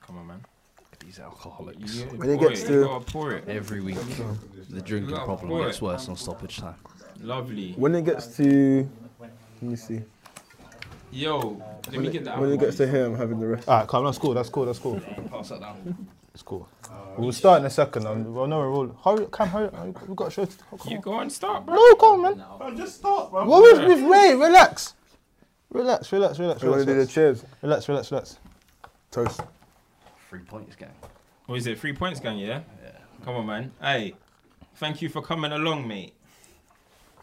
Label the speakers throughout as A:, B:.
A: Come on, man. These alcoholics.
B: You
C: When it
B: pour
C: gets
B: it,
C: to-
B: you gotta pour it.
A: Every week, the drinking
B: Love,
A: problem
B: boy.
A: gets worse on stoppage time.
B: Lovely.
C: When it gets to, let me see.
B: Yo, let
C: When
B: me get
C: it,
B: the
C: when
B: apple
C: it gets to
B: juice.
C: here, I'm having the rest.
D: All right, come. That's cool. That's cool. That's cool.
B: Pass that down.
D: It's cool. We'll start in a second. Um, well, no, we're all hurry. Cam, hurry. We've got a show. To, oh, come
B: You
D: on.
B: go and start, bro.
D: No, come on, man.
E: Bro, just start, bro.
D: Well, we've, we've wait. Relax. Relax. Relax. Relax.
C: We want to do
D: Relax.
C: the
D: Relax.
C: cheers.
D: Relax. Relax. relax.
C: Toast.
A: Three points, gang.
B: What is it? Three points, gang, yeah? Come on, man. Hey, thank you for coming along, mate.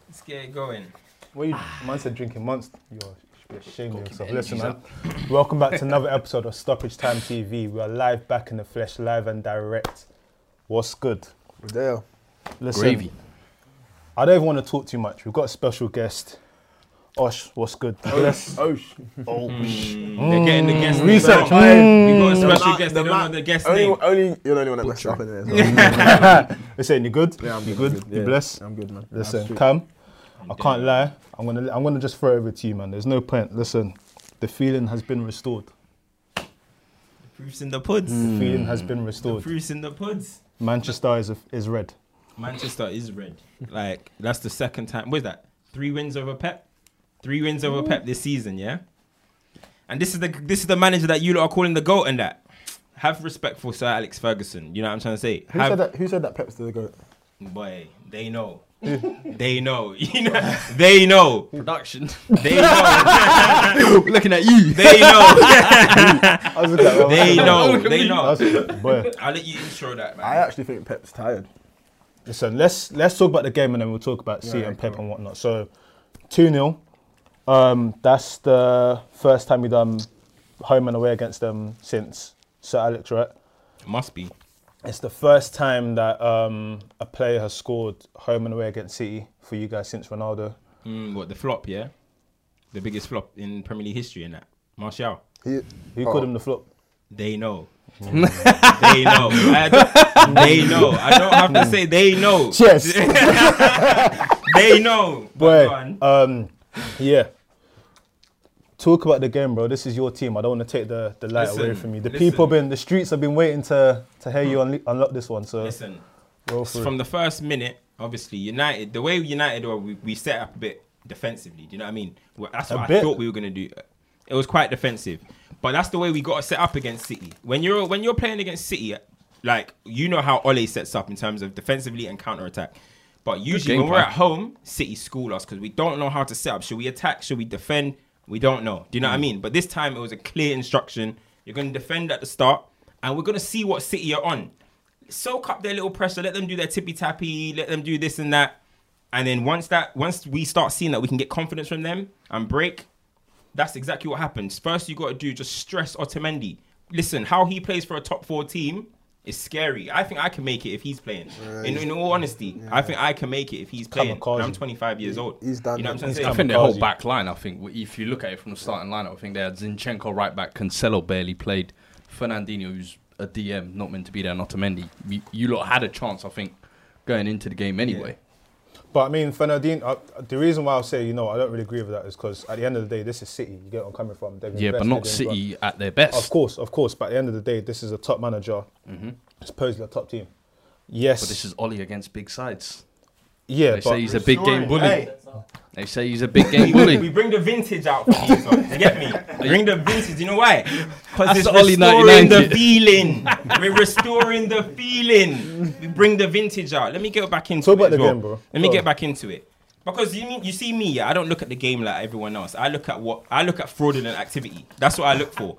B: Let's get it going.
D: What you? Man said drinking monster. You are- you should be ashamed of yourself.
A: the
D: Listen, man.
A: energies
D: Welcome back to another episode of Stoppage Time TV. We are live, back in the flesh, live and direct. What's good?
C: There.
D: Listen,
A: Gravy.
D: I don't even want to talk too much. We've got a special guest. Osh, what's good? Bless.
C: Oh, sh-
B: They're getting the guest name
D: Mm. Research.
B: wrong.
D: Mm.
B: We got a special
C: man-
B: guest.
C: the
B: They don't know
C: man-
B: the guest
C: only,
B: name.
C: only you're the only one that messed up in there. so-
D: Listen, you good?
C: Yeah, I'm
D: you
C: good.
D: good?
C: I'm good.
D: You
C: Yeah.
D: blessed?
C: I'm good, man.
D: Listen,
C: Absolute.
D: Cam, I can't lie. I'm gonna I'm gonna just throw it over to you, man. There's no point. Listen, the feeling has been restored.
B: Proofs in the puds.
D: The feeling has been restored.
B: Proofs in the puds.
D: Manchester is a, is red.
B: Manchester is red. Like that's the second time. What's that? Three wins over Pep. Three wins over Pep this season. Yeah. And this is the this is the manager that you lot are calling the goat and that. Have respect for Sir Alex Ferguson. You know what I'm trying to say.
C: Who
B: Have-
C: said that? Who said that? Pep's the goat.
B: Boy, they know. they know. You know. They know.
A: Production.
B: They know.
A: Looking at you.
B: they know.
C: I was looking at that.
B: they know.
A: Look at
B: They
A: me.
B: know.
D: That's, boy,
B: I'll let you intro that, man.
C: I uh, actually think Pep's tired.
D: listen, let's let's talk about the game and then we'll talk about C
C: Yeah,
D: and Pep and whatnot. So, two 0 um, That's the first time we've done home and away against them since Sir Alex, right?
B: Must be.
D: It's the first time that um, a player has scored home and away against City for you guys since Ronaldo.
B: Mm, what the flop? Yeah. The biggest flop in Premier League history in that. Martial.
C: He,
D: Who
C: Oh.
D: called him the flop?
B: They know. they know. I don't- they know. I don't have
D: Hmm.
B: to say they know.
D: Cheers.
B: They know.
D: Boy,
B: Go on.
D: um, yeah. Talk about the game, bro. This is your team. I don't want to take the, the light away
B: Listen,
D: from you. The
B: listen.
D: people been the streets have been waiting to to hear you
A: Hmm.
D: unle- unlock this one. So
B: Listen,
D: roll through.
B: from the first minute, obviously United. The way United were, we, we set up a bit defensively. Do you know what I mean? Well, that's
D: A
B: what I
D: bit.
B: thought we were gonna do. It was quite defensive, but that's the way we got to set up against City. When you're when you're playing against City, like you know how Ole sets up in terms of defensively and counter attack. But usually
A: game
B: when we're
A: plan.
B: at home, City school us because we don't know how to set up. Should we attack? Should we defend? We don't know. Do you know
A: Mm.
B: what I mean? But this time it was a clear instruction. You're going to defend at the start, and we're going to see what City are on. Soak up their little pressure. Let them do their tippy tappy. Let them do this and that. And then once that, once we start seeing that we can get confidence from them and break, that's exactly what happens. First, you got to do just stress Otamendi. Listen, how he plays for a top four team is scary. I think I can make it if he's playing. in, in all honesty, I think I can make it if he's playing. And
D: Kamikaze.
B: I'm 25 years old.
C: he's done
B: You know what I'm
C: it.
A: I
B: saying?
A: think their whole
D: Kamikaze.
A: back line, I think, w- if you look at it from the starting lineup, I think they had Zinchenko right back, Cancelo barely played, Fernandinho, who's a DM, not meant to be there, and Otamendi. You, you lot had a chance, I think, going into the game anyway.
D: But I mean, Fernandinho. Uh, the reason why I say you know I don't really agree with that is because at the end of the day, this is City. You get what I'm coming from. They've
A: Yeah, but
D: invested
A: not
D: in-
A: City at their
D: Of
A: best.
D: course, of course. But at the end of the day, this is a top manager. Supposedly a top team. Yes.
A: Mm-hmm. But this is Ollie against big sides.
D: yeah,
A: They
D: but
A: say he's a big game bully.
B: Hey.
A: They say he's a big
B: We,
A: game
B: we
A: bully.
B: bring the vintage out for these ones. You get me? Bring the vintage. You know why? Because
A: That's
B: it's
A: the Oli
B: restoring
A: 99
B: the
A: kit.
B: feeling. We're restoring the feeling. We bring the vintage out. Let me get back into
D: Talk
B: it.
D: about
B: as
D: the
B: well.
D: game, bro.
B: Let me
D: Go
B: get
D: on.
B: back into it. Because you mean you see me, yeah, I don't look at the game like everyone else. I look at what I look at fraudulent activity. That's what I look for.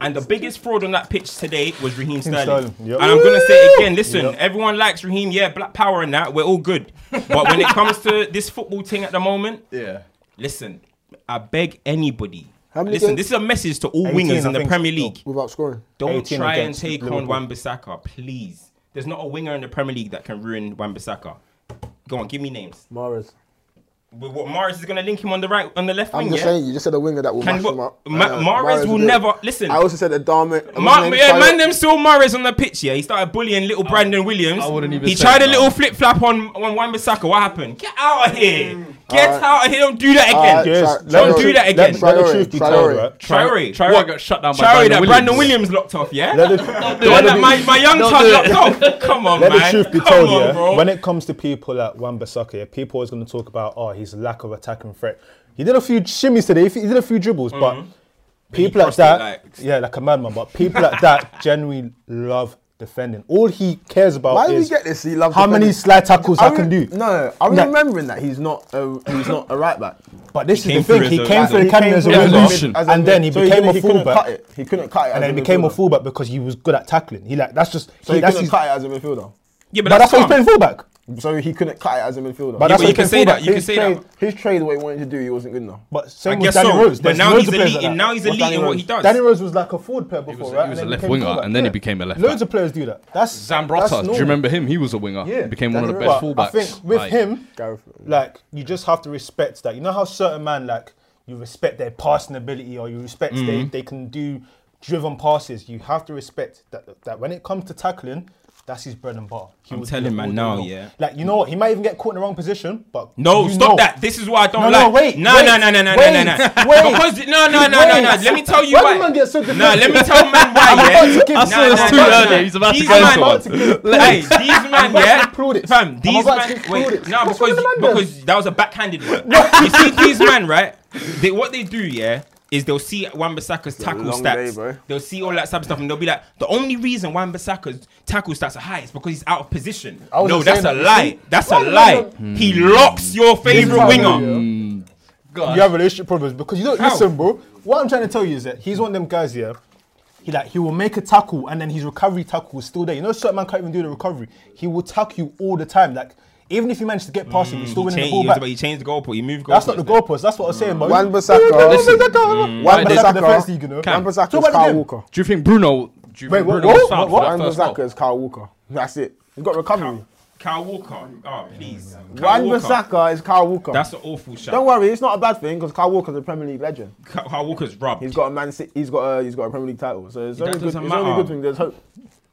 B: And the biggest fraud on that pitch today was Raheem Sterling.
D: Sterling, yep.
B: And I'm gonna say it again. Listen,
D: Yep.
B: everyone likes Raheem. Yeah, black power and that. We're all good. But when it comes to this football thing at the moment,
A: yeah.
B: Listen, I beg anybody.
C: How many
B: listen,
C: games-
B: this is a message to all
D: 18,
B: wingers
D: I
B: in the
D: think.
B: Premier League.
C: Without scoring.
B: Don't
D: 18
B: try and
D: against
B: take on
D: Liverpool.
B: Wan Bissaka, please. There's not a winger in the Premier League that can ruin Wan Bissaka. Go on, give me names.
C: Mares.
B: But what Morris is going to link him on the right, on the left
C: I'm
B: wing,
C: just
B: yeah.
C: saying, you just said a winger that will
B: Can
C: mash
B: what-
C: him up.
B: Ma-
C: Uh,
B: Mahrez will
C: did.
B: never- listen.
C: I also said Adama.
B: Ma- yeah, man, them still Morris on the pitch. Yeah, he started bullying little Brandon Williams.
A: I wouldn't even
B: he
A: say
B: tried a
A: that.
B: little flip flap on on Wan Bissaka. What happened? Get out of here! Get
C: Mm. Alright.
B: out of here! Don't do that
C: Alright,
B: again.
D: Yes,
C: Tra-
D: let,
B: Don't do that again.
D: Let, let the
C: Traore,
D: truth be told,
C: Traore.
D: right?
B: Traore,
A: Traore
B: What?
A: got shut down by
B: Traore, that
A: Brandon
B: Brandon Williams
A: Williams.
B: locked off, yeah.
D: Let the,
B: the one
A: Don't
B: that my, my young
A: Don't
B: child
A: do
B: locked
A: it.
B: off. Come on,
D: let
B: man.
D: the truth be
B: Come
D: told,
B: on,
D: yeah.
B: bro.
D: When it comes to people like Wan Bissaka, yeah, people always going to talk about, oh, his lack of attack and threat. He did a few shimmies today. He did a few dribbles, but people like
B: Mm-hmm. crossed it
D: that,
B: like-
D: yeah, like a madman. But people like that generally love defending. All he cares about
C: Why do we
D: Oh, is
C: get this? He loves
D: how many
C: defending.
D: slide tackles I,
C: re-
D: can do.
C: No, no, I'm
D: No.
C: remembering that he's not a he's not a right back.
D: But this
B: came
D: is the
B: through
D: thing.
B: as
D: He
B: a-
D: came
B: as
D: through
B: a-
D: the academy as a
A: through as a
D: revolution,
A: mid-
C: as a
D: and
C: mid-
D: then he
C: so he
D: became
C: couldn't-
D: a
C: he couldn't cut
D: fullback,
C: it. He couldn't cut it. as
D: and then
C: a
D: he became a
C: midfielder.
D: fullback because he was good at tackling. He like that's just
C: So he
D: that's
C: couldn't
D: his.
C: cut it as a midfielder.
B: yeah, but
D: But that's why he's
B: calm.
D: playing fullback.
C: So he couldn't cut it as a midfielder.
D: But Yeah, that's but
B: you can say that, you
C: His
B: can say that.
C: trade- His trade, what he wanted to do, he wasn't good enough.
D: But
B: I
D: same with
B: guess
D: Danny
B: so.
D: Rose.
B: But
D: There's
B: now
D: loads
B: he's
D: of players
B: elite.
D: like
B: and
D: that.
B: now he's elite
C: Danny
B: in what
C: Rose?
B: he does.
D: Danny Rose was like a forward player before,
A: was a-
D: right?
A: he was
D: And
A: a
D: then
A: left
D: became
A: winger,
D: fullback,
A: and then he
D: yeah.
A: became a left
D: Loads
A: back.
D: of players do that. That's that's
A: Zambrotta, do
D: normal.
A: you remember him? He was a winger.
D: Yeah.
A: He became one of the
C: Danny
A: best
C: Rose.
A: fullbacks.
D: But I think with
A: Like,
D: him,
C: Gareth.
D: like you just have to respect that. You know how certain man like you respect their passing ability or you respect
B: Mm-hmm.
D: they, they can do driven passes. You have to respect that that when it comes to tackling, that's his bread and butter. He
B: I'm
D: will do
B: telling
D: it
B: man
D: all day
B: now,
D: long.
B: yeah.
D: Like you know what, he might even get caught in the wrong position, but
B: No,
D: you
B: stop
D: know.
B: that. This is why I don't like.
D: No, no, wait,
B: No,
D: wait,
B: no, no, no, no,
D: wait,
B: no, no, no.
D: wait.
B: Because no, no, no, no, no.
D: Wait.
B: Let me tell you
D: Why
B: why.
D: do man get so
B: no, let
D: defensive?
B: me tell man why.
D: about to
B: Yeah.
D: give
A: I
D: him-
A: saw
B: Nah,
A: this
B: nah,
A: too
B: nah, nah.
A: early. He's about to
B: These
A: go
B: man-
A: for one.
B: Hey, these man,
D: about to
B: yeah,
D: applaud it.
B: fam, these
D: about to
B: man,
D: applaud
B: wait,
D: it.
B: no,
D: What's wrong
B: because
D: with the man then?
B: because that was a backhanded one. you see, these man, right? They what they do, yeah, is they'll see Wan-Bissaka's tackle
C: long day,
B: stats.
C: bro.
B: they'll see all that type of stuff, and they'll be like, the only reason Wan-Bissaka's tackle stats are high is because he's out of position.
D: was
B: No,
D: just
B: that's a
D: saying that.
B: lie. That's a lie. He locks your favorite winger.
D: you have relationship problems because you don't
B: How?
D: listen, bro. What I'm trying to tell you is that he's one of them guys here. He like he will make a tackle and then his recovery tackle is still there. You know, certain man can't even do the recovery. He will tackle you all the time. Like even if you manage to get past him, he's still winning
B: Change,
D: the ball
B: Mm, he was
D: back.
B: about- he changed the goalpost. He moved goalpost.
D: That's not the
B: there.
D: goalpost. That's what I was saying, bro.
C: Wan Bissaka.
D: Listen.
C: Wan
D: Wan Bissaka defense league, you know.
C: Wan Bissaka is
D: Talk about the
C: Kyle
D: game.
C: Walker.
A: do you think Bruno? Do you
D: Wait,
A: think
D: what-
A: Bruno
D: what?
A: was fouled for
D: What?
A: that
C: Wan
A: first foul?
C: Bissaka is Kyle Walker. That's it. He's got recovery.
B: Kyle Walker. Oh, please. Kyle
C: Wan
B: Walker.
C: Bissaka is Kyle Walker.
B: That's an awful shot.
C: Don't worry, it's not a bad thing because Kyle Walker's a Premier League legend.
B: Ka- Kyle Walker's rubbed.
C: He's got a Man City, he's got a he's got a Premier League title, so it's
B: That
C: only good.
B: doesn't
C: It's only
B: matter.
C: good thing. There's hope.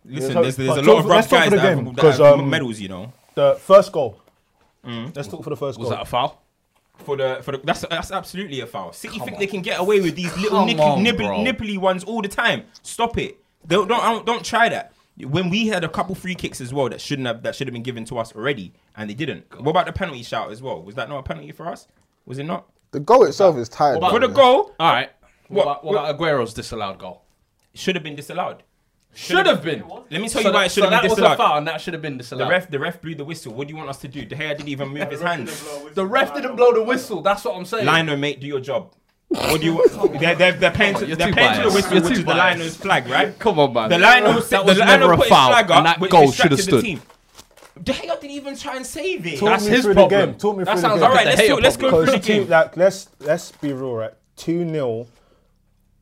B: Listen,
C: Let's
B: there's, there's a
D: talk-
B: lot of
D: let's
B: rough
D: talk
B: guys
D: for the
B: that
D: game,
B: have, that
D: 'cause,
B: have
D: um,
B: medals, you know.
D: The first goal.
B: Mm.
D: Let's talk for the first
A: Was
D: goal.
A: that a foul?
B: For the for the, that's that's absolutely a foul. City think they can get away with these little
A: Come
B: nippy,
A: on,
B: nibbly,
A: bro.
B: nipply ones all the time. Stop it. Don't don't don't, don't try that. When we had a couple free kicks as well that shouldn't have that should have been given to us already, and they didn't. What about the penalty shout as well? Was that not a penalty for us? Was it not?
C: The goal itself is tired.
A: about-
B: For the
A: Yeah.
B: goal,
A: All right. What,
B: What-
A: about, what about Aguero's disallowed goal?
B: should have been disallowed.
A: Should have been.
B: Let me tell
A: So
B: you why
A: that-
B: it should have
A: so
B: been
A: That
B: disallowed.
A: was a foul, and that should have been disallowed.
B: The ref, the ref blew the whistle. What do you want us to do? De Gea didn't even move his hands.
A: The ref didn't blow the whistle. That's what I'm saying.
B: Lino, mate, do your job. What do you? want? they're, they're, they're paying, to,
A: You're
B: they're
A: too
B: paying to the
A: biased.
B: whistle,
A: You're
B: which
A: too
B: is the
A: biased.
B: Lino's flag, right?
A: Come on, man.
B: The Lino,
A: That
B: that
A: was
B: the
A: never
B: Lino
A: a
B: put
A: foul,
B: his flag up,
A: and that
B: which
A: goal should have
B: distracted the team.
A: stood.
B: De Gea didn't even try and save it.
D: Talk
A: That's
D: me
A: his
D: through
A: problem.
D: The game. Talk me
A: That
D: through
A: sounds
D: the
B: All
A: like
D: game.
B: right, let's,
A: the Gea
B: talk, let's go
A: problem.
B: through the
D: Because two,
B: game.
D: like let's let's be real, right? Two 0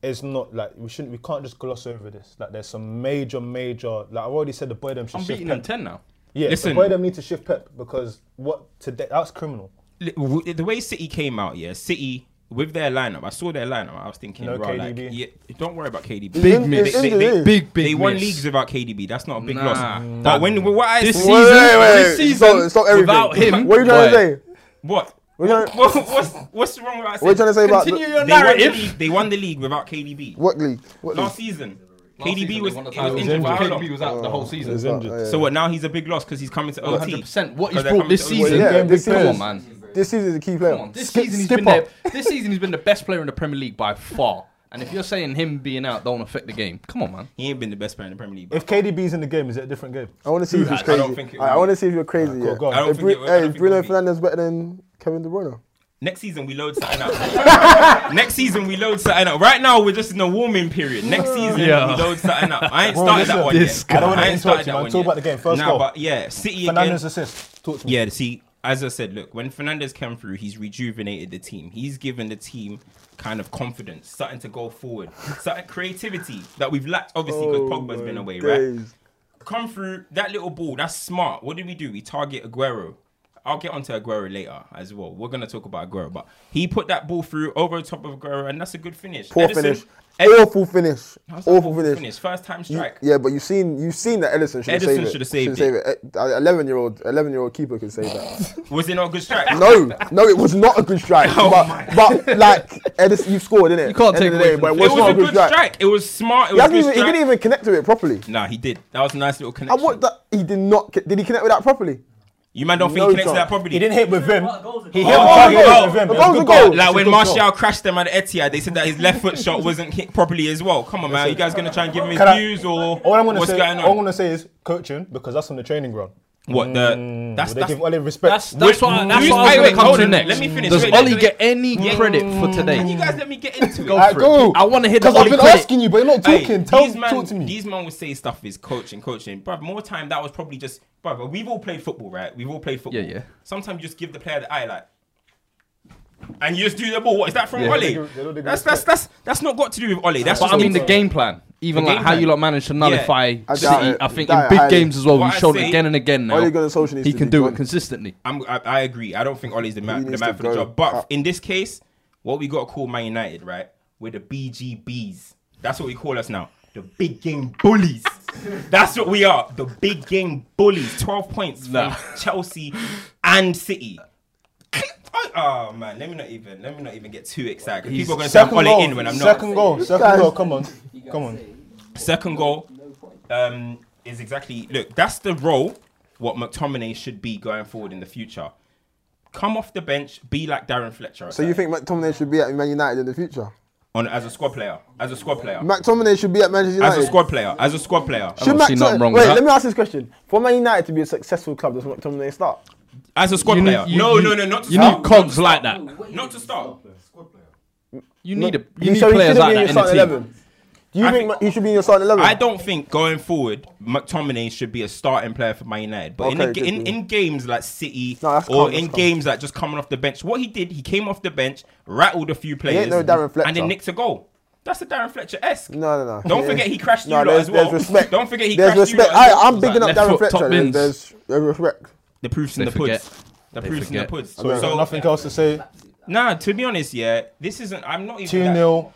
D: is not like we shouldn't. We can't just gloss over this. Like there's some major, major. Like I've already said, the boy them should
A: I'm
D: shift
A: beating
D: Pep.
A: in 10 now.
D: Yeah,
B: Listen.
D: the boy them need to shift Pep because what today that's criminal.
B: Li- w- The way City came out, yeah, City with their lineup. I saw their lineup. I was thinking,
D: No
B: rah, like,
D: KDB.
B: yeah, don't worry about KDB.
A: Big
C: in-
A: miss.
C: it's in
A: Big,
C: the
A: big,
C: league.
A: big, big
B: they won
A: miss.
B: leagues without KDB. That's not a big
A: Nah.
B: loss. But when when- what I
A: This
B: saw-
A: season,
C: wait,
A: this
C: wait.
A: season
C: Stop- stop everything.
A: without him.
C: What are you trying to say?
B: what?
C: What are you trying-
B: What- what's, what's wrong with what I said?
C: What are you trying to say about
A: Continue
C: the-
A: your
B: They won, the
A: narrative.
B: league, they won the league without KDB.
C: What league? What league?
B: Last season, KDB was,
A: on the
B: he was injured. for how long?
A: KDB was out the whole season.
C: Oh, yeah.
B: So what? Now he's a big loss because he's coming to OT.
A: 100%. What he's
B: 'Cause they're
A: brought
B: coming
A: this
B: to OT.
A: season.
C: Yeah, this
A: Come on,
C: season-
A: man.
C: This season is a key player.
A: Come on, This
D: Skip-
A: season he's
D: skip
A: been there.
D: up.
A: This season he's been the best player in the Premier League by far. And if you're saying him being out don't affect the game, come on, man.
B: He ain't been the best player in the Premier League.
D: If KDB's in the game, is it a different game?
C: I want to see if he's
A: has-
B: I
C: crazy.
B: don't
C: I,
B: think it
C: I
B: will
C: want
B: be.
C: to see if you're crazy. yeah.
D: go on. I
B: don't
C: If
B: think
C: Bru-
B: it will- I
C: hey,
B: don't
C: is
B: think it
C: Bruno
B: will be.
C: Fernandez better than Kevin De Bruyne?
B: Next season we load something up. Next season we load something up. Right now we're just in a warming period. Next season
A: Yeah.
B: we load something up. I ain't
D: Bro,
B: started
D: listen,
B: that one
A: this
B: yet.
A: guy.
D: I don't want to
B: ain't started
D: interrupt you,
B: that
D: man.
B: one
D: Talk
B: yet.
D: about the game. First
B: Nah,
D: goal.
B: but yeah, City again.
D: Fernandez assist. Talk to me.
B: Yeah, see, as I said, look, when Fernandez came through, he's rejuvenated the team. He's given the team kind of confidence, starting to go forward, certain creativity that we've lacked, obviously, because
C: Oh
B: Pogba's been away, right? Come through that little ball, that's smart. What did we do? We target Aguero. I'll get onto Aguero later as well. We're gonna talk about Aguero, but he put that ball through over the top of Aguero, and that's a good finish.
C: Poor
B: Edison-
C: finish.
B: Ed-
C: awful finish.
B: How's that
C: Awful finish.
B: First time
C: You-
B: strike.
C: yeah, but you've seen you've seen that Edison should have
B: Edison
C: saved it.
B: should have saved
C: Should've saved it. Eleven year old eleven year old keeper could save that.
B: Was it not a good strike?
C: no, no, it was not a good strike.
B: Oh
C: but, but like Edison, you scored, didn't it?
A: You can't take away
C: but
B: It
A: from
C: it was,
B: was
C: not
B: a good strike. It was smart. It
C: He,
B: was a
C: hasn't
B: good
C: even, he
B: strike.
C: didn't even connect to it properly.
B: Nah, he did. That was a nice little
C: I
B: connection.
C: what that he did not. co- Did he connect with that properly?
B: You man don't think
C: No
B: he connects to
C: chance.
B: that properly.
D: He didn't hit with him. He hit
B: Oh, oh,
D: with him.
B: oh,
D: with him.
C: oh,
D: It was a
C: oh,
D: good
C: oh,
D: goal.
C: oh,
D: It's
B: Like
D: a
B: when
D: good
B: Martial
D: goal.
B: crashed them at Etihad, they said that his left foot shot wasn't hit properly as well. Come on, man. Are you guys going to try and give him his
D: Can I-
B: views or
D: All I'm gonna
B: what's
D: say,
B: going
D: all
B: on?
D: I'm gonna say is coaching because that's on the training ground.
B: What the? That's,
D: Well, Mm. they
B: that's
D: give Ole respect.
A: That's that's
B: Wait,
A: what I- that's
B: who's-
A: what I was
B: wait,
A: going
B: wait,
A: to come
B: hold
A: to
B: on.
A: next.
B: Let me finish.
A: Does
B: Wait, let-
A: Ollie
B: let-
A: get any
B: Yeah.
A: credit for today?
B: Can you guys let me get into it?
D: Alright, go.
A: I want to hear the
D: Because I've
A: Ollie
D: been
A: credit.
D: asking you, but you're not
B: Hey,
D: talking. Tell,
B: these man,
D: talk to me.
B: These man would say stuff is coaching, coaching. Bruv, more time that was probably just bruv, we've all played football, right? We've all played football.
A: Yeah, yeah.
B: Sometimes you just give the player the eye like and you just do the ball. What is that from
A: Yeah.
B: Ollie?
D: They don't give- they don't give
B: That's that's that's that's not got to do with Ollie. That's
A: But
B: just
A: I mean
B: me.
A: the game plan. Even
B: The
A: like
B: game
A: how
B: plan.
A: you lot managed to nullify
B: I
A: City,
C: doubt it.
A: I think
C: Doubt
A: in
C: it
A: big
C: highly.
A: games as well,
B: What
A: we've
B: I
A: shown
B: say-
A: again and again now.
C: Ole Gunnar Solskjaer needs
A: he
C: to
A: can
C: be
A: do it
C: gone.
A: consistently.
B: I'm, I, I agree. I don't think Ollie's the man, the
C: needs
B: man
C: to
B: for the
C: go
B: job. But
C: up.
B: in this case, what we got to call Man United, right? We're the BGBs. That's what we call us now. The big game bullies. That's what we are. The big game bullies. 12 points from
A: Nah.
B: Chelsea and City. Oh man, let me not even let me not even get too excited. 'cause People are gonna say I'm
D: Second
B: Ollie
D: goal.
B: in when I'm not.
D: Second goal. Second goal. Come on. Come on.
B: Second goal um, is exactly look. That's the role what McTominay should be going forward in the future. Come off the bench, be like Darren Fletcher.
C: So you think McTominay should be at Man United in the future?
B: on as a squad player, as a squad player,
C: McTominay should be at Manchester
B: as
C: United.
B: a squad player, as a squad player,
C: Should
A: don't see
C: McTominay-
A: nothing wrong
C: wait,
A: with that.
C: let me ask this question: For Man United to be a successful club, does McTominay start?
B: as a squad
A: You need-
B: player.
A: you-
B: no,
A: you-
B: no, no, not to
A: You
B: start.
A: need cogs like that.
B: Not to start.
A: You need a
C: He-
A: you need
C: so he
A: players
C: shouldn't be
A: like
C: in
A: that
C: your
A: in a
C: starting
A: team.
C: 11. Do you
B: I
C: think
B: think-
C: Ma- he should be in your starting eleven?
B: I don't think going forward, McTominay should be a starting player for Man United. But in,
C: Okay,
B: a ga-
C: good
B: in,
C: deal.
B: in games like City
C: No, that's
B: or
C: calm, that's
B: in
C: calm.
B: games like just coming off the bench, what he did, he came off the bench, rattled a few players,
C: ain't no Darren
B: and
C: Fletcher.
B: then nicked a goal. That's a Darren Fletcher esque.
C: No, no, no.
B: Don't
C: Yeah.
B: forget he crashed you
C: No,
B: lot
C: there's,
B: as well.
C: There's respect.
B: Don't forget he
C: there's
B: crashed you
C: respect.
B: lot as well.
C: I, I'm bigging
A: Like
C: up Darren
A: left foot, top
C: Fletcher. There's,
A: bins.
C: there's there's respect.
B: The proof's in
A: They
B: the puds.
A: forget.
B: The
A: They
B: proof's in the
A: forget.
B: puds.
D: So, nothing else to say.
B: Nah, to be honest, yeah, this isn't. I'm not even.
D: Two
B: that-
D: 0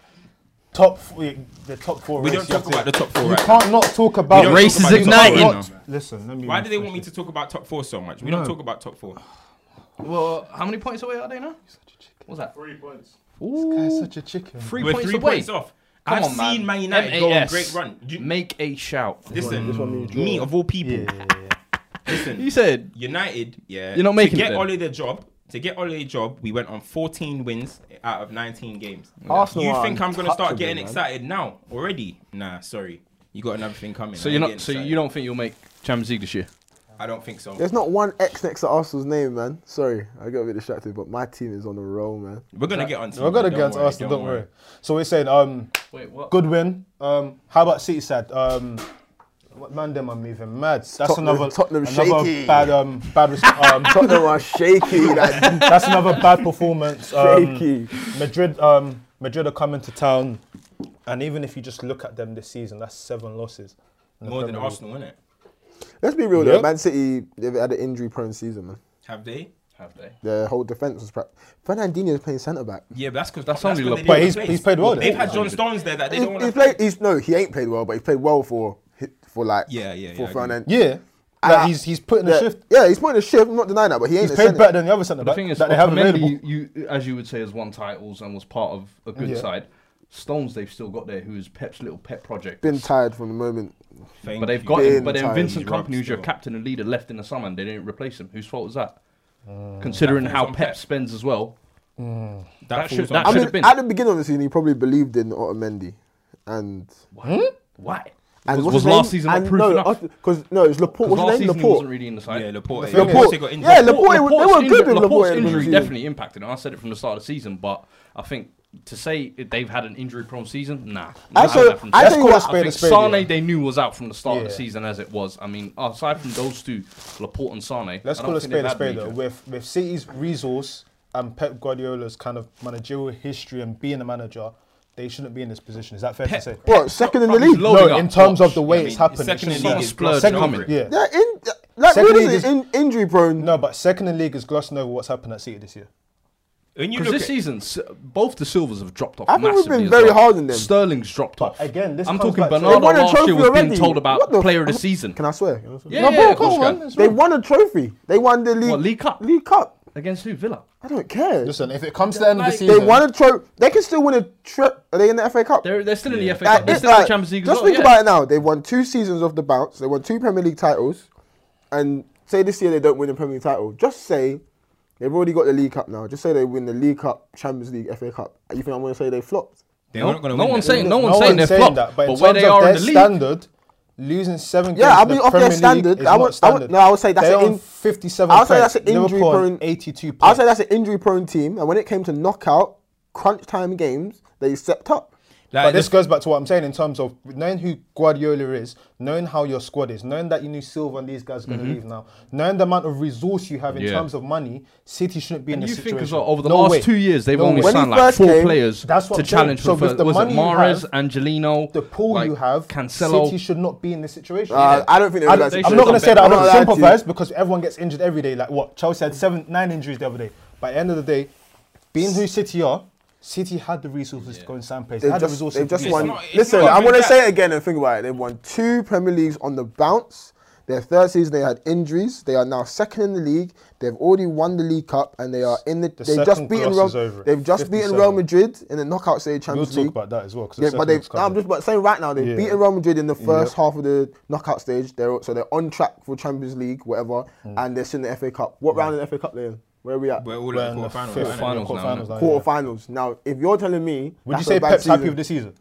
D: Top four, the top four.
B: We
D: race,
B: don't talk
D: that's
B: about
D: it.
B: the top four.
D: You
B: Right?
D: can't not talk
B: We
D: about
B: don't
D: it.
A: Race
B: talk
A: is
B: about the top four.
A: igniting.
B: We're not-
D: Listen, let me.
B: Why do they want me
D: refresh
B: to talk about top four so much? We don't talk about top four.
A: Well, how many points away are they now? What's that? Three
D: this. This guy's such a chicken.
B: We're
A: points
B: three
A: away.
B: points off.
A: Come
B: I've
A: on, man.
B: seen Man United go on a
A: MAS.
B: great run. You-
A: Make a shout.
B: Listen, me of all people,
A: He said
B: United, yeah.
A: You're not making
B: to
A: it
B: get
A: then.
B: Ole the job. To get Ole a job, we went on 14 wins out of 19 games.
C: Arsenal
B: you
C: are
B: think I'm gonna start
C: untouchable,
B: getting
C: man.
B: excited now already? Nah, sorry. You got another thing coming.
A: So
B: I
A: you're
B: ain't
A: not.
B: getting
A: So
B: excited.
A: you don't think you'll make Champions League this year?
B: I don't think so.
C: There's not one X next to Arsenal's name, man. Sorry, I got a bit distracted, but my team is on a roll, man.
B: We're gonna get onto.
D: We're gonna
B: it,
D: get
B: don't
D: to
B: worry,
D: Arsenal. Don't worry. So we're saying, um,
A: Wait, what?
D: good win. Um, how about City side? Um, what man them are moving mad. That's
C: Tottenham-
D: another
C: Tottenham
D: another
C: shaky.
D: bad um bad res- um,
C: Tottenham are shaky, like
D: that's another bad performance. Um,
C: shaky.
D: Madrid um Madrid are coming to town, and even if you just look at them this season, that's seven losses. in the
B: More than
D: Premier League.
B: Arsenal, innit?
C: Let's be real
D: Yep.
C: though. Man City they've had an injury-prone season, man.
B: Have they?
A: Have they?
C: Their whole defense was practiced. Fernandinho's playing centre back.
B: Yeah, but that's because
A: That's only
B: because they
A: Laporte.
D: But
B: didn't
D: he's-
B: replace.
D: he's played well,
B: They've
D: though.
B: had John Stones there that they
C: He's,
B: don't want
C: he's
B: to
C: played. He's no, he ain't played well, but he played well for for like
B: Yeah, yeah,
C: for
B: yeah, I
C: Fernand.
D: Yeah, like
C: Ah,
D: he's he's putting
C: yeah,
D: a shift.
C: Yeah, he's putting a shift. I'm not denying that, but he ain't
D: He's
C: a
D: played
C: centre-
D: better than the other centre
A: The
D: back
A: thing is,
D: that they have available.
A: Otamendi, you, you, as you would say, has won titles and was part of a good
D: Yeah.
A: side. Stones, they've still got there, who is Pep's little pet project.
C: Been tired from the moment.
B: Thank
A: But they've
B: you.
A: got him. But
C: Been
A: then
C: tired.
A: Vincent
B: He's rubbed
A: Company, who's your
B: still.
A: captain and leader, left in the summer, and they didn't replace him. Whose fault was that?
C: Uh,
A: Considering
B: That falls
A: how
B: on
A: Pep,
B: Pep.
A: spends as well,
B: That
A: That
B: falls
A: should-
B: on
A: that
C: I
A: Should've
C: mean,
A: been.
C: at the beginning of the season, he probably believed in Otamendi, and
A: why?
C: and
A: was was last season not proof enough?
C: Because no, it was Laporte.
A: Because
C: uh, What's
A: last
C: his name?
A: season he wasn't
C: Laporte.
A: really in the side.
B: Yeah, Laporte.
C: Laporte.
B: Laporte got injured.
C: Yeah, Laporte. They
A: Laporte's
C: were good
A: injury-
C: with Laporte.
A: Laporte's
C: in the
A: injury
C: season.
A: definitely impacted. And I said it from the start of the season, but I think to say it- they've had an injury-prone season, nah.
C: I
A: Not
C: say-
A: that from
C: I
A: Chelsea.
C: think Let's
A: I
D: call a
A: think
D: spade a spade,
A: Sane
D: yeah.
A: they knew was out from the start of the
D: Yeah.
A: season as it was. I mean, aside from those two, Laporte and Sane.
D: Let's
A: I
D: call
A: don't
D: a
A: think they've
D: spade a
A: had
D: spade though.
A: major-
D: With with City's resource and Pep Guardiola's kind of managerial history and being a manager, they shouldn't be in this position. Is that fair to say?
C: What second in the
A: Probably
C: league?
A: low- Loading
D: no, in
A: up,
D: terms
A: watch.
D: of the way
B: I mean,
D: it's happened.
B: second
D: it's
B: in
D: just
A: league
D: like-
A: is blood
D: second-
A: coming.
D: Yeah.
C: They're in. Like,
D: Second
C: really,
D: league is-
C: in, injury prone.
D: No, but second in the league is glossing over what's happened at City this year.
B: When you
A: Because
B: look
A: this
B: at
A: season, s- both the Silvers have dropped off.
C: I think we've
A: massively
C: been
A: as
C: very
A: well.
C: hard on them.
A: Sterling's dropped
D: But
A: off.
D: again, this
A: I'm
D: comes
A: talking
D: back to-
A: Bernardo
C: They won a
A: last
C: trophy
A: year was being
C: already.
A: told about
C: What the
A: player of the
C: f-
A: season.
C: Can I swear?
A: Yeah,
C: no,
A: yeah,
C: bro,
A: of course
C: come
A: you can.
C: on. They won a trophy. They won the league.
A: What, League Cup?
C: League Cup.
A: Against who? Villa.
C: I don't care.
E: Listen, if it comes to the end of the
A: Like-
E: season,
C: they won a trophy. They can still win a trip. Are they in the FA Cup?
A: They're, they're still in the FA
C: Like,
A: Cup. They're
C: it-
A: still in
C: like,
A: the Champions League. as
C: Just
A: well, yeah.
C: think about it now. They won two seasons off the bounce. They won two Premier League titles, and say this year they don't win the Premier League title. Just say they've already got the League Cup now. Just say they win the League Cup, Champions League, FA Cup. You think I'm going to say they flopped?
B: they're
A: No,
B: not going to
A: no
B: win.
A: one's
B: that.
A: saying no one's saying they're flopped,
D: that,
A: but,
D: but, in
A: where
D: terms
A: they
D: of
A: are
D: their
A: in the league,
D: standard, losing seven
C: Yeah,
D: games
C: I
D: in
C: mean,
D: the
C: off
D: Premier
C: their
D: League
C: standard,
D: is
C: I
D: not
C: would, I
D: standard.
C: would, no, I would say that's
D: They're
C: an
D: on
C: in-
D: 57
C: I would say
D: points,
C: that's an injury
D: Liverpool on
C: prone.
D: 82
C: I would say
D: points.
C: that's an injury prone team, and when it came to knockout, crunch time games, they stepped up.
B: Like,
D: But this
B: the-
D: goes back to what I'm saying in terms of knowing who Guardiola is, knowing how your squad is, knowing that you knew Silva and these guys are going to leave now, knowing the amount of resource you have in
A: Mm-hmm. Yeah.
D: terms of money, City shouldn't be
A: And
D: in
A: you
D: this situation.
A: think as well over the
D: No
A: last
D: way.
A: two years they've
D: No
A: only
D: way.
C: When he
A: signed like
C: first
A: four
C: came-
A: players
D: That's what
A: to
D: I'm saying.
A: challenge
D: So
A: for
D: with
A: first.
D: the
A: Was
D: money
A: it
D: you
A: Mares,
D: have,
A: Angelino,
D: the pool
A: like,
D: you have,
A: Cancelo?
D: City should not be in this situation.
C: Uh, I don't think they
D: I,
C: realised-
A: they
D: am
A: should
D: not going to
A: have
D: say that
A: been.
D: I
C: I'm
D: don't
C: not allowed to.
D: sympathise because everyone gets injured every day. Like what Chelsea had seven, nine injuries the other day. By the end of the day, being who City are, City had the resources to go and sign players. They
C: They've
D: had the
C: just,
D: resources.
C: they've
D: to
C: just
D: do
C: won.
D: it.
B: not- it's
C: Listen,
B: not
C: I'm
B: even
C: going to
B: that.
C: say it again and think about it. They've won two Premier Leagues on the bounce. Their third season, they had injuries. They are now second in the league. They've already won the League Cup, and they are in the.
D: The
C: they've just
D: second
C: beaten
D: gloss
C: Real.
D: is over it.
C: They've just beaten Real
D: 57.
C: Madrid in the knockout stage
D: We'll
C: Champions
D: talk
C: League.
D: about that as well. 'cause the
C: Yeah,
D: second
C: but they've.
D: one's
C: No, I'm
D: coming.
C: just but saying right now they've
D: Yeah.
C: beaten Real Madrid in the
D: Yeah.
C: first half of the knockout stage. They're so they're on track for Champions League, whatever,
D: Mm.
C: and they're still in the FA Cup. What round in the FA Cup they in? Where are we at?
B: we're all
D: We're
B: at
D: in
B: the
D: the
B: quarterfinals,
D: fifth
B: aren't we?
A: Quarterfinals now,
D: quarterfinals now, yeah.
C: Quarterfinals. Now, if you're telling me,
D: Would you
C: that's
D: say
C: a bad
D: Pep's happy
C: season-
D: with the season?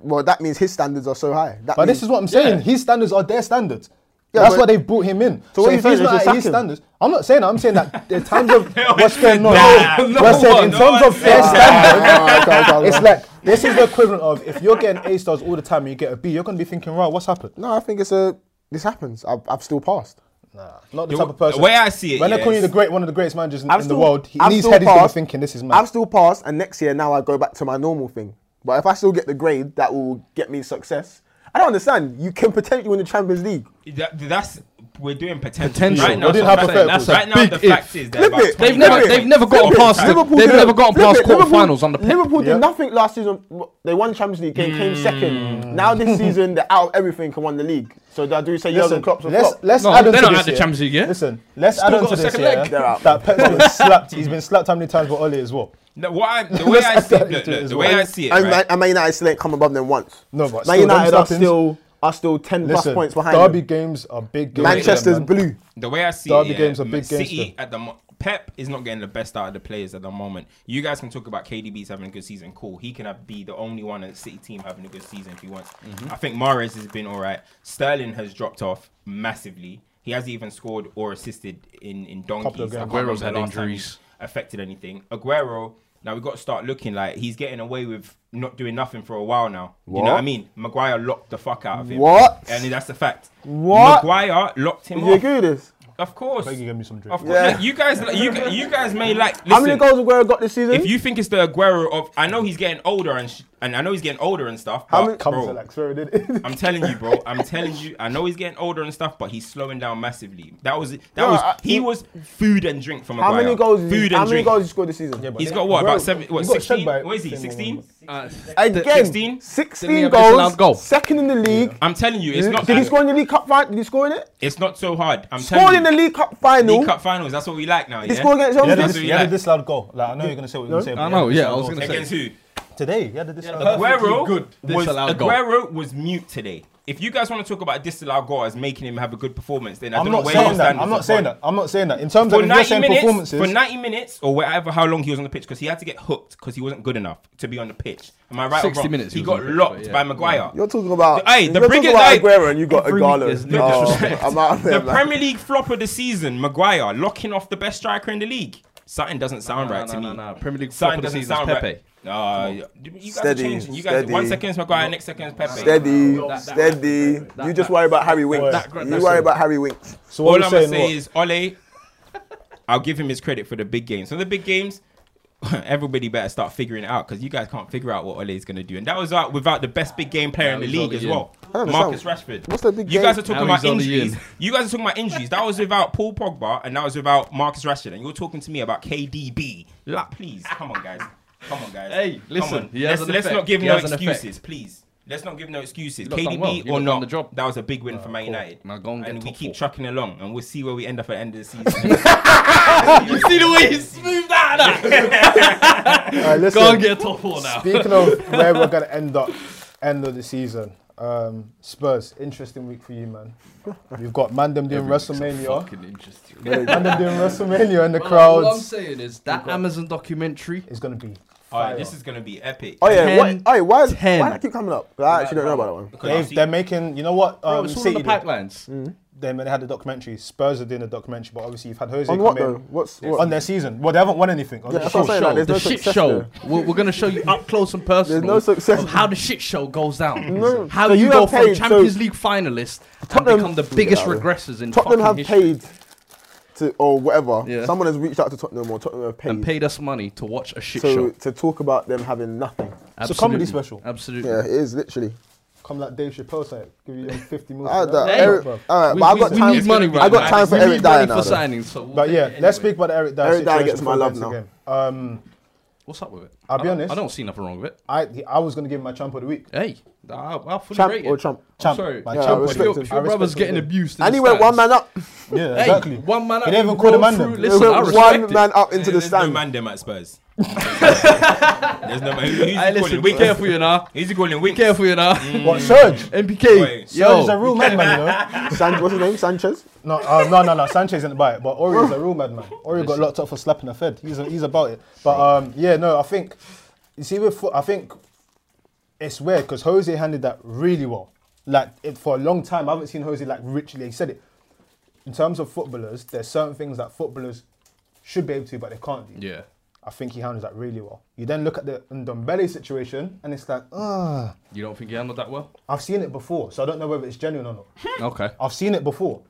C: Well, that means his standards are so high. That
D: But this
C: means-
D: is what I'm saying. His standards are their standards.
C: Yeah,
D: That's
C: but-
D: why they brought him in.
C: So
D: So,
C: what you're
D: if
C: saying
D: he's
C: is
D: not
C: they
D: at his
C: sack him?
D: standards, I'm not saying that. I'm saying that in terms of what's going on,
B: Nah, no
D: we're saying
B: one,
D: in
B: no
D: terms
B: one
D: of their
B: said
D: standards, it's like this is the equivalent of if you're getting A stars all the time and you get a B, you're gonna be thinking, right, what's happened?
C: No, I think it's a. This happens. I've, I've still passed.
D: Nah, not the
B: The
D: type of
B: w-
D: person.
B: the way I see it,
D: when they
B: yeah,
D: call you the
B: it's-
D: great, one of the greatest managers in,
C: I've
D: in
C: still-
D: the world, he,
C: I've
D: in his
C: still
D: head he's gonna
C: passed.
D: thinking this is
C: I've
D: mad.
C: still passed, and next year now I go back to my normal thing. But if I still get the grade, that will get me success. I don't understand. You can potentially win the Champions League.
B: That, that's we're doing potential.
A: Potential.
B: Right now,
A: We're doing
B: that's what I'm saying. Right
A: hypotheticals.
B: now,
A: Big
B: the
A: if.
B: fact is they're
C: Flip
B: about
C: it.
B: 20
A: They've never-
B: points.
C: Flip
A: they've
C: it.
A: never gotten
C: Flip it.
A: past the-
C: Liverpool
A: they've
C: did-
A: never gotten
C: flip
A: past
C: it. Liverpool-
A: quarterfinals on the-
C: Liverpool did
D: Yeah.
C: nothing last season. They won Champions League. They came
D: Mm.
C: second. Now this season they're out of everything and won the league. So I do say Jurgen Klopp's a
D: let's
C: flop.
D: let's
A: No,
D: add on
A: they're
D: to
A: not
D: this
A: at the
D: yeah.
A: Champions League yet.
D: Listen, let's add on
A: got
D: to
A: a
D: this
A: second
D: yeah,
A: leg.
C: They're out.
D: that Pep's been slapped. He's been slapped how many times by Ole as well.
B: No, what I, the way I see it, look, look, the way I see it,
C: And,
B: right?
C: Man- and Man United still ain't come above them once.
D: No,
C: Man
D: but still, them
C: United are
D: slappings-
C: still are still ten plus
D: Listen,
C: points behind.
D: Derby
C: them.
D: games are big games.
C: Manchester's
D: for them, man.
C: blue.
B: The way I see
D: Derby
B: it, yeah,
D: games are
B: Ma-
D: big games
B: City
D: still.
B: at the mo- Pep is not getting the best out of the players at the moment. You guys can talk about KDB's having a good season. Cool, he can have, be the only one in the City team having a good season if he wants.
D: Mm-hmm.
B: I think Mares has been all right. Sterling has dropped off massively. He hasn't even scored or assisted in in
D: Couple of
B: donkeys. I
D: games.
B: can't remember
A: Aguero's
B: the
A: had
B: last time
A: injuries.
B: he's affected anything. Aguero. Now we got to start looking like he's getting away with not doing nothing for a while now. You know
C: What?
B: what I mean? Maguire locked the fuck out of him.
C: What?
B: And that's a fact.
C: What?
B: Maguire locked him
C: Do you
B: off.
C: agree with this?
B: Of course.
D: Beg you give me some drink.
B: Of course.
C: Yeah.
B: Look, you guys, you, g- you guys may like. Listen,
C: How many goals Aguero got this season?
B: If you think it's the Aguero of, I know he's getting older and sh- and I know he's getting older and stuff.
C: How
B: but,
C: many-
D: Come
B: bro,
D: to like, sorry, did it?
B: I'm telling you, bro. I'm telling you. I know he's getting older and stuff, but he's slowing down massively. That was that
C: No,
B: was
C: I-
B: he was food and drink from
C: how
B: Aguero.
C: many goals?
B: Food
C: how
B: and
C: many
B: drink.
C: goals you scored this season?
B: He's got what about seven? What
D: he got
B: sixteen?
D: sent by-
B: What is he?
D: same
B: Sixteen?
D: one.
A: Uh,
C: Again,
B: 16?
C: 16,
A: Didn't he have a disallowed
C: goals,
A: goal?
C: second in the league.
B: I'm telling you, it's not.
C: Did he score in the League Cup final? Did he score in it?
B: It's not so hard. I'm
C: Scored
B: telling
C: in the
B: you.
C: League Cup final.
B: League Cup finals. That's what we like now.
C: He
B: yeah?
C: scored against
D: Yeah,
C: Home
D: did
B: that's what
D: this,
C: City.
B: you
D: he had
B: like.
D: a disallowed goal. Like, I know you're gonna say what you're gonna say.
A: I
D: but he had
A: know,
D: a
A: yeah,
D: disallowed
A: I was
D: goal.
A: gonna say.
B: Against who?
D: today. He had a disallowed goal.
B: Aguero,
A: good
B: was,
A: disallowed goal.
B: Aguero was mute today. If you guys want to talk about disallowed goal as making him have a good performance, then I
D: I'm
B: don't know
D: not
B: where your
D: saying that.
B: standards
D: I'm
B: are
D: not saying
B: from.
D: that. I'm not saying that. In terms of
B: For
D: if you're
B: 90
D: saying
B: minutes,
D: performances,
B: for 90 minutes or whatever, how long he was on the pitch, because he had to get hooked because he wasn't good enough to be on the pitch. Am I right?
A: 60
B: or wrong?
A: minutes
B: He,
A: he was
B: got
A: on the pitch,
B: locked
A: but yeah.
B: by Maguire.
C: You're talking about.
B: Hey, the
C: you're talking
B: biggest
C: about
B: like-
C: Aguero and you got
A: every
C: Igalo.
A: week is no disrespect.
C: I'm out there,
B: the
C: man.
B: Premier League flop of the season, Maguire locking off the best striker in the league. Something doesn't sound
A: No,
B: right
A: no,
B: to
A: no,
B: me.
A: no, no. Premier League
B: Something
A: flop of the
B: doesn't
A: season is
B: sound
A: Pepe.
B: right. Nah, you guys
C: Steady,
B: are changing. You guys, one
C: steady.
B: second's Maguire, next second's Pepe.
C: Steady,
A: that- that-
C: steady.
A: that-
C: you just
A: that-
C: worry about Harry Winks.
D: that-
C: you
A: that's
C: worry
A: it.
C: about Harry Winks.
D: so
B: All
D: what
B: I'm
D: you're
B: gonna
D: saying
B: say
D: what?
B: is Ole. I'll give him his credit for the big games. So the big games, everybody better start figuring it out because you guys can't figure out what Ole is going to do. And that was out without the best big game player in the
A: he's
B: league
A: Ole
B: as
A: in.
B: well,
C: I don't
B: Marcus
C: understand.
B: Rashford.
C: What's the big
B: You
C: game?
B: guys are talking
A: Now
B: about
A: he's Ole
B: injuries.
A: in.
B: You guys are talking about injuries. That was without Paul Pogba and that was without Marcus Rashford. And you're talking to me about KDB. Like, please, come on, guys. Come on, guys.
A: Hey,
B: Come
A: listen,
B: on.
A: he has
B: let's,
A: an
B: let's
A: effect.
B: not give
A: He
B: no
A: has an effect.
B: excuses, please. Let's not give no excuses.
A: lot done
B: KDB
A: well. You lot
B: or
A: done
B: not,
A: the job.
B: that was a big win for Man United.
A: Now go and get
B: we
A: top
B: keep
A: four.
B: trucking along, and we'll see where we end up at the end of the season.
A: You see the way he smoothed out that?
D: Alright, listen.
A: Go and get a top four now.
D: Speaking of where we're gonna end up, end of the season. Um, Spurs, interesting week for you, man. We've got Mandem doing WrestleMania.
A: Fucking interesting.
D: Mandem doing Wrestlemania, and the
A: Well, All I'm
D: crowds
A: saying is that Amazon documentary.
D: is gonna be.
B: All right,
D: fire.
B: this is going to be epic.
C: Oh yeah, what,
A: Ten.
C: oh, yeah, why is
A: Ten.
C: why that keep coming up? I actually don't know about that one.
B: Because I've
D: They've,
B: seen-
D: they're making, you know what?
A: Bro,
D: Um,
A: it's all in
D: City
A: the
D: did?
A: pipelines.
D: Then when they had the documentary, Spurs are doing a documentary, but obviously you've had Jose
C: On
D: come
C: what
D: in
C: though? What's
D: on
C: what?
D: their season. Well, they haven't won anything. On
C: Yeah,
D: the
C: that's what I'm
D: show.
C: saying.
A: Show,
C: like, there's
A: the
C: no
A: shit
C: success
A: show.
C: there.
A: We're, we're gonna show you up close and personal.
C: no success.
A: Of how the shit show goes down.
C: No.
A: How
C: So
A: you,
C: you
A: go
C: have
A: from
C: paid- so
A: Champions League finalists and
C: Tottenham-
A: become the biggest
C: Yeah.
A: regressors in
C: Tottenham
A: fucking
C: have
A: history.
C: paid to or whatever.
A: Yeah.
C: Someone has reached out to Tottenham or Tottenham have paid,
A: and paid us money to watch a shit
C: to
A: show.
C: to talk about them having nothing.
D: a comedy
A: Absolutely.
D: special.
A: Absolutely.
C: Yeah, it is literally.
D: Come like Dave Chappelle said, give you 50 million.
C: I had that.
A: Hey.
C: Eric, all right,
A: We,
C: but I
A: we-
C: got
A: we
C: time.
A: need money
B: I
A: right
C: got
A: now.
C: time for
A: we
C: Eric
A: need
C: Dyer
A: money
C: now,
A: for
C: though.
A: signings. So we'll
D: But
A: take
D: yeah,
A: it anyway.
D: let's speak about the Eric Dyer
C: Eric Dyer
D: situation
C: gets my
D: before we
C: love
D: end the
C: now.
D: game. Um,
A: What's up with it?
D: I'll be
A: I don't-
D: honest.
A: I don't see nothing wrong with it.
D: I I was gonna give him my champ of the week.
A: Hey, I, I fully
C: Champ
A: rate
C: or
A: it.
C: champ?
A: I'm
D: Champ.
A: sorry.
D: My
C: Yeah, I
D: champ of
C: respect
D: the
A: Your,
D: week.
C: him.
D: I
A: your brother's
D: respect
A: getting
D: him.
A: abused. in
C: And
A: the
C: he went
A: stands.
C: one man up.
D: Yeah,
A: Hey,
D: exactly.
A: One man.
D: He
A: up,
D: didn't
A: you
D: even
A: go
D: call the man
A: through-
D: then.
A: Listen, I
C: He went
A: respect it.
C: one man up into the
B: There's no
C: stand.
B: man them at Spurs. There's no man. Who, who's
A: Hey,
B: he
A: listen,
B: calling?
A: be
B: Winks?
A: careful, you know. Mm.
B: Who's he calling?
A: Be
B: Winks?
A: careful, you know.
D: What Serge?
A: MPK,
B: Wait.
D: Serge is a
A: yo,
D: real madman, you know.
C: San, what's his name? Sanchez.
D: No, uh, no, no, no. Sanchez didn't buy it, but Ori is a real madman. Ori got locked up for slapping a Fed. He's, he's about it. But um, yeah, no, I think you see with fo- I think it's weird because Jose handled that really well. Like it, for a long time, I haven't seen Jose like richly. He said it in terms of footballers. There's certain things that footballers should be able to, but they can't do.
A: Yeah.
D: I think he handles that really well. You then look at the Ndombele situation, and it's like, ah,
A: You don't think he handled that well?
D: I've seen it before, so I don't know whether it's genuine or not.
A: Okay.
D: I've seen it before.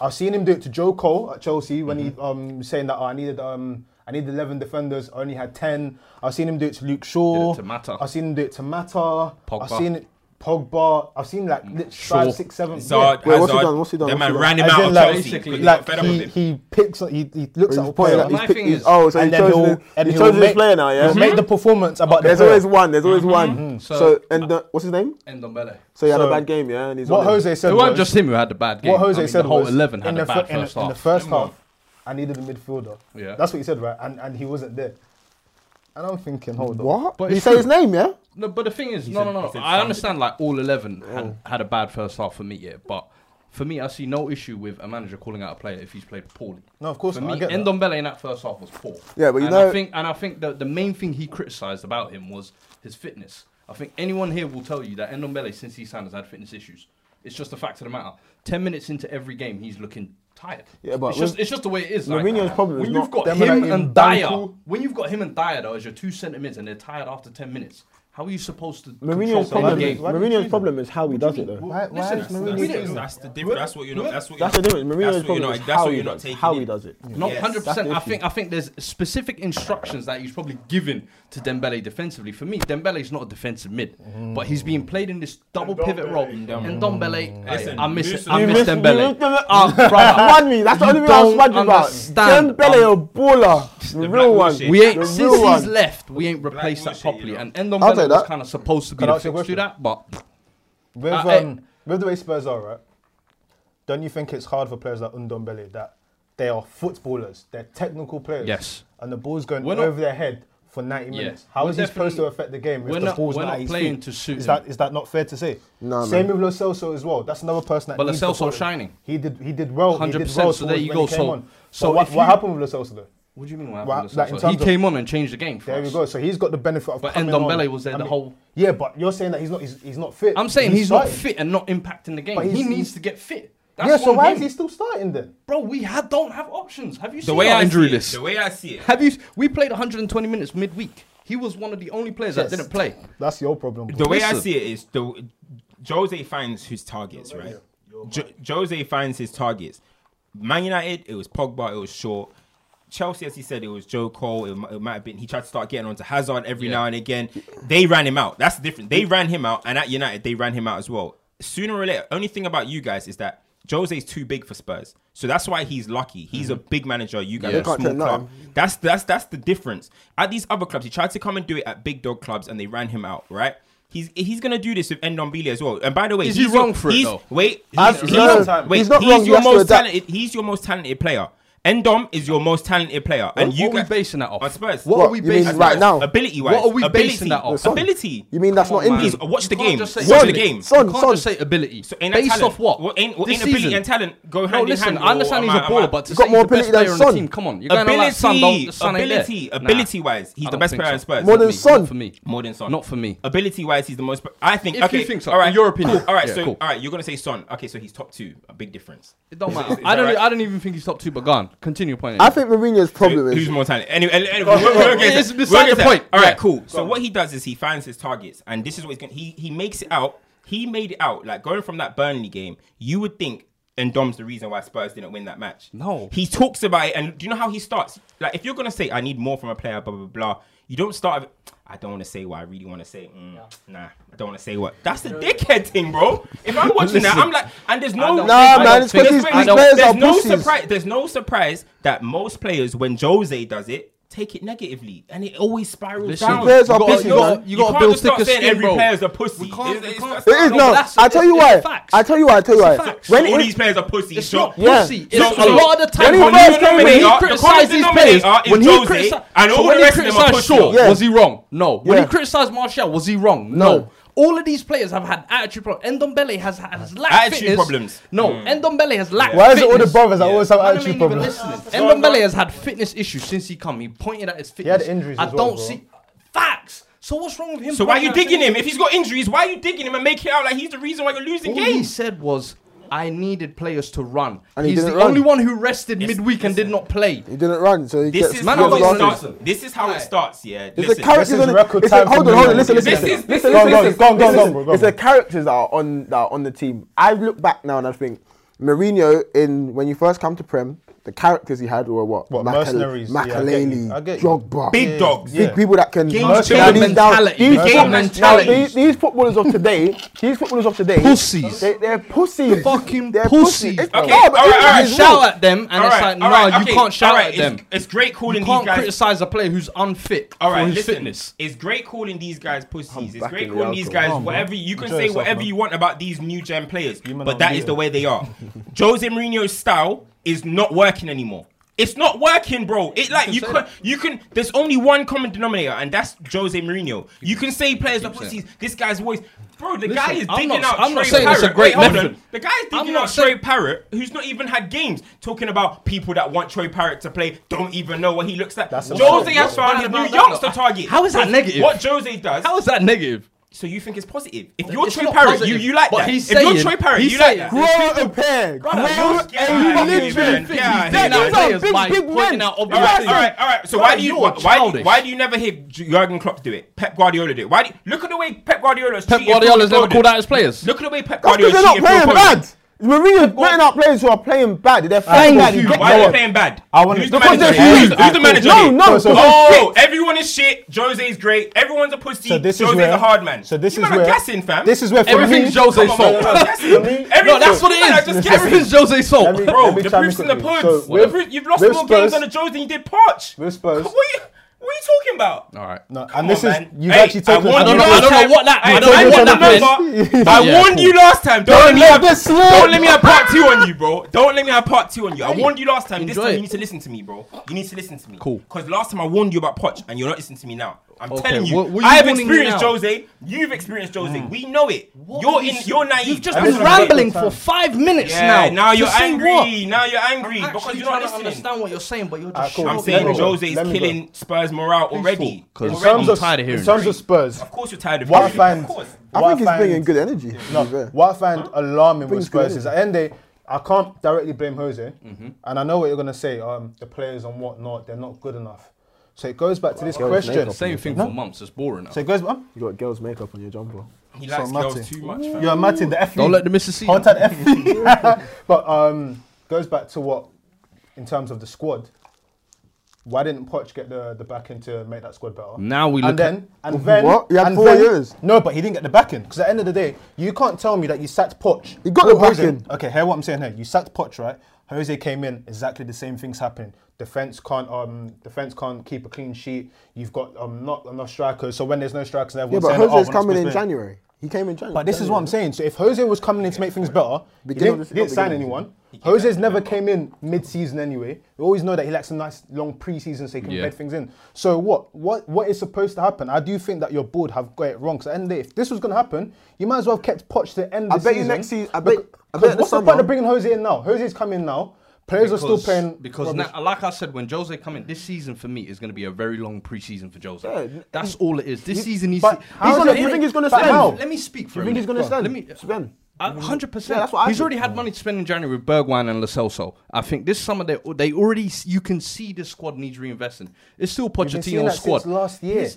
D: I've seen him do it to Joe Cole at Chelsea when
A: Mm-hmm.
D: he um saying that oh, I needed um I needed eleven defenders, I only had ten. I've seen him do it to Luke Shaw.
A: Did it to Mata.
D: I've seen him do it to Mata.
A: Pogba. Mm.
D: I've seen it Pogba. I've seen like lit-
A: Shaw.
D: five, six, seven.
B: Zard,
C: Wait, what's he
B: Hazard,
C: done? What's he done?
B: That man
C: What's he
B: ran
D: Yeah.
B: him
D: As
B: out
D: in,
B: of
D: like,
B: Chelsea.
A: basically,
B: because he
D: like
B: got fed up
D: he,
B: with him.
D: he picks he, he looks
C: He's
D: at a
C: pointing
D: player.
C: at-
A: My
C: he's pick-
A: thing
C: he's-
A: is-
C: oh, so he
D: and then
C: chose
D: he'll,
C: his-
D: and
C: he
D: he'll
C: chose his
D: make,
C: player now.
D: he'll
C: Yeah.
D: make
A: Mm-hmm.
D: the performance about the
C: There's
D: player.
C: always one. There's always one.
A: So-
C: So and uh, what's his name?
A: End on Bele.
C: So he had a
D: So-
C: bad game, yeah, and he's
D: what
C: on him.
D: Jose said
A: It
D: was
A: wasn't just him who had the bad game.
D: What Jose
A: I mean,
D: said
A: the whole
D: was,
A: 11 had
D: in,
A: a
D: the fir-
A: bad
D: in, the-
A: first
D: in the
A: half.
D: first
B: Remember?
D: half, I needed a midfielder.
A: Yeah.
D: That's what he said, right? And and he wasn't there. And I'm thinking, hold on.
C: What?
A: But
C: Did he
A: it's
C: say
A: true.
C: his name, yeah?
A: No, but the thing is,
B: said-
A: no, no,
B: he
A: no.
B: said
A: I
B: some-
A: understand like all eleven had, had a bad first half for me, yeah. But for me, I see no issue with a manager calling out a player if he's played poorly.
D: No, of course
A: For
D: not. I
A: me,
D: get that.
A: Endombele in that first half was poor.
C: Yeah, but you
A: and
C: know-
A: I think, and I think that the main thing he criticised about him was his fitness. I think anyone here will tell you that Endombele, since he signed, has had fitness issues. It's just a fact of the matter. Ten minutes into every game, he's looking tired.
C: Yeah, but
A: it's just
C: with-
A: it's just the way it is.
C: Mourinho's problem is
A: when
C: not
A: you've got
D: them
A: him
D: and
A: and Dyer,
D: Danko.
A: when you've got him and Dyer though as your two centre mids and they're tired after ten minutes, how are you supposed to control
C: Mourinho's
A: the
C: problem.
A: game?
C: Is,
D: why did you choose
C: Mourinho's
D: him?
C: problem is how he does it, though.
D: Why, why
A: Listen,
D: is
A: listen,
D: Mourinho
A: we
B: That's,
A: didn't-
D: doing that?
B: that's the difference. That's what you know. That's what
C: That's the
B: you know.
C: difference. Mourinho's
B: what you're
C: problem
B: not-
C: is
B: that's
C: how
B: what
C: he
B: you're not
C: does it.
B: taking
C: How he
B: in.
C: does it.
A: Not
B: Yes,
A: hundred
C: that's
A: percent.
C: the
A: I
C: issue.
A: think I think there's specific instructions that he's probably given to Dembele defensively. For me, Dembele's not a defensive mid, but he's being played in this double pivot role. And Dembele,
B: Listen,
A: I, I miss it.
B: Musa-
A: I
B: You
A: miss
C: missed- you
A: Dembele.
C: missed Dembele.
A: Ah, brother.
C: Swad me. That's the
A: You
C: only thing I
A: don't
C: swad you about.
A: understand.
C: Dembele, a baller. The
B: black
C: real
B: bull
C: one.
B: shit.
A: We
C: The
A: ain't
C: real
A: since he's
C: one.
A: left. We ain't replaced
B: bull
A: that
B: shit,
A: properly.
B: you know.
A: And
C: I'll take
A: Endombele was
C: that.
A: kind of supposed to be
D: Can I
A: the
D: ask you a
A: fix to
D: question?
A: that, but
D: With,
A: Uh, eh.
D: um, with the way Spurs are, right? Don't you think it's hard for players like Undombele that they are footballers, they're technical players,
A: Yes.
D: and the ball's going
A: We're not-
D: over their head for 90
A: Yeah.
D: minutes? How
A: We're
D: is he supposed to
A: definitely-
D: affect the game if
A: we're
D: the
A: not-
D: ball's
A: we're
D: not,
A: not
D: at his
A: playing
D: feet?
A: to suit
D: Is
A: him.
D: that is that not fair to say?
C: No,
D: Same
C: man.
D: with Lo Celso as well. That's another person that.
A: But Lo
D: needs the
A: Celso's
D: football.
A: shining.
D: He did he did well. He did
A: 100%,
D: well
A: so there
D: towards
A: you
D: when
A: go.
D: he came
A: So-
D: on.
A: so
D: So what
A: if
D: what
A: you-
D: happened with Lo Celso though?
A: what do you mean? What
D: Well,
A: happened? to
D: like, in
A: Sancho? he
D: terms of-
A: came on and changed the game. For
D: There
A: us.
D: we go. So he's got the benefit of.
A: But
D: coming
A: Ndombele
D: on.
A: was there
D: I
A: the
D: mean-
A: whole-
D: Yeah, but you're saying that he's not. He's, he's not fit.
A: I'm saying he's, not
D: starting.
A: fit and not impacting the game.
D: But
A: He
D: he's-
A: needs to get fit. That's
D: yeah, so
A: on
D: why
A: him.
D: is he still starting then?
A: Bro, we ha- don't have options. Have you seen
B: The way
A: our
B: I
A: injury
B: see it.
A: list?
B: The way I see it.
A: Have you? We played 120 minutes midweek. He was one of the only players
D: Yes.
A: that didn't play.
D: That's your problem.
B: The way I
A: Listen.
B: see it is the Jose finds his targets, right? Jo- Jose finds his targets. Man United, it was Pogba, it was Shaw. Chelsea, as he said, it was Joe Cole. It, mi- it might have been he tried to start getting onto Hazard every
A: Yeah.
B: now and again. They ran him out. That's different. They ran him out, and at United they ran him out as well. Sooner or later, only thing about you guys is that Jose's too big for Spurs, so that's why he's lucky. He's a big manager. You guys
A: Mm-hmm.
B: are
A: Yeah.
B: a small
C: They can't
B: club.
C: take nothing.
B: That's that's that's the difference. At these other clubs, he tried to come and do it at big dog clubs, and they ran him out. Right? He's he's gonna do this with Ndombele as well. And by the way,
A: Is he
B: he's
A: wrong
B: your,
A: for it,
B: he's-
A: though?
B: Wait,
D: As-
B: he's,
D: no,
B: your-
D: no, no.
B: wait,
C: He's not
B: he's
C: wrong, he
B: your
C: has to
B: most
C: adapt.
B: talented. He's your most talented player. Endom is your most talented player, and
A: what
B: you
A: are we
B: guys-
A: basing that off?
B: on Spurs.
A: What,
C: What,
A: are we
C: you mean
A: basing that
C: right
A: off?
C: now?
B: Ability wise,
A: What are we
B: ability.
A: basing that off?
C: Son,
B: Ability.
C: You mean that's
A: Come
C: not
A: on, man.
C: injuries?
B: Please, watch the
A: You can't
B: game.
A: just say
B: Watch the
A: ability.
B: game.
C: Son,
A: you can't
C: son.
A: just say ability.
B: So ain't that
A: Based
B: talent?
A: off what?
B: Well, ain't- well,
A: This
B: ain't ability
A: season?
B: and talent go
A: No,
B: hand in
A: listen.
B: hand,
A: I understand
B: or
A: he's
B: am
A: a
B: I- am I-
A: baller, but to
C: He's got
A: say
C: more
A: he's the best
C: ability than
A: player on the
C: Son.
A: team, come on. You're going on like
B: Ability,
A: Son, don't, Son ain't there.
B: ability,
A: Nah.
B: ability wise, he's
A: I
B: the
A: don't
B: best
A: think
B: player in
A: so.
B: Spurs.
C: More than
A: Not for me.
C: Son.
A: Not for me.
B: More than Son.
A: Not for me.
B: Ability wise, he's the most. I think.
A: If
B: okay,
A: you think so,
B: all right,
A: in your opinion.
B: Cool. All right,
A: Yeah,
B: so
A: cool.
B: all right, you're gonna say Son. Okay, so he's top two. A big difference.
A: It don't
B: is
A: matter.
B: that
A: I don't. e,
B: right?
A: I don't even think he's top two. But go on. Continue your point.
C: I think Mourinho's problem
B: Who-
C: is
B: Who's more talented? Anyway, anyway, anyway, we're- we're
A: Oh, It's
B: against it.
A: beside
B: We're against
A: the
B: it.
A: point.
B: All right,
A: Yeah.
B: cool. So what he does is he finds his targets, and this is what he's going. He he makes it out. He made it out. Like going from that Burnley game, you would think. And Dom's the reason why Spurs didn't win that match.
A: No.
B: he talks about it, and do you know how he starts? Like, if you're gonna say I need more from a player, blah blah blah, you don't start. with, I don't want to say what I really want to say. Mm, Nah, I don't want to say what. That's the dickhead thing, bro. If I'm watching that,
A: Listen.
B: I'm like, and there's no,
A: don't
C: Nah,
A: I
C: man,
A: don't
C: it's 'cause
A: think-
C: these-
A: I
C: these
A: don't-
C: players
B: there's
C: are
B: no
C: pussies.
B: surprise. There's no surprise that most players, when Jose does it, take it negatively, and it always spirals
A: Listen,
B: down.
C: Players are
A: you gotta-
C: pussies,
A: you gotta-
C: man.
A: you
B: You
A: gotta
B: can't
A: build
B: just start
A: thicker
B: saying
A: skin,
B: every
A: bro.
B: player's a pussy.
A: We can't-
B: It's-
A: we
B: it's-
A: can't-
C: It is
A: No,
C: now.
A: that's-
C: I tell you
A: it's-
C: why.
A: it's facts.
C: I tell you why. I tell you
A: It's
C: why.
A: facts.
C: When
B: all
C: it,
B: these players are pussy.
A: It's
B: so-
A: not
C: Yeah.
A: pussy. It's
B: So-
A: a
B: so-
A: lot of the time
C: When he
A: when
C: first
A: he,
C: came
A: when
C: in,
A: he
B: uh,
C: the
A: criticised these
B: common
A: players,
B: denominator is
A: when he
B: Jose,
A: criticised,
B: and all
A: so when
B: the
A: he
B: rest of them are
A: criticised
B: pussy.
A: Shaw,
C: Yeah.
A: was he wrong? No. When
C: Yeah.
A: he criticised Martial, was he wrong?
C: No.
A: No. All of these players have had attitude problems. Endombele has, has lacked
B: Attitude
A: fitness.
B: problems. Hmm.
A: No, Endombele has lacked.
D: Why is it all the
A: fitness.
D: brothers that always have
A: Man, I
D: attitude
A: mean, even
D: problems?
A: listening. Endombele has had fitness issues since he come. He pointed at his
D: had
A: fitness.
D: injuries
A: I
D: as
A: don't
D: well, bro.
A: see facts. So what's wrong with him?
B: So why are you
A: pointing at
B: digging
A: fitness?
B: him? If he's got injuries, why are you digging him and making it out like he's the reason why you're losing
A: All he
B: games?
A: said was, I needed players to run.
C: And he
A: He's
C: didn't
A: the
C: run.
A: only one who rested midweek and did
B: listen.
A: not play.
C: he didn't run, so he
B: This
C: gets
B: is
A: Man,
B: how
A: I'm
B: it
A: not
B: starts.
A: listening.
B: This is how it
A: Right.
B: starts. Yeah,
C: It's the
B: listen.
C: characters
D: is
C: on
D: record
C: it's a,
D: time
C: hold
D: for
C: on, hold
D: me.
C: on, listen, listen,
B: This
C: listen,
B: is- this
C: listen,
B: is-
C: listen,
B: this
C: listen.
B: is- go
D: on, go on,
C: This
D: go
C: is-
D: on, go on.
C: It's the characters that are on that are on the team. I look back now and I think Mourinho in when you first come to Prem, the characters he had were what?
D: What,
C: Macal-
D: mercenaries? Yeah, I get
C: Makaleli,
D: you. I get you.
C: Jogba,
B: Big Yeah. dogs.
C: big
D: Yeah.
C: people that can
B: Game
C: Mercenaries
A: changer
C: down.
A: mentality. Game
C: These footballers-
A: mentality.
C: now, These, these footballers of today, these footballers of today,
A: Pussies.
C: They, they're pussies,
A: Fucking
C: they're
A: pussies.
C: It's-
B: Okay,
C: no, but
B: all right,
C: it's-
B: all right,
C: it's
A: shout
C: real.
A: at them, and
B: All
A: it's
B: right,
A: like,
B: all
A: no,
B: right,
A: you
B: okay,
A: can't shout
B: all right,
A: at them.
B: It's, it's great calling
A: You can't
B: these guys.
A: criticize a player who's unfit
B: All right,
A: for his
B: listen.
A: fitness.
B: It's great calling these guys pussies. It's
C: back
B: great
C: in the
B: calling these
C: alcohol.
B: guys
D: Come on,
B: whatever you can
D: Enjoy
B: say
D: yourself,
B: whatever
D: man.
B: you want about these new gen players,
D: You man
B: but
D: are
B: that is
D: weird.
B: the way they are. Jose Mourinho's style is not working anymore. It's not working, bro. It like you
A: say
B: can
A: that.
B: you can. There's only one common denominator, and that's Jose Mourinho. You can say players are pussies. This guy's voice, bro. The guy is
A: I'm
B: digging
A: not-
B: out.
A: I'm not
B: Trey
A: saying it's a
B: Parrott.
A: great
B: Wait, hold
A: method.
B: on. The guy is
A: I'm
B: digging
A: not
B: out Trey
A: saying-
B: Parrott, who's not even had games, talking about people that want Trey Parrott to play don't even know what he looks like.
D: That's
B: Jose
D: absurd.
B: has found
A: Bad
B: his
A: about
B: new
A: that, though.
B: youngster target.
A: How is that negative?
B: What Jose does.
A: How is that negative?
B: so you think it's positive? If you're
A: It's
B: Troy
A: not
B: Parrott, you,
A: positive,
B: you like
A: but
B: that.
A: he's
B: if you're
A: saying-
B: Troy Parrott,
A: he's
B: you like that.
A: saying-
C: Grow a pair. Grow
B: you're scared,
C: a
B: man.
C: literally
B: Yeah, yeah,
A: He's digging
B: yeah.
A: out
B: These are
A: players
C: big,
A: by
C: big
A: pointing
C: men.
A: out
B: All
A: obvious
B: right, all
A: things.
B: right, all right. So
A: Brother,
B: why do you
A: you're
B: why, why, do-
A: childish.
B: why do you never hear Jurgen Klopp do it? Pep Guardiola do it. Why? Do you, look at the way Pep Guardiola's
A: Pep
B: cheated
A: Guardiola's
B: Phil
A: never
B: Foden.
A: called out his players.
B: Look at the way Pep
C: That's because
B: Guardiola's
C: they're not
B: cheated
C: playing
B: Phil Foden.
C: bad. Mourinho's putting out players who are playing bad. They're playing
A: Thank
C: bad.
A: you.
C: He gets
B: Why are
C: no
B: they playing bad?
D: I wanna-
B: Who's the
D: Because
B: manager?
D: they're
B: here?
D: shit.
B: Who's the manager?
C: No,
B: here?
C: no,
D: So- so- because
C: they're
B: Oh,
C: shit.
B: everyone is shit. Jose is great. Everyone's a pussy.
D: So this is
B: Jose's
D: where
B: a hard man.
D: So this
B: you
D: is
B: man are
D: where
B: gassing, fam.
D: This is where for
A: Everything's
D: me,
A: Jose's
B: Come on,
A: fault.
B: man, I'm gassing.
A: No,
B: Everything-
A: that's what
B: you man are
A: it is.
B: Just gassing.
A: Everything's Jose's fault.
D: Let me-
B: Bro,
D: let
B: the
D: chime in
B: proof's in the
D: quickly.
B: puds.
D: So, with-
B: Every- you've lost
D: with
B: more games
D: Spurs-
B: on the Joes than you did Poch.
D: with Spurs-
B: What are you, what are you talking about?
A: All right.
D: No,
B: Come
D: and this
B: on,
D: is
B: man.
D: you've
B: Hey,
D: actually taken.
B: I warned
A: don't
B: you
A: know- I
B: last
A: don't know
B: time.
A: what that-
B: Hey,
A: I don't know
B: warned
A: what that
B: you
A: is.
B: last time. I
A: Yeah,
B: warned you last time. Don't, let
C: Don't
B: me
C: let
B: have
C: this slip.
B: Don't let me have part two on you, bro. Don't let me have part two on you. I warned you last time. This
A: Enjoy
B: time you
A: it.
B: need to listen to me, bro. You need to listen to me.
A: Cool.
B: Because last time I warned you about Poch, and you're not listening to me now. I'm
A: Okay,
B: telling you,
A: what- what are you
B: I have
A: warning me
B: experienced
A: now?
B: Jose. You've experienced Jose. We know it. you're in. You're naive.
A: You've just
B: That's
A: been
B: what I'm saying.
A: rambling for five minutes
B: Yeah,
A: now.
B: now, you're
A: to say
B: angry.
A: what?
B: Now you're angry
A: I'm
B: because
A: actually
B: you're not
A: trying to
B: listening.
A: understand what you're saying, but you're
D: Alright,
A: just
D: cool.
A: shouting
B: I'm
D: Let
B: saying
D: me go.
B: Jose is
D: Let me go.
B: killing Spurs morale already.
A: talk, 'cause
D: in
B: Already.
D: terms of
A: tired of hearing
D: in terms
A: this.
D: of Spurs,
B: Of course, you're tired of
D: What I
B: hearing it,
D: find,
B: Of course.
C: I
D: what
C: think he's
D: find-
C: bringing good energy. to be
D: No,
C: fair.
D: what I find alarming with
C: Brings good
D: Spurs is at the end they, I can't directly blame Jose,
B: Mm-hmm.
D: and I know what you're gonna say. Um, the players and whatnot, they're not good enough. So it goes back to this
C: girls'
D: question.
C: makeup.
D: So
A: Same thing for months. It's boring now.
D: it goes. Um,
C: You got girls' makeup on your jumper.
B: He likes
D: So
B: girls
D: Matty.
B: too much, fam.
D: you're Martin, the F.
A: Don't let the missus see.
D: Hold
A: you.
D: that F. but um, goes back to what, in terms of the squad, Why didn't Poch get the, the back in to make that squad better?
A: Now we look
D: and then and then
C: What? He had
D: and
C: four
D: then-
C: years.
D: No, but he didn't get the back in because at the end of the day, you can't tell me that you sacked Poch.
C: He got
D: Paul
C: the back
D: Jose-
C: in.
D: Okay, hear what I'm saying here. You sacked Poch, right? Jose came in. Exactly the same things happening. Defense can't um defense can't keep a clean sheet. You've got um not enough strikers. So when there's no strikers,
C: Yeah,
D: everyone's
C: but
D: saying, oh, we're
C: Jose's
D: not
C: coming
D: supposed
C: in
D: to win.
C: January. He came in January.
D: But this is what I'm saying. So if Jose was coming in to make things better, he
C: Beginning
D: didn't,
C: of the-
D: he didn't
C: not
D: sign
C: beginning of
D: anyone. Jose's never came in mid-season anyway. We always know that he lacks a nice long pre-season so he can
A: Yeah.
D: bed things in. So what, what, what is supposed to happen? I do think that your board have got it wrong. Because end of the day, if this was going to happen, you might as well have kept Poch to the end. Of
C: I
D: the
C: bet you
D: season.
C: next season- I bet-
D: Bec-
C: I bet
D: 'cause
C: this
D: what's the
C: summer-
D: point of bringing Jose in now? Jose's coming now. Players are still playing
A: because
D: rubbish.
A: now, like I said, when Jose come in, this season for me is going to be a very long preseason for Jose.
C: Yeah,
A: That's all it is. This season he's.
D: but how
C: is
A: gonna-
C: it- you think he's gonna
A: But
C: spend?
A: how? Let me speak for
C: You
A: a
C: think he's
A: minute.
C: gonna
A: Let
C: spend?
A: me
C: Spend.
A: Hundred
C: Yeah,
A: percent.
C: that's what I
A: He's
C: think.
A: already had money to spend in January with Bergwijn and Lo Celso. I think this summer they they already s- you can see the squad needs reinvesting. It's still
D: been seeing
A: Pochettino's
D: that
A: squad
D: since last year.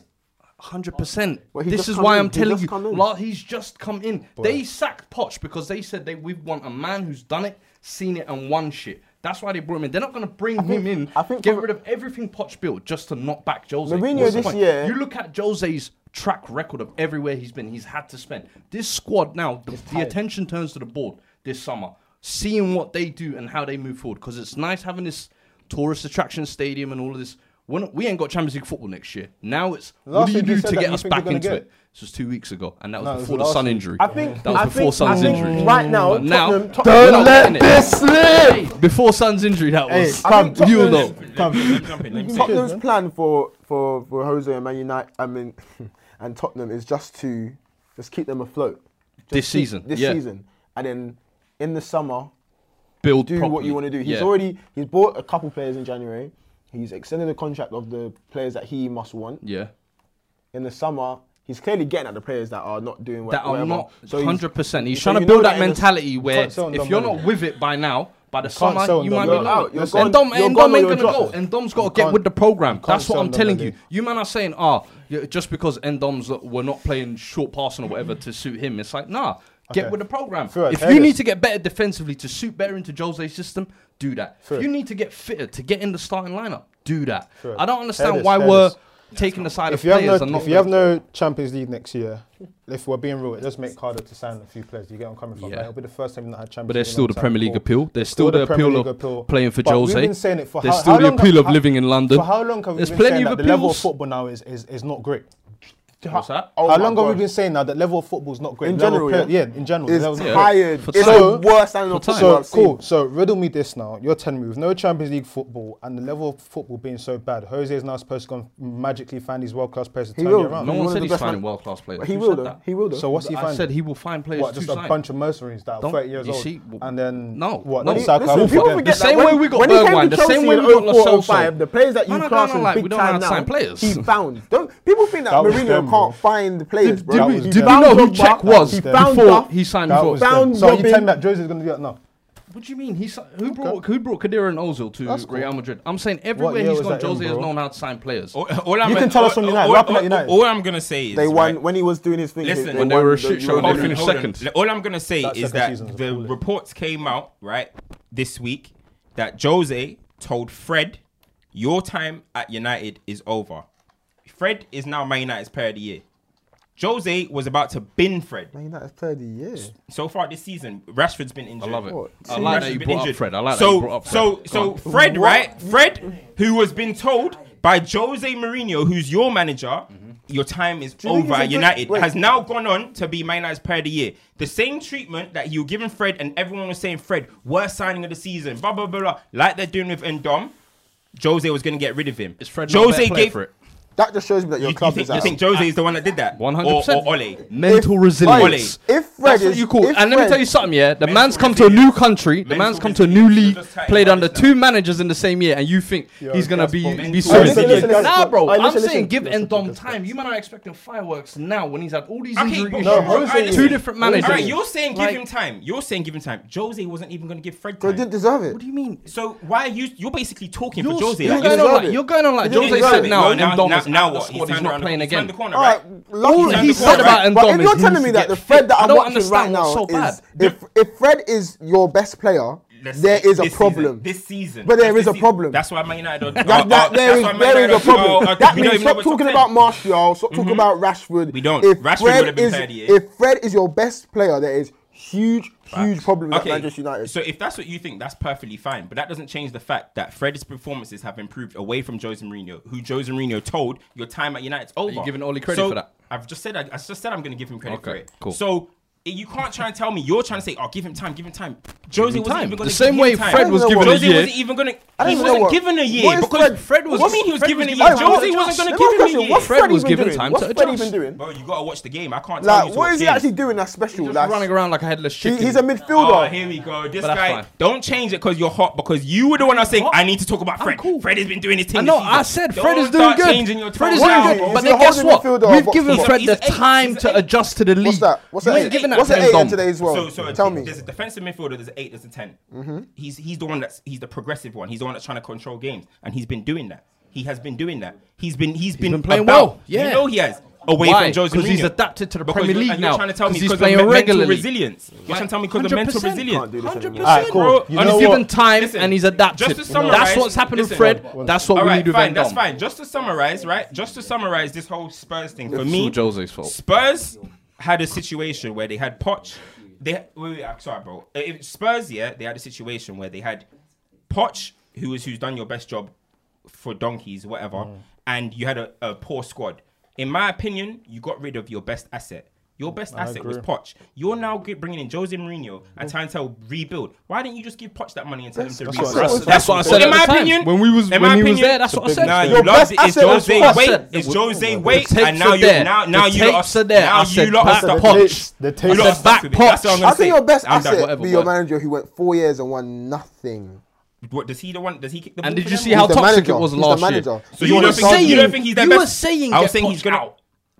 A: Hundred percent.
C: Well, he
A: This
C: just
A: is
C: come
A: why
C: in.
A: I'm
C: He
A: telling
C: just
A: you.
C: come in.
A: La- he's just come in. They sacked Poch because they said they we want a man who's done it, seen it, and won shit. That's why they brought him in. They're not going to bring him in.
C: I think
A: get
C: for-
A: rid of everything Poch built just to knock back Jose.
C: Mourinho
A: What's the
C: this
A: point?
C: year-
A: You look at Jose's track record of everywhere he's been. He's had to spend this squad now. The, the attention turns to the board this summer, seeing what they do and how they move forward. Because it's nice having this tourist attraction stadium and all of this. We're not, we ain't got Champions League football next year. Now it's
D: Last
A: what do you
D: week you
A: do
D: said
A: to
D: that
A: get
D: you
A: us
D: think we're
A: back
D: gonna
A: into
D: get-
A: it? This was two weeks ago, and that was
D: it was
A: before the
D: last
A: sun
D: week.
A: injury.
C: I think
A: that was
C: I
A: before
C: think,
A: Sun's
C: I think
A: injury.
C: Right now,
A: But now,
C: Tottenham, Tot-
A: we're
C: Don't
A: not
C: let
A: getting it.
C: this slip.
A: Hey, before sun's injury, that
D: Hey,
A: was.
D: I
A: Come,
D: think
A: you
D: Tottenham's-
A: know.
B: Let me jump in, let me say it.
C: Tottenham's plan for, for, for Jose and Man United, I mean, and Tottenham is just to just keep them afloat Just
A: This
C: keep-
A: season,
C: This
A: yeah.
C: season, and then in the summer,
A: Build
C: do what
A: properly.
C: you want to do. He's
A: Yeah.
C: already he's bought a couple players in January. He's extended the contract of the players that he must want.
A: Yeah.
C: In the summer, he's clearly getting at the players that are not doing well.
A: That are
C: whatever.
A: not
C: So he's-
A: 100%. He's,
C: so
A: trying to
C: you know
A: build that
C: in the s-
A: mentality where
D: sell them
A: if you're not
D: anyway.
A: with it by now, by the
D: can't
A: summer,
D: sell
A: you
D: them
A: might be
D: anyway.
A: low.
D: You're out.
C: You're
A: And
C: gone.
A: Dom,
C: You're
A: and
C: gone
A: Dom
C: or
A: ain't
C: you're
A: going to go.
C: dropped.
A: And Dom's got
D: You
A: to get
D: can't-
A: with the program.
D: you can't
A: That's what
D: sell
A: I'm
D: them
A: telling you.
D: anyway.
A: You man are saying, ah, yeah, just because Endom's were not playing short passing or whatever to suit him, it's like, nah, get
D: Okay.
A: with the program.
D: Fair,
A: if
D: fair
A: you
D: is-
A: need to get better defensively to suit better into Jose's system, do that. If you need to get fitter to get in the starting lineup, do that.
D: Fair.
A: I don't understand
D: Fair is,
A: why
D: fair
A: we're
D: is.
A: taking the side
D: if
A: of
D: you have no,
A: players and not.
D: if you have no Champions League next year, if we're being real, it does make it harder to sign a few players. You get what I'm coming from.
A: Yeah.
D: Like, it'll be the first time we've not had Champions.
A: But there's
D: League
A: still
D: in a
A: the
D: long
A: Premier
D: time.
A: League appeal. There's still the
D: Premier
A: appeal
D: League appeal.
A: of playing for
D: But
A: Jose.
D: We've been saying it for
A: There's
D: how,
A: still
D: how
A: the
D: long
A: appeal
D: have-
A: of living in London.
D: For how long have
A: There's
D: we been
A: plenty
D: saying
A: of
D: that the level of
A: appeals.
D: football now is is, is not great?
A: What's that?
C: Oh
D: how
C: my
D: long have
C: God.
D: we been saying now that level of football is not great?
C: In
D: The level of
C: general,
D: play-
C: yeah?
D: yeah, in general, the
C: It's
D: level's not great.
C: tired.
A: For
C: It's
A: time.
C: the worst standing of
A: For time.
C: football
D: So
C: I've seen.
D: cool. So riddle me this now. You're telling me with no Champions League football and the level of football being so bad, Jose is now supposed to go and magically find these world class players to
C: He
D: turn
C: will.
D: it around.
A: No one
C: He's one of
A: said
C: the
A: he's
C: best
A: finding
C: man-
A: world class players.
C: He
A: Who
C: will
A: said
C: though.
A: that?
C: He will though.
D: So what's he
A: I
D: finding?
A: said he will find players
D: What,
A: to
D: just a
A: sign.
D: bunch of mercenaries that are
A: Don't-
D: 30 years
A: you
D: old?
A: see, w-
D: and then,
A: no,
D: what?
A: no.
D: then
A: He-
D: sack
C: listen,
D: out
C: people
D: them.
C: forget
A: The same
C: that
A: way
C: when-
A: we got
C: when he came
A: Bergwijn,
C: to
A: the same
C: Chelsea
A: way
C: in
A: we got Lo
C: 04, 05,
A: Celso.
C: The players that you
A: Man, I don't
C: class
A: know,
C: as
A: like, we
C: big
A: don't know how
C: time
A: to sign
C: now,
A: players.
C: he found. Don't people think that,
D: That was
C: Mourinho
D: them, bro.
C: can't find players, bro?
A: Did we,
D: was
A: did
D: them.
A: we know who
C: Drogba,
A: Czech was
C: he found
A: before
C: Duff,
A: he signed
D: That
A: for?
D: was them.
C: Bound
D: So you
C: Robin-
D: tell me that Jose is going to do that now?
A: What do you mean? He si- who brought who brought Kadira and Ozil to
D: That's cool.
A: Real Madrid? I'm saying everywhere
D: year
A: he's
D: was
A: gone,
D: that in,
A: Jose has
D: bro?
A: known how to sign players.
B: All- all I'm-
D: You can tell us
B: all-
D: on United.
B: all-
D: What happened at
B: all-
D: United?
B: All I'm gonna say is
C: They
B: right,
C: won when he was doing his thing.
B: Listen,
C: they,
B: when
A: they
C: won
A: were a
C: the
A: shit show, they
C: Euro
B: Hold
C: League.
B: on,
A: finished
B: hold on.
A: second.
B: All I'm gonna say
D: That
B: is
D: second
B: that
D: season was
B: the
D: appalling.
B: reports came out right this week that Jose told Fred, "Your time at United is over." Fred is now Man United's Player of the Year. Jose was about to bin Fred.
C: Man United's player of the year.
B: So far this season, Rashford's been injured.
A: I love it.
C: What?
A: I like
B: Rashford's
A: that you
B: been
A: brought up
B: injured.
A: Fred. I like that
B: so,
A: you brought up Fred.
B: So, so Fred, right? Fred, who has been told by Jose Mourinho, who's your manager,
A: Mm-hmm.
B: your time is
C: you think
B: over
C: he's a
B: at
C: good-
B: United,
C: wait.
B: has now gone on to be Man United's player of the year. The same treatment that you were giving Fred, and everyone was saying, Fred, worst signing of the season, blah, blah, blah, blah. Like they're doing with Endom, Jose was going to get rid of him.
A: is Fred not a
B: Jose
A: better player
B: gave.
A: for it?
C: That just shows me that
B: You,
C: your
B: you
C: club
B: think,
C: is
B: you
C: out.
B: think Jose is the one that did that?
A: One hundred percent.
B: Or, or Ole.
A: Mental
C: If-
A: resilience.
B: Ole.
C: If Fred
A: That's what
C: is-
A: you call.
C: if
A: And let me
C: Fred-
A: tell you something. Yeah, the
B: Mental
A: man's come to a new
B: resilience.
A: country. The
B: Mental
A: man's come to a new
B: resilience.
A: league.
B: We're just chatting
A: Played
B: about
A: under
B: this
A: two managers in the same year, and you think he's gonna
D: that's
A: be
D: bonkers.
A: be
D: Mental
A: sorry.
C: resilience. Listen, listen,
A: Nah,
C: listen.
A: bro.
C: Hey,
A: I'm
C: listen,
A: saying
C: listen.
A: give
C: Listen,
A: Endom
C: listen.
A: time. You man are expecting fireworks now when he's had all these
B: Okay,
A: injury
B: but-
A: issues.
B: No, Jose is-
A: two different managers.
B: All right, you're saying give
A: Like,
B: him time. You're saying give him time. Jose wasn't even going to give Fred
C: They
B: time.
C: didn't deserve
A: What
C: it.
A: do you mean?
B: So why are you? You're basically talking
A: You're,
B: for Jose.
A: you're
B: Like,
A: going
B: you're-
A: on
C: deserve
A: like
C: it.
A: you're going on like
C: You
A: Jose
C: deserve
A: said
C: it.
A: now,
B: Well,
A: and Endom is
B: now
A: out of the
B: what?
A: squad. He's
B: turned
A: not
B: around-
A: playing
B: he's turned
A: again.
B: the corner,
C: All right,
B: right?
C: lucky
A: All
C: to
A: he
C: the
A: said
C: corner,
A: about
C: right?
A: Ndom
C: But if
A: is
C: you're
A: he
C: telling
A: needs
C: me
A: to
C: that
A: get
C: the
A: fit.
C: Fred that
A: I
C: I'm
A: don't
C: watching
A: understand
C: right now
A: what's so
C: is
A: bad.
C: if if Fred is your best player,
B: let's
C: There
B: say
C: is a
B: this
C: problem.
B: season, this season.
C: But there
B: Just
C: is
B: this
C: a
B: sea-
C: problem.
B: That's why Man United. That,
C: That, that, there is, there is a problem. that means stop talking about Martial, stop talking about Rashford.
B: We don't. Rashford
C: Fred
B: would've been
C: is,
B: 38.
C: If Fred is your best player, there is huge, huge problem at Manchester United.
B: Uh, So if that's what you think, that's perfectly fine. But that doesn't change the fact that Fred's performances have improved away from Jose Mourinho, who Jose Mourinho told your time at United's over.
A: giving Ole credit
B: So
A: for that?
B: I've just said I, I just said I'm going to give him credit for
A: Okay,
B: it.
A: cool.
B: So. i- You can't try and tell me you're trying to say, "Oh, give him time, give him time." Jose wasn't
A: time.
B: even going
A: The same way Fred
C: was given
A: a
B: Jose
A: year.
B: wasn't even going to. He
C: even
B: wasn't
C: know what-
B: given a year
C: what is
B: because
C: Fred-
B: Fred was.
C: what
B: What mean he was
A: Fred
B: given a
A: was
B: year?
A: given-
B: Jose
A: Hey,
B: wasn't going
C: Let
B: to give
C: me ask you a
B: him a
C: question.
B: year.
C: What's
A: Fred
C: Fred
A: was
C: even
A: given
C: doing?
A: time
C: What's
A: to
C: Fred
A: adjust.
C: even doing?
B: Bro, you gotta watch the game. I can't tell you
C: Like,
B: to
C: what
B: watch
C: is he
B: games.
C: actually doing that's special?
A: Just
C: Like,
A: running around like a headless
C: he-
A: chicken.
C: he's a
B: Oh,
C: midfielder.
B: here we go. This
A: But that's
B: guy.
A: fine.
B: Don't change it because you're hot. Because you were the one I saying
A: hot.
B: I need to talk about Fred.
A: cool.
B: Fred has been doing his thing.
A: I know.
B: this
A: I
B: season."
A: said Fred
B: Don't
A: is doing
B: start changing your
A: Changing Fred
B: tone
A: is
C: What
A: doing
B: now.
C: is he?
A: good.
C: Is
A: But
C: he
A: then
C: a
A: guess
C: holding
A: what?
C: midfielder or
A: We've
C: box
A: given
C: to box?
A: Fred the
B: He's an eight.
A: time
B: He's an
A: to
B: eight.
A: adjust to the league.
C: What's that? What's
A: You
C: that?
A: ain't
C: eight?
A: giving that
C: What's
A: to
C: that
A: him,
C: eight
A: Dom.
C: in today's
B: So,
C: world?
B: so a-
C: Tell me. Mm-hmm.
B: There's a defensive midfielder. There's an eight. There's a 10 He's he's the one that's he's the progressive one. He's the one that's trying to control games, and he's been doing that. He has been doing that. He's been he's been,
A: been playing
B: about-
A: well, yeah.
B: you know he has. Away
A: Why?
B: from Jose
A: 'Cause he's
B: Mourinho.
A: adapted to the
B: Because
A: Premier
B: you're-
A: League
B: and you're
A: now,
B: trying to tell me
A: 'cause he's
B: because of
A: playing
B: me- mental
A: regularly.
B: resilience. You're trying to tell me because of
A: 100%.
B: mental resilience.
C: Can't do this
A: Hundred
C: anymore.
A: percent,
D: Alright, cool.
A: bro.
D: You
A: And
D: know
A: he's
D: what?
A: given time
B: Listen,
A: and he's adapted.
B: just to summarise-
A: that's what's happened
B: listen.
A: with Fred. That's what
B: All
A: we
B: right,
A: need with
B: fine.
A: Van
B: That's
A: Dom.
B: fine. Just to summarize, right? Just to summarize this whole Spurs thing for
A: It's
B: me.
A: all Jose's fault.
B: Spurs had a situation where they had Poch. They wait, wait, I'm sorry, bro. Uh, if- Spurs, yeah, they had a situation where they had Poch, who is who's done your best job for donkeys, whatever, and you had a, a poor squad. In my opinion, you got rid of your best asset. Your best asset was Poch. You're now g- bringing in Jose Mourinho and trying to rebuild. Why didn't you just give Poch that money and tell him to
D: That's
B: rebuild?
D: what I said.
A: That's what I
B: In
A: said at
B: my
A: the time.
B: opinion,
A: When we was-
B: in
A: when
B: my
A: he was
B: opinion-
A: there, that's what I
B: It's a
A: said.
B: big Nah,
A: Your
B: you loved
C: best
B: it. It's
C: asset
B: Jose
C: was-
B: Wait.
A: Said-
B: It's Jose Wait.
A: tapes
B: And now
A: are
B: you
A: there.
B: now now
A: The
B: you lot
A: tapes are there.
B: Now
A: I
B: you
A: said
B: lot
A: back
B: are
A: Poch.
D: tapes- the tapes-
B: You lot are
A: said back
B: stuck with it. That's
A: Poch.
B: what I'm gonna
C: I think your best
B: I'm done.
C: asset
A: whatever
C: be your
A: word.
C: manager who went four years and won nothing.
B: What does he the one? Does he kick the
A: And
B: ball
A: did
B: for
A: you
B: them?
A: see how
C: the
A: toxic
C: manager.
A: it was
C: He's the
A: last year?
C: manager.
B: So you,
A: were
B: don't think, you don't
A: saying-
B: think he's their
A: you
B: best?
A: were saying
B: I was
A: get
B: saying
A: Poch
B: he's gonna.
A: out.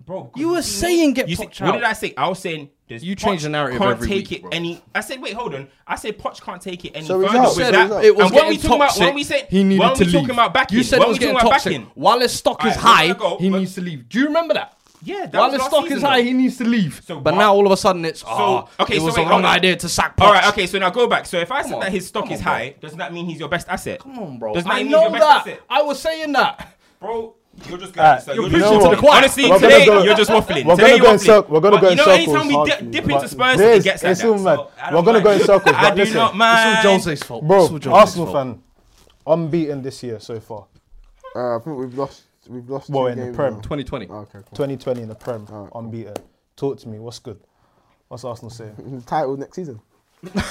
B: Bro,
A: You were saying get
B: you see-
A: Poch
B: What
A: out.
B: did I say? I was saying there's
A: You change
B: Poch
A: the narrative
B: Can't
A: every
B: take
A: week,
B: it
A: bro.
B: any. I said wait, hold on. I said Poch can't take it any
C: So
B: further.
C: he's
B: with
C: out.
A: said
B: that.
C: It
A: it was
B: and when we
A: getting
B: talking about
A: toxic.
B: when we said
A: he needed
B: when
A: to
B: we
A: leave.
B: talking about backing,
A: You said
B: when
A: it was
B: we
A: getting
B: talking about
A: toxic.
B: backing,
A: While his stock
B: Alright,
A: is
B: we're
A: high,
B: gonna go,
A: he
B: but-
A: needs to leave. Do you remember that?
B: Yeah, that
A: While
B: was
A: his
B: last
A: stock is
B: season,
A: high,
B: though.
A: he needs to leave.
B: So
A: but
B: what-
A: now all of a sudden it's ah,
B: okay,
A: it
B: so
A: was
B: wait,
A: a wrong
B: hold on.
A: idea to sack Poch.
B: All right, okay. So now go back. So if I said
A: on,
B: that his stock
A: come
B: is
A: on, bro.
B: high, doesn't that mean he's your best asset?
A: Come on, bro.
B: Doesn't that
A: I
B: mean
A: know
B: he's your best
A: that.
B: asset?
A: I was saying that.
B: Bro, you're just going.
D: Alright,
B: so
A: you're
B: just
A: preaching
B: waffling.
A: to the choir.
B: Honestly,
D: We're
B: today
D: gonna go-
B: you're just waffling.
D: we're
B: today
D: gonna
B: you're
D: go in
B: waffling.
D: circ- we're gonna
B: But
D: go
B: you
D: in
B: know,
D: circles,
B: anytime we
D: hard
B: di-
D: to-
B: dip
D: but
B: into Spurs,
D: there
B: it
D: is-
B: gets like
D: it's
B: that.
D: all mad.
B: So, I
D: We're
B: don't
D: gonna go in
B: mind.
D: circles,
B: I
D: but
B: do
D: listen,
B: not
A: It's all
B: mind.
A: Jose's fault. It's all
D: Bro,
A: Jose's
D: Arsenal
A: fault.
D: fan, unbeaten this year so far.
C: Uh, I think we've lost. We've lost.
D: Well,
C: two
D: in the
C: games
D: Prem.
C: now.
A: 2020.
C: Okay, cool.
D: 2020 in the Prem, unbeaten. Talk to me. What's good? What's Arsenal saying?
C: The title next season.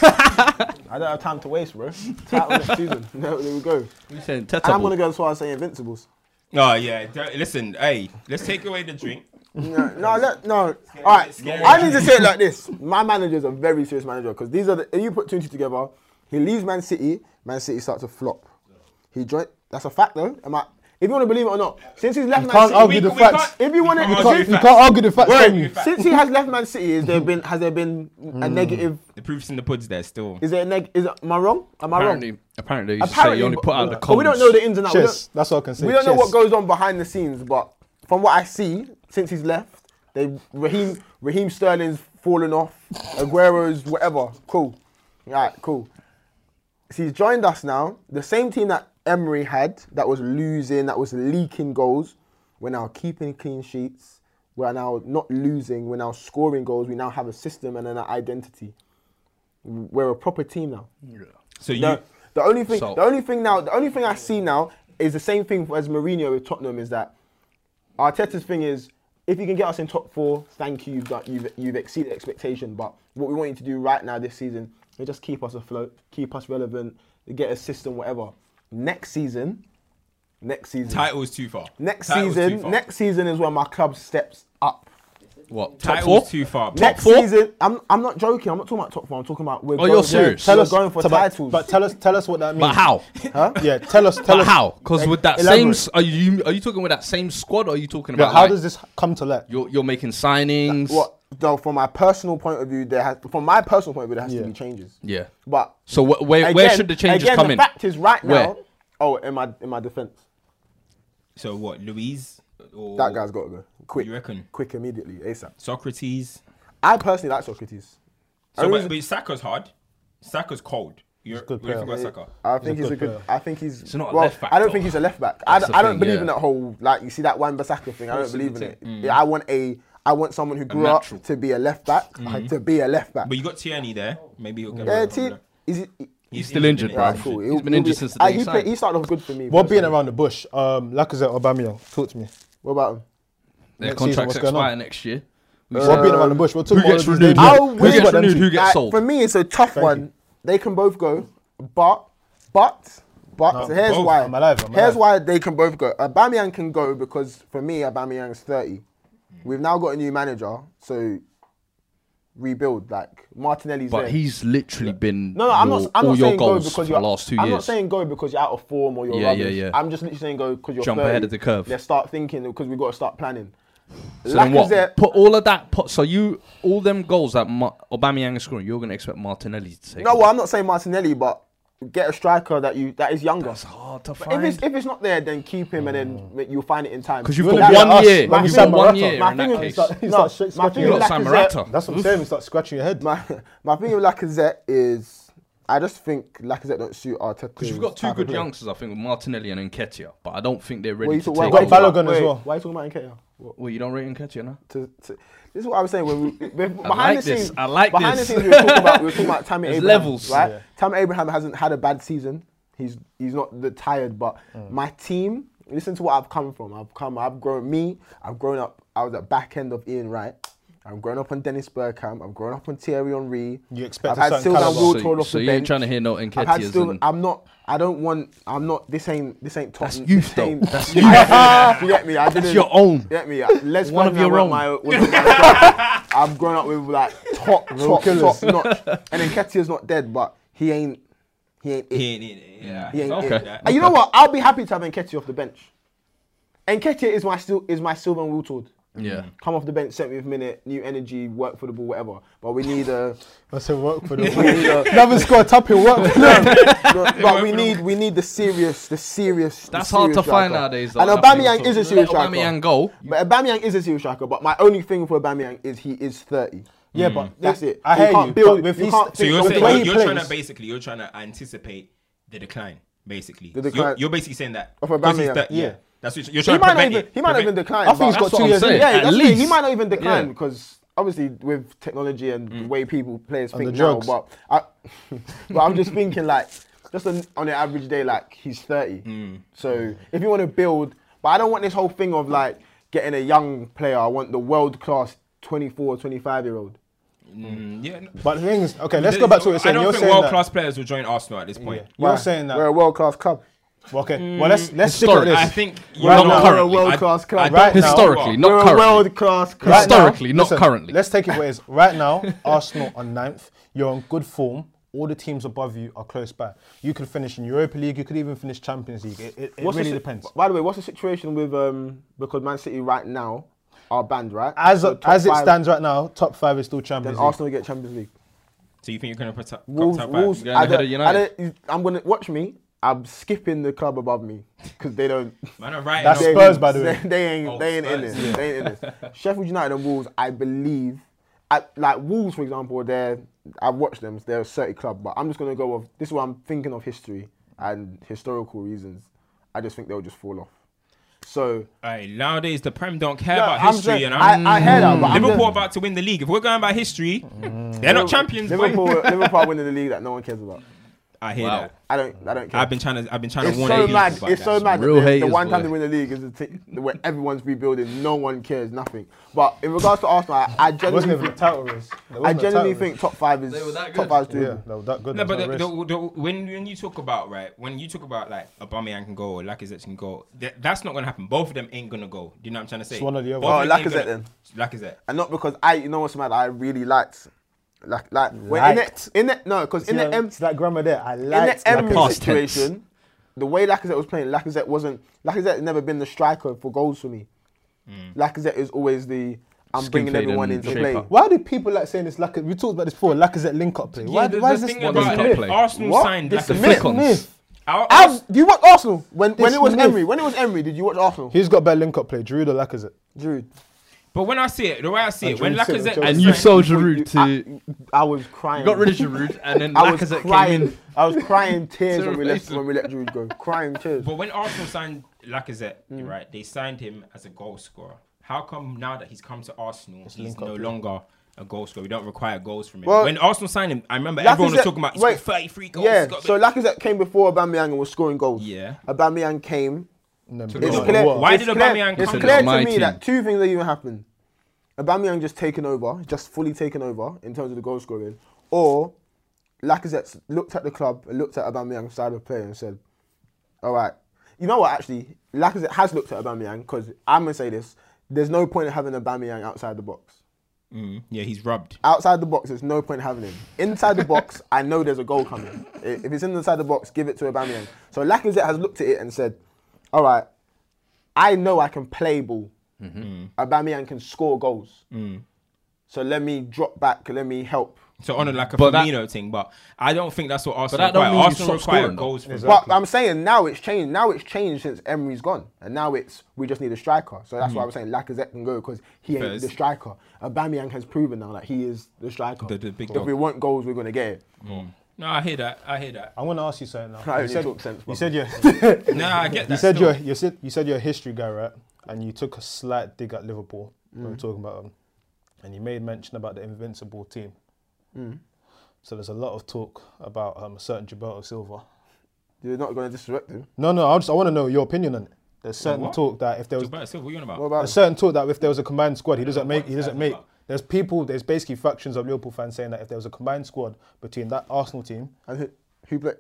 D: I don't have time to waste, bro. Title next season.
C: No, there we go. And
A: You saying
C: I'm gonna
A: Teta?
C: go as far as saying invincibles.
B: Oh yeah. d- Listen, hey, let's take away the drink.
C: No, no, let- no. All right,
B: scary.
C: I need to say it like this. My manager is a very serious manager because these are the. If you put two and two together, he leaves Man City. Man City starts to flop. He joined. That's a fact, though. Am I? If you want to believe it or not, since he's left
D: You
C: Man
D: can't
C: City,
D: argue the
B: we
D: facts.
B: can't-
C: if you want to,
B: we
D: You
B: can't argue
D: can't,
B: the
D: you
B: facts.
D: can't argue the facts, Hmm. can
C: Wait,
D: you?
C: since he has left Man City, is there been has there been a negative?
B: The proof's in the pudding's there still.
C: Is there a neg? Is am I wrong? Am I wrong?
A: Apparently, apparently, you say
C: Apparently,
A: you only put out the
C: But
A: columns.
C: we don't know the ins and outs. We
D: Chess.
C: don't-
D: That's all I can say.
C: we don't know
D: Chess.
C: what goes on behind the scenes, but from what I see, since he's left, they Raheem Raheem Sterling's fallen off, Aguero's whatever. Cool. All right, cool. So he's joined us now. The same team that Emery had, that was losing, that was leaking goals, we're now keeping clean sheets. We're now not losing. We're now scoring goals. We now have a system and an identity. We're a proper team now.
B: So you.
C: The, the only thing,
A: So-
C: the only thing now, the only thing I see now is the same thing as Mourinho with Tottenham is that Arteta's thing is if you can get us in top four, thank you, you've done, you've, you've exceeded expectation. But what we want you to do right now this season is just keep us afloat, keep us relevant, get a system, whatever. Next season, next season,
B: Title's too far.
C: next
B: Title's too
C: season,
B: far.
C: next season is when my club steps up.
A: What? Top four?
B: Title's too far. bro.
C: next
A: four?
C: season, I'm, I'm not joking. I'm not talking about top four. I'm talking about we're
A: Oh,
C: going,
A: you're serious?
C: We're
A: Tell
C: tell going for
D: but,
C: titles.
D: But tell us, tell us what that means.
A: But how?
D: Huh? Yeah, tell us, tell
A: But
D: us.
A: how? Because with that
D: Elaborate.
A: same, s- are you are you talking with that same squad? Or are you talking
D: Yeah,
A: about
D: how
A: like,
D: does this come to light?
A: you're you're making signings?
C: What? No, from my personal point of view, there has from my personal point of view, there has
D: Yeah.
C: to be changes.
A: Yeah.
C: But
A: So wh- where where
C: again-
A: should the changes
C: again,
A: come
C: the
A: in?
C: fact is, right now,
A: Where?
C: oh, in my in my defense,
B: So what, Louise? Or
C: that guy's got to go quick.
B: You reckon?
C: Quick, immediately, ASAP.
B: Socrates.
C: I personally like Socrates. I
B: So,
C: really-
B: but, but Saka's hard. Saka's cold. You're, what
D: good
B: do you think
D: player.
B: about Saka?
C: I think
D: He's
C: he's
D: a
C: a
D: good
C: good. I think he's.
A: He's not a
C: well,
A: left back,
C: I don't
A: though.
C: think he's a left back. I,
A: That's
C: d-
A: the
C: I don't
A: thing,
C: believe
A: yeah.
C: in that whole like you see that Wan Bissaka thing. I don't believe in it. Yeah, I want a. I want someone who grew
A: natural.
C: up to be a left back to be a left back.
B: But you got Tierney there. Maybe he'll get
C: Yeah,
B: rid of
C: T.
B: him.
C: Is it?
A: He's still injured,
C: Right,
A: Right.
C: cool.
A: He's
C: He'll-
A: been
C: he'll
A: injured
C: be-
A: since the
C: Uh,
A: day he
C: he, play-
A: signed.
C: he started off good for me.
D: What being
C: personally.
D: around the bush? Um, Lacazette, Aubameyang, talk to me.
C: What about him?
A: Their
D: Next
A: contracts
D: season, what's going
A: expire
D: on?
A: next year.
D: what being around the bush? We'll talk
A: who
D: about
A: gets
D: all these
A: renewed?
D: names.
A: Who
C: I'll
A: gets
C: wait for them
A: renewed?
C: to-
A: Who gets
C: like,
A: sold?
C: For me, it's a tough
D: Thank
C: one.
D: you.
C: They can both go, but but but
D: No,
C: here's
D: both.
C: why.
D: I'm alive, I'm
C: here's why
D: alive.
C: they can both go. Aubameyang can go because for me, Aubameyang's thirty. We've now got a new manager, so rebuild. Like Martinelli's
A: But
C: there.
A: he's literally been
C: No, no, I'm
A: your,
C: not. I'm
A: all
C: not
A: your
C: saying go
A: goals
C: because
A: for the
C: you're.
A: last two
C: I'm
A: years.
C: not saying go because you're out of form or you're
A: Yeah, yeah,
C: rubbish.
A: yeah.
C: I'm just literally saying go because you're.
A: Jump
C: 30.
A: ahead of the curve.
C: Let's start thinking because we got to start planning.
A: so then
C: Lacazette-
A: what? Put all of that. Put, so you all them goals that Ma- Aubameyang is scoring, you're going to expect Martinelli to take.
C: No,
A: it.
C: well, I'm not saying Martinelli, but get a striker that you that is younger.
A: That's hard to
C: If
A: find. Oh.
C: it's, if it's not there, then keep him and then ma- you'll find it in time. uh,
A: 'Cause you've
C: But
A: got
C: that-
A: one
C: that's-
A: year.
C: my
A: You've
C: thing
A: got
C: with-
A: one year
C: My
A: in
C: thing
A: that
C: with-
A: case.
D: He's
C: no,
D: not six-
C: my thing
A: you
D: You've
C: with
A: got
C: Lacazette.
A: Samarata.
D: That's what I'm saying. You start scratching your head.
C: My, my thing with Lacazette is I just think Lacazette don't suit Arteta.
A: Because you've got two good youngsters, I think, with Martinelli and Enketia, but I don't think they're ready
C: What are you
A: to
C: talking
A: take.
C: why are you
A: over.
D: Balogun
C: talking-
D: as
C: wait,
D: well.
C: Why are you talking about Nketiah?
A: Well, you don't rate Enketia now.
C: to, to this is what I was saying when we when- behind
A: like
C: the scenes.
A: this. I like
C: behind
A: this.
C: the scenes we were talking about we were talking about Tammy
A: There's
C: Abraham.
A: levels.
C: Right?
A: Yeah.
C: Tammy Abraham hasn't had a bad season. He's he's not the tired, but
A: Mm.
C: my team. Listen to what I've come from. I've come. I've grown. Me. I've grown up. I was at back end of Ian Wright. I've grown up on Dennis Bergkamp. I've grown up on Thierry Henry.
D: You
C: I've
D: expect a
C: had
D: certain
C: Sylvan
D: caliber.
A: So-
C: Wiltord off
A: so
C: the
A: you ain't
C: bench.
A: trying to hear no
C: I've had
A: Nketiahs and-
C: I'm not. I don't want. I'm not. This ain't. This ain't Tottenham.
A: youth,
C: this
A: though.
C: ain't, That's you. get me. I didn't.
A: your own.
C: Get me. Uh, Let's
A: One of your own.
C: My, wasn't my- I've grown up with like top, top, top notch. And then Ketia's not dead, but he ain't. He ain't. It.
B: He ain't in it. Yeah.
C: He ain't
A: Okay.
C: it. And you know what? I'll be happy to have Enketia off the bench. Enketia is my still is my Sylvan Wiltord.
A: Yeah.
C: Come off the bench, 70th minute, new energy, work for the ball, whatever. But we need a
D: That's a work for
C: we
D: the
C: need a
D: Never scored a tap in work.
C: No, but we need we need the serious, the serious. the
A: That's hard to
C: serious
A: find
C: striker.
A: nowadays. Though,
C: And
A: Nothing
C: Aubameyang
A: at all.
C: is a serious
A: Let
C: striker.
A: Aubameyang goal.
C: But Aubameyang is a serious striker. But my only thing for Aubameyang is he is thirty.
D: Yeah,
A: Mm.
D: but
C: That's it.
D: I
C: You
D: hear you.
C: can't build-
D: but with
C: you
D: his-
C: can't-
B: So you're
D: with the
B: saying
D: way
B: you're,
D: he
B: you're trying to
D: plays-
B: basically you're trying to anticipate the decline, basically.
C: The
B: So
C: decline-
B: You're, you're basically saying that.
C: Of
B: 'cause he's
C: Aubameyang.
B: thir-
D: Yeah.
B: That's what you're you're
C: He
B: trying to
C: might not
B: prevent
C: even
B: it.
C: he might not even
B: Prevent-
C: decline.
D: I think he's
C: but-
D: got
A: That's what
D: two
A: I'm
D: years in.
A: saying.
C: Yeah,
A: At
C: that's the thing. He
A: least.
C: might not even decline
A: Yeah.
C: because obviously with technology and the way people players
D: the
C: think now.
D: drugs.
C: But I, but I'm just thinking like just on, on an average day, like he's 30. So if you want to build, but I don't want this whole thing of like getting a young player. I want the world class 24, 25 year old.
B: Mm, yeah. no.
D: But the thing is, okay, let's go back to what you're
B: I
D: saying.
B: don't
D: You're
B: think
D: saying
B: world
D: that.
B: class players will join Arsenal at this point.
D: You're saying
C: we're a
D: that.
C: world class club.
D: Well, Okay. Well, let's let's stick with
A: Historic.
D: this.
B: Hmm. I think
C: Right
B: know
C: now, we're a
B: currently.
C: world
B: I-
C: class
B: I
C: club.
B: don't
D: Right
B: think
D: now-
B: you are.
A: Historically,
C: we're
A: not
C: a world
A: currently.
C: class club.
D: Right now-
A: Historically, not currently.
D: Let's take it where it is. Right now, Arsenal are ninth. You're on good form. All the teams above you are close by. You could finish in Europa League. You could even finish Champions League. It, it, it
C: What's the
D: really
C: si-
D: depends.
C: By the way, what's the situation with um because Man City right now are banned, right?
D: As,
C: So top
D: as it
C: five,
D: stands right now, top five is still
C: then
D: Champions League.
C: Arsenal get Champions League.
B: So you think you're going to put top
C: Wolves,
B: top five?
C: Wolves,
A: Going
C: I
A: ahead
C: don't-
A: of United.
C: I don't- I'm gonna watch me. I'm skipping the club above me because they don't.
B: Man, I'm right.
D: That's
B: now.
C: they-
D: Spurs, by the way.
C: They ain't.
B: Oh,
C: they ain't in
B: Spurs.
C: this. They ain't in this. Sheffield United and Wolves, I believe. I, like Wolves, for example, they're. I've watched them. They're a certain club, but I'm just gonna go with this. Is what I'm thinking of history and historical reasons. I just think they'll just fall off. So
B: Aye, nowadays the Prem don't care
C: No,
B: about
C: I'm
B: history,
C: saying-
B: you know.
C: I- I hear that, but I'm
B: Liverpool
C: just- Mm.
B: about to win the league. If we're going by history, they're not champions. boy.
C: Liverpool, Liverpool are winning the league that no one cares about.
B: I hear
A: Wow.
B: that.
C: I don't. I don't care.
B: I've been trying to. I've been trying
C: It's
B: to warn
C: so
B: people
C: mad.
B: about
C: It's
B: that.
C: so mad. that
A: Real
C: the, the
A: haters,
C: one time
A: boy.
C: they win the league is the t- where everyone's rebuilding. No one cares. Nothing. But in regards to Arsenal, I, I
D: It wasn't even
C: genuinely,
D: a title race. There
C: I
D: wasn't a
C: genuinely
D: title
C: think top five is
A: They were that
C: top
A: good.
C: five's
D: race. Yeah,
C: doable.
D: that was that good.
B: No,
D: No,
B: but
D: but
B: the, the, the, when when you talk about right, when you talk about like Aubameyang can go or Lacazette can go, th- that's not gonna happen. Both of them ain't gonna go. Do you know what I'm trying to say?
D: It's one or the other.
B: Both of
C: Oh,
B: them ain't
C: Lacazette
B: gonna- Lacazette.
C: And not because I, you know what's mad? I really liked, like, like when in
D: Liked.
C: it, in it, no, because in the M,
D: it's that grammar there. I
C: in
D: like
C: the Emery
A: past tense.
C: situation, the way Lacazette was playing, Lacazette wasn't. Lacazette had never been the striker for goals for me.
B: Mm.
C: Lacazette is always the I'm
A: Skin
C: bringing
A: played
C: everyone
A: and
C: into
A: shape
C: play.
A: up.
D: Why do people like saying this? Like we talked about this before. Lacazette link up play. Why,
B: the,
D: why
B: the
D: is this?
B: thing
D: One
A: does
B: about
A: not
B: it,
A: play?
B: Arsenal
C: What?
B: signed
C: This
B: Lacazette.
A: flick on.
D: Myth.
B: Our-
C: How, do you watch Arsenal when, when
D: This
C: it was
D: myth.
C: Emery? When it was Emery, did you watch Arsenal?
D: Who's got better link up play, Giroud or Lacazette?
C: Drew.
B: But when I see it, the way I see it, when
C: Andrew said-
B: Lacazette
C: Andrew
A: And you
C: Sorry.
A: sold Oh, Giroud to.
C: I was crying.
A: got rid of Giroud, and then
C: I was
A: Lacazette came
C: crying.
A: in.
C: I was crying tears
A: To
C: when we
A: replace
C: left when we let Giroud go. Crying tears.
B: But when Arsenal signed Lacazette,
D: Mm.
B: right, they signed him as a goal scorer. How come now that he's come to Arsenal, he's no longer a goal scorer? We don't require goals from him.
C: Well,
B: when Arsenal signed him, I remember everyone was
C: Lacazette-
B: talking about he's
C: wait.
B: got 33 goals.
C: Yeah,
B: he's got-
C: so Lacazette came before Aubameyang and was scoring goals.
B: Yeah.
C: Aubameyang came.
D: No,
C: It's
B: Well,
C: clear.
B: why
C: it's
B: did
C: clear,
B: Aubameyang
C: It's
B: come?
A: It's
C: clear to
A: not my
C: me
A: team.
C: that two things that even happened: Aubameyang just taken over, just fully taken over in terms of the goal scoring, or Lacazette looked at the club and looked at Aubameyang's side of play and said, "All right, you know what? Actually, Lacazette has looked at Aubameyang because I'm gonna say this: there's no point in having Aubameyang outside the box."
B: Mm, yeah, he's rubbed.
C: Outside the box, there's no point having him. Inside the box, I know there's a goal coming. I- If it's inside the box, give it to Aubameyang. So Lacazette has looked at it and said, "All right, I know I can play ball.
B: Mm-hmm.
C: Aubameyang can score goals.
B: Mm.
C: So let me drop back. Let me help."
B: So on a, like a
A: But that-
B: Firmino thing, but I don't think that's what Arsenal
A: that don't
B: require.
A: mean you
B: Arsenal
A: stop
B: require
A: scoring, though.
B: goals from
C: But I'm saying now it's changed. Now it's changed since Emery's gone, and now it's we just need a striker. So
B: Mm.
C: that's why I'm saying Lacazette can go because he ain't
B: Fairs.
C: the striker. Aubameyang has proven now that he is the striker.
B: The- the big
C: if
B: dog.
C: we want goals, we're gonna get it.
B: Mm. No, I hear that. I hear that.
D: I want to ask you something now.
C: I
D: you
C: only
D: said,
C: talk sense,
D: you
C: brother.
D: said you're,
B: Nah, I get that.
D: you said
B: still.
D: you're, you said you said you're a history guy, right? And you took a slight dig at Liverpool. when
C: Mm.
D: We were talking about them, and you made mention about the invincible team.
C: Mm.
D: So there's a lot of talk about um, a certain Gilberto Silva.
C: You're not gonna disrupt him.
D: No, no, I just I want to know your opinion on it. There's certain
B: What?
D: talk that if there was
B: Gilberto Silva, what are you on about?
C: What about
D: a certain talk that if there was a combined squad, he doesn't
B: Yeah,
D: make.
B: what
D: He
B: is
D: doesn't
B: that
D: make.
B: about?
D: There's people. There's basically factions of Liverpool fans saying that if there was a combined squad between that Arsenal team,
C: And who, who played?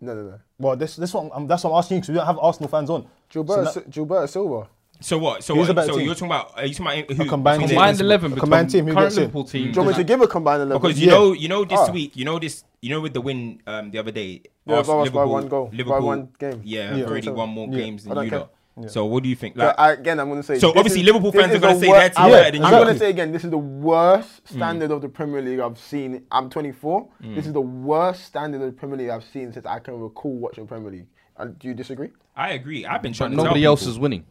C: No, no, no.
D: well, this this one I'm, that's what I'm asking you because we don't have Arsenal fans on. So
C: Gilberto,
D: that-
C: Si- Gilberto Silva.
B: so what? So,
D: Who's the
B: what,
D: better
B: so
D: team?
B: you're talking about? Are you talking about who?
D: A
B: between
D: combined team.
B: the-
A: Combined 11
D: A
A: between
D: combined team, who
A: current
D: gets in?
A: Liverpool team.
C: Do you want me to give a combined eleven?
B: Because you
D: Yeah.
B: know, you know this
C: Ah.
B: week, you know this, you know with the win um, the other day,
C: Yeah,
B: Ars-
C: by us by one goal, by one game.
B: Yeah,
D: Yeah.
B: have already won more
D: Yeah.
B: games
C: I
B: than
C: don't
B: you
C: care.
B: lot. So what do you think? Like,
C: But I, again, I'm going to say.
B: So
C: this
B: obviously
C: is-
B: Liverpool
C: this
B: fans are
C: is
B: gonna
C: the
B: say
C: wor-
B: their team
C: I'm
D: better
C: gonna-
D: than
C: I'm
D: yours.
C: going to say again, this is the
B: Mm.
C: worst standard of the Premier League I've seen. I'm 24. This
B: Mm.
C: is the worst standard of the Premier League I've seen since I can recall watching Premier League. Uh, do you disagree?
B: I agree. I've been trying
A: But
B: to
A: nobody else is winning.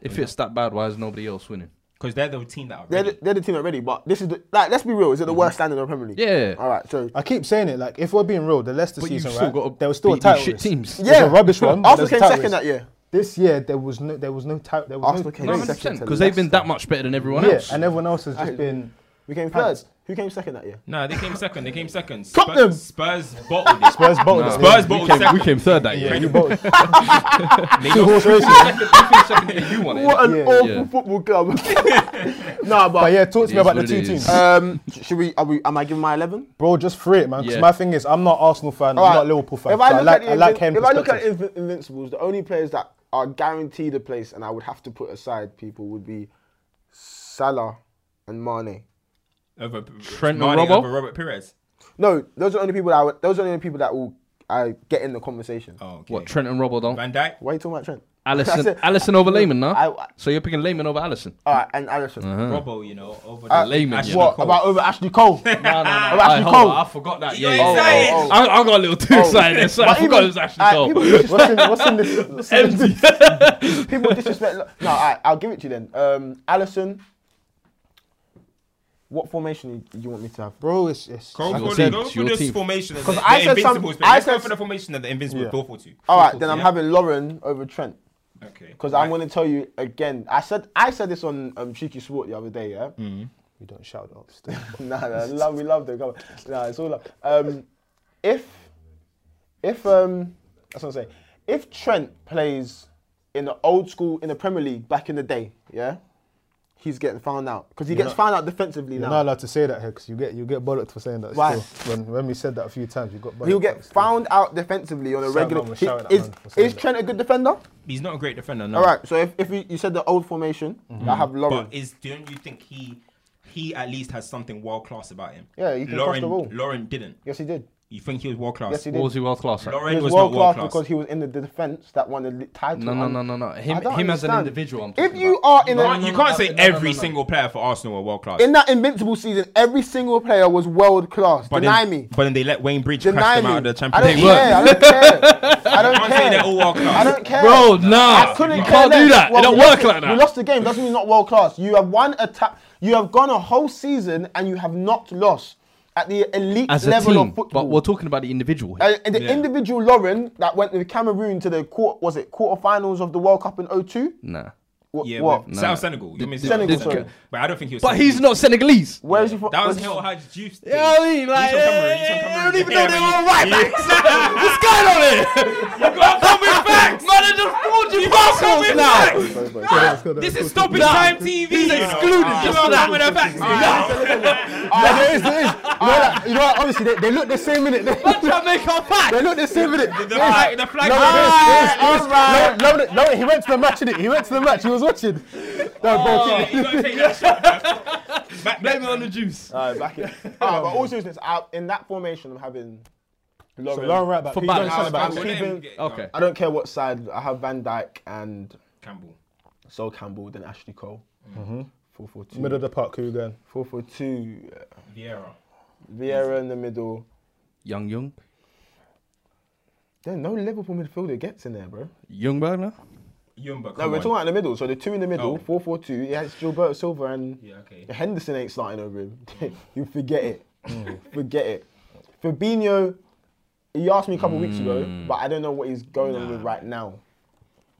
A: If it's that bad, why is nobody else winning?
B: because they're the team that are
C: They're
B: ready.
C: the, they're the team already, but this is the, like. Let's be real. Is it the
B: Mm-hmm.
C: worst standard of the Premier League?
A: Yeah.
C: All right. So
D: I keep saying it like if we're being real, the Leicester
A: But you've
D: season
A: still
D: right,
A: gotta
D: there was still a
A: beat these
D: title
A: shit
D: race.
A: teams.
D: It was
C: yeah,
D: a rubbish one. but
C: Arsenal
D: there was a
C: came
D: title
C: second
D: race.
C: that year.
D: This year there was no there was no title. There was
C: Arsenal
D: no
C: came
D: race.
C: second.
A: 100%,
C: to
A: because they've been
C: Leicester.
A: that much better than everyone
D: Yeah,
A: else.
D: and everyone else has just been.
C: We came third.
D: Pants.
C: Who came second that year?
B: No, they came second. They came second.
C: Stop them.
B: Spurs bottled it.
D: Spurs
A: Nah,
D: bottled it.
B: Spurs
D: Yeah.
A: we,
B: bottled
A: came,
B: second.
A: we came third that year.
D: Yeah, you bottled.
B: They
D: Two
B: lost-
D: horse races.
A: you won it.
C: What an
D: Yeah.
C: awful
A: Yeah.
C: football club. nah,
D: But
C: Ah, but,
D: yeah, talk to me
A: is
D: about the
A: what
D: two
A: it is.
D: teams.
C: um, should we? Are we? Am I giving my eleven?
D: Bro, just free it, man. Because
A: Yeah.
D: my thing is, I'm not Arsenal fan. I'm
C: Alright.
D: not Liverpool fan.
C: If I
D: so
C: look
D: I like,
C: at
D: I like
C: the,
D: him.
C: Invin- if I look at Invin- Invincibles, the only players that are guaranteed a place and I would have to put aside people would be Salah and Mane.
B: over
A: Trent and
B: Marnie
A: Robbo?
B: over Robert Perez.
C: No, those are the only people that I would, those are the only people that will I get in the conversation.
B: Oh, okay.
A: What, Trent and Robbo don't?
B: Van Dijk.
C: Why are you talking about Trent? I
A: Allison,
C: said-
A: Allison over Lehman, no?
C: I- I-
A: so you're picking Lehman over Allison?
C: All right, and Allison.
B: Robbo, you know, over
C: Uh,
B: the
A: layman,
B: Ashley
A: yeah.
C: What
B: Cole.
C: about over Ashley Cole? no, no, no. Over Ashley
A: hold
C: Cole.
A: on, I forgot that.
B: You're
A: Yeah, yeah, yeah.
B: excited.
C: oh, oh.
A: I, I've got a little too excited. So I
C: But
A: forgot
C: even-
A: it was actually
C: alright,
A: Cole.
C: people disrespect-
D: what's, in, what's in this? What's in this?
C: People disrespect. No, all right, I'll give it to you then. Um, Allison, what formation do you want me to have?
D: Bro, it's, it's
B: Go
A: Your
B: for
A: team,
B: the, go
A: it's
B: for
A: your
B: this
A: team.
B: formation. Because
C: Because I said some- I
B: Let's go
C: said-
B: for the formation that the Invincible
D: Yeah.
B: yeah. thought for to.
C: All right, then I'm
B: Yeah.
C: having Lauren over Trent
B: Okay.
C: because I'm going to tell you again. I said I said this on um, Cheeky Sport the other day. Yeah,
D: You don't shout up. still.
C: nah, nah, love, we love them. Come on. Nah, it's all love. Um, if if um, that's what I'm saying. If Trent plays in the old school in the Premier League back in the day, yeah, he's getting found out because he gets
D: not-
C: found out defensively
D: You're
C: now.
D: not allowed to say that here because you get you get bollocked for saying that.
C: Why?
D: Still. When when we said that a few times, you got bollocked.
C: He'll
D: for
C: get
D: it still.
C: found out defensively on a
D: Shout
C: regular.
D: man, we'll
C: He-
D: shout at that
C: Is,
D: man for saying
C: is
D: that.
C: Trent a good defender?
B: He's not a great defender. No.
C: All right. So if, if you, you said the old formation, I have Lauren.
B: But is don't you think he he at least has something world class about him?
C: Yeah, he can cross
B: Lauren,
C: the ball.
B: Lauren didn't.
C: yes, he did.
B: You think he was world class?
C: Yes, he
A: What
C: did.
A: was he world class at?
B: Lauren
C: He
B: was
C: was
B: not
C: world
B: world
C: class
B: class.
C: because he was in the defense that won the li- title.
A: No, no,
C: I'm-
A: no, no, no. Him,
C: I don't
A: him as an
C: understand.
A: individual. I'm
C: If
A: talking
C: you
A: about.
C: are in a,
B: Lauren, you can't say
A: No, no, no, no,
B: every
A: no.
B: single player for Arsenal were world class.
C: in that invincible season, every single player was world class.
B: But
C: Deny
B: then,
C: me.
B: But then they let Wayne Bridge
C: Deny
B: crash them
C: me.
B: out of the
C: I
B: Champions
C: don't
B: League.
C: care. I don't care. I
B: You
C: don't
B: can't say they're all
C: care.
B: world class.
C: I don't care.
A: Bro, nah.
C: I couldn't
A: you
C: care
A: can't do
C: less.
A: that.
C: Well,
A: it don't
C: we lost
A: work
C: the-
A: like that.
C: We lost the game. Doesn't mean not world class. You have won attack. You have gone a whole season and you have not lost at the elite
A: as a
C: level
A: team,
C: of football.
A: but we're talking about the individual. Here.
C: Uh, and the
B: Yeah.
C: individual Lauren that went with Cameroon to the quarter was it quarterfinals of the World Cup in 02?
A: nah.
C: What?
B: Yeah,
C: what?
B: but South Senegal. You mean
C: Senegal,
B: Senegal?
C: sorry.
B: But I don't think he was.
A: But he's not Senegalese.
C: Where is he from?
B: That was
C: where's he
B: Hill
C: from?
B: Hodge Juice.
A: You know what I mean? Like,
B: from Cameroon, he's from
A: eh, I
B: Cameroon.
A: don't even know
B: Yeah,
A: they
B: man,
A: were right backs. What's going on here? You got coming back, man. I just pulled you parcels now.
B: This is stopping
A: Nah.
B: time TV.
A: He's excluded
B: You
A: just
B: know,
A: for that.
B: coming back.
C: Ah, there is, there is. You know, that- you know what, obviously they, they look the same minute. They,
A: Let's try to make our
C: they
A: back.
C: look the same minute.
B: The flag. The flag.
C: No,
B: Ah,
C: there is, there is. No, no, no, no, he went to the match, didn't he? He went to the match. He was watching. No, bro.
B: You gotta take that shot. Back-
A: Blame it
B: back-
A: on the juice.
C: Alright, back it. Alright, but all seriousness, I, in that formation, I'm having
D: So
C: Lauren.
D: Lauren right back.
A: For
D: Who you got
A: balance.
D: in
A: I
B: I
D: centre
B: was- I
D: back?
B: was-
C: Keep him-
A: Okay.
C: I don't care what side. I have Van Dyke and
B: Campbell.
C: Sol Campbell, then Ashley Cole.
B: Mm-hmm.
C: Four four two.
D: Middle of the park, who you going?
C: Four four two. uh,
B: Vieira.
C: Vieira in the middle.
A: Young, young,
C: There's no Liverpool midfielder gets in there, bro.
A: young Bergner.
B: Yumba.
C: No,
B: come
C: we're
B: on.
C: talking about in the middle. So the two in the
B: Oh.
C: middle, four four two. Yeah, it's Gilberto Silva and
B: Yeah, okay.
C: Henderson ain't starting over him. you forget it.
B: Mm.
C: forget it. Fabinho, he asked me a couple weeks ago,
B: Mm.
C: but I don't know what he's going on with right now.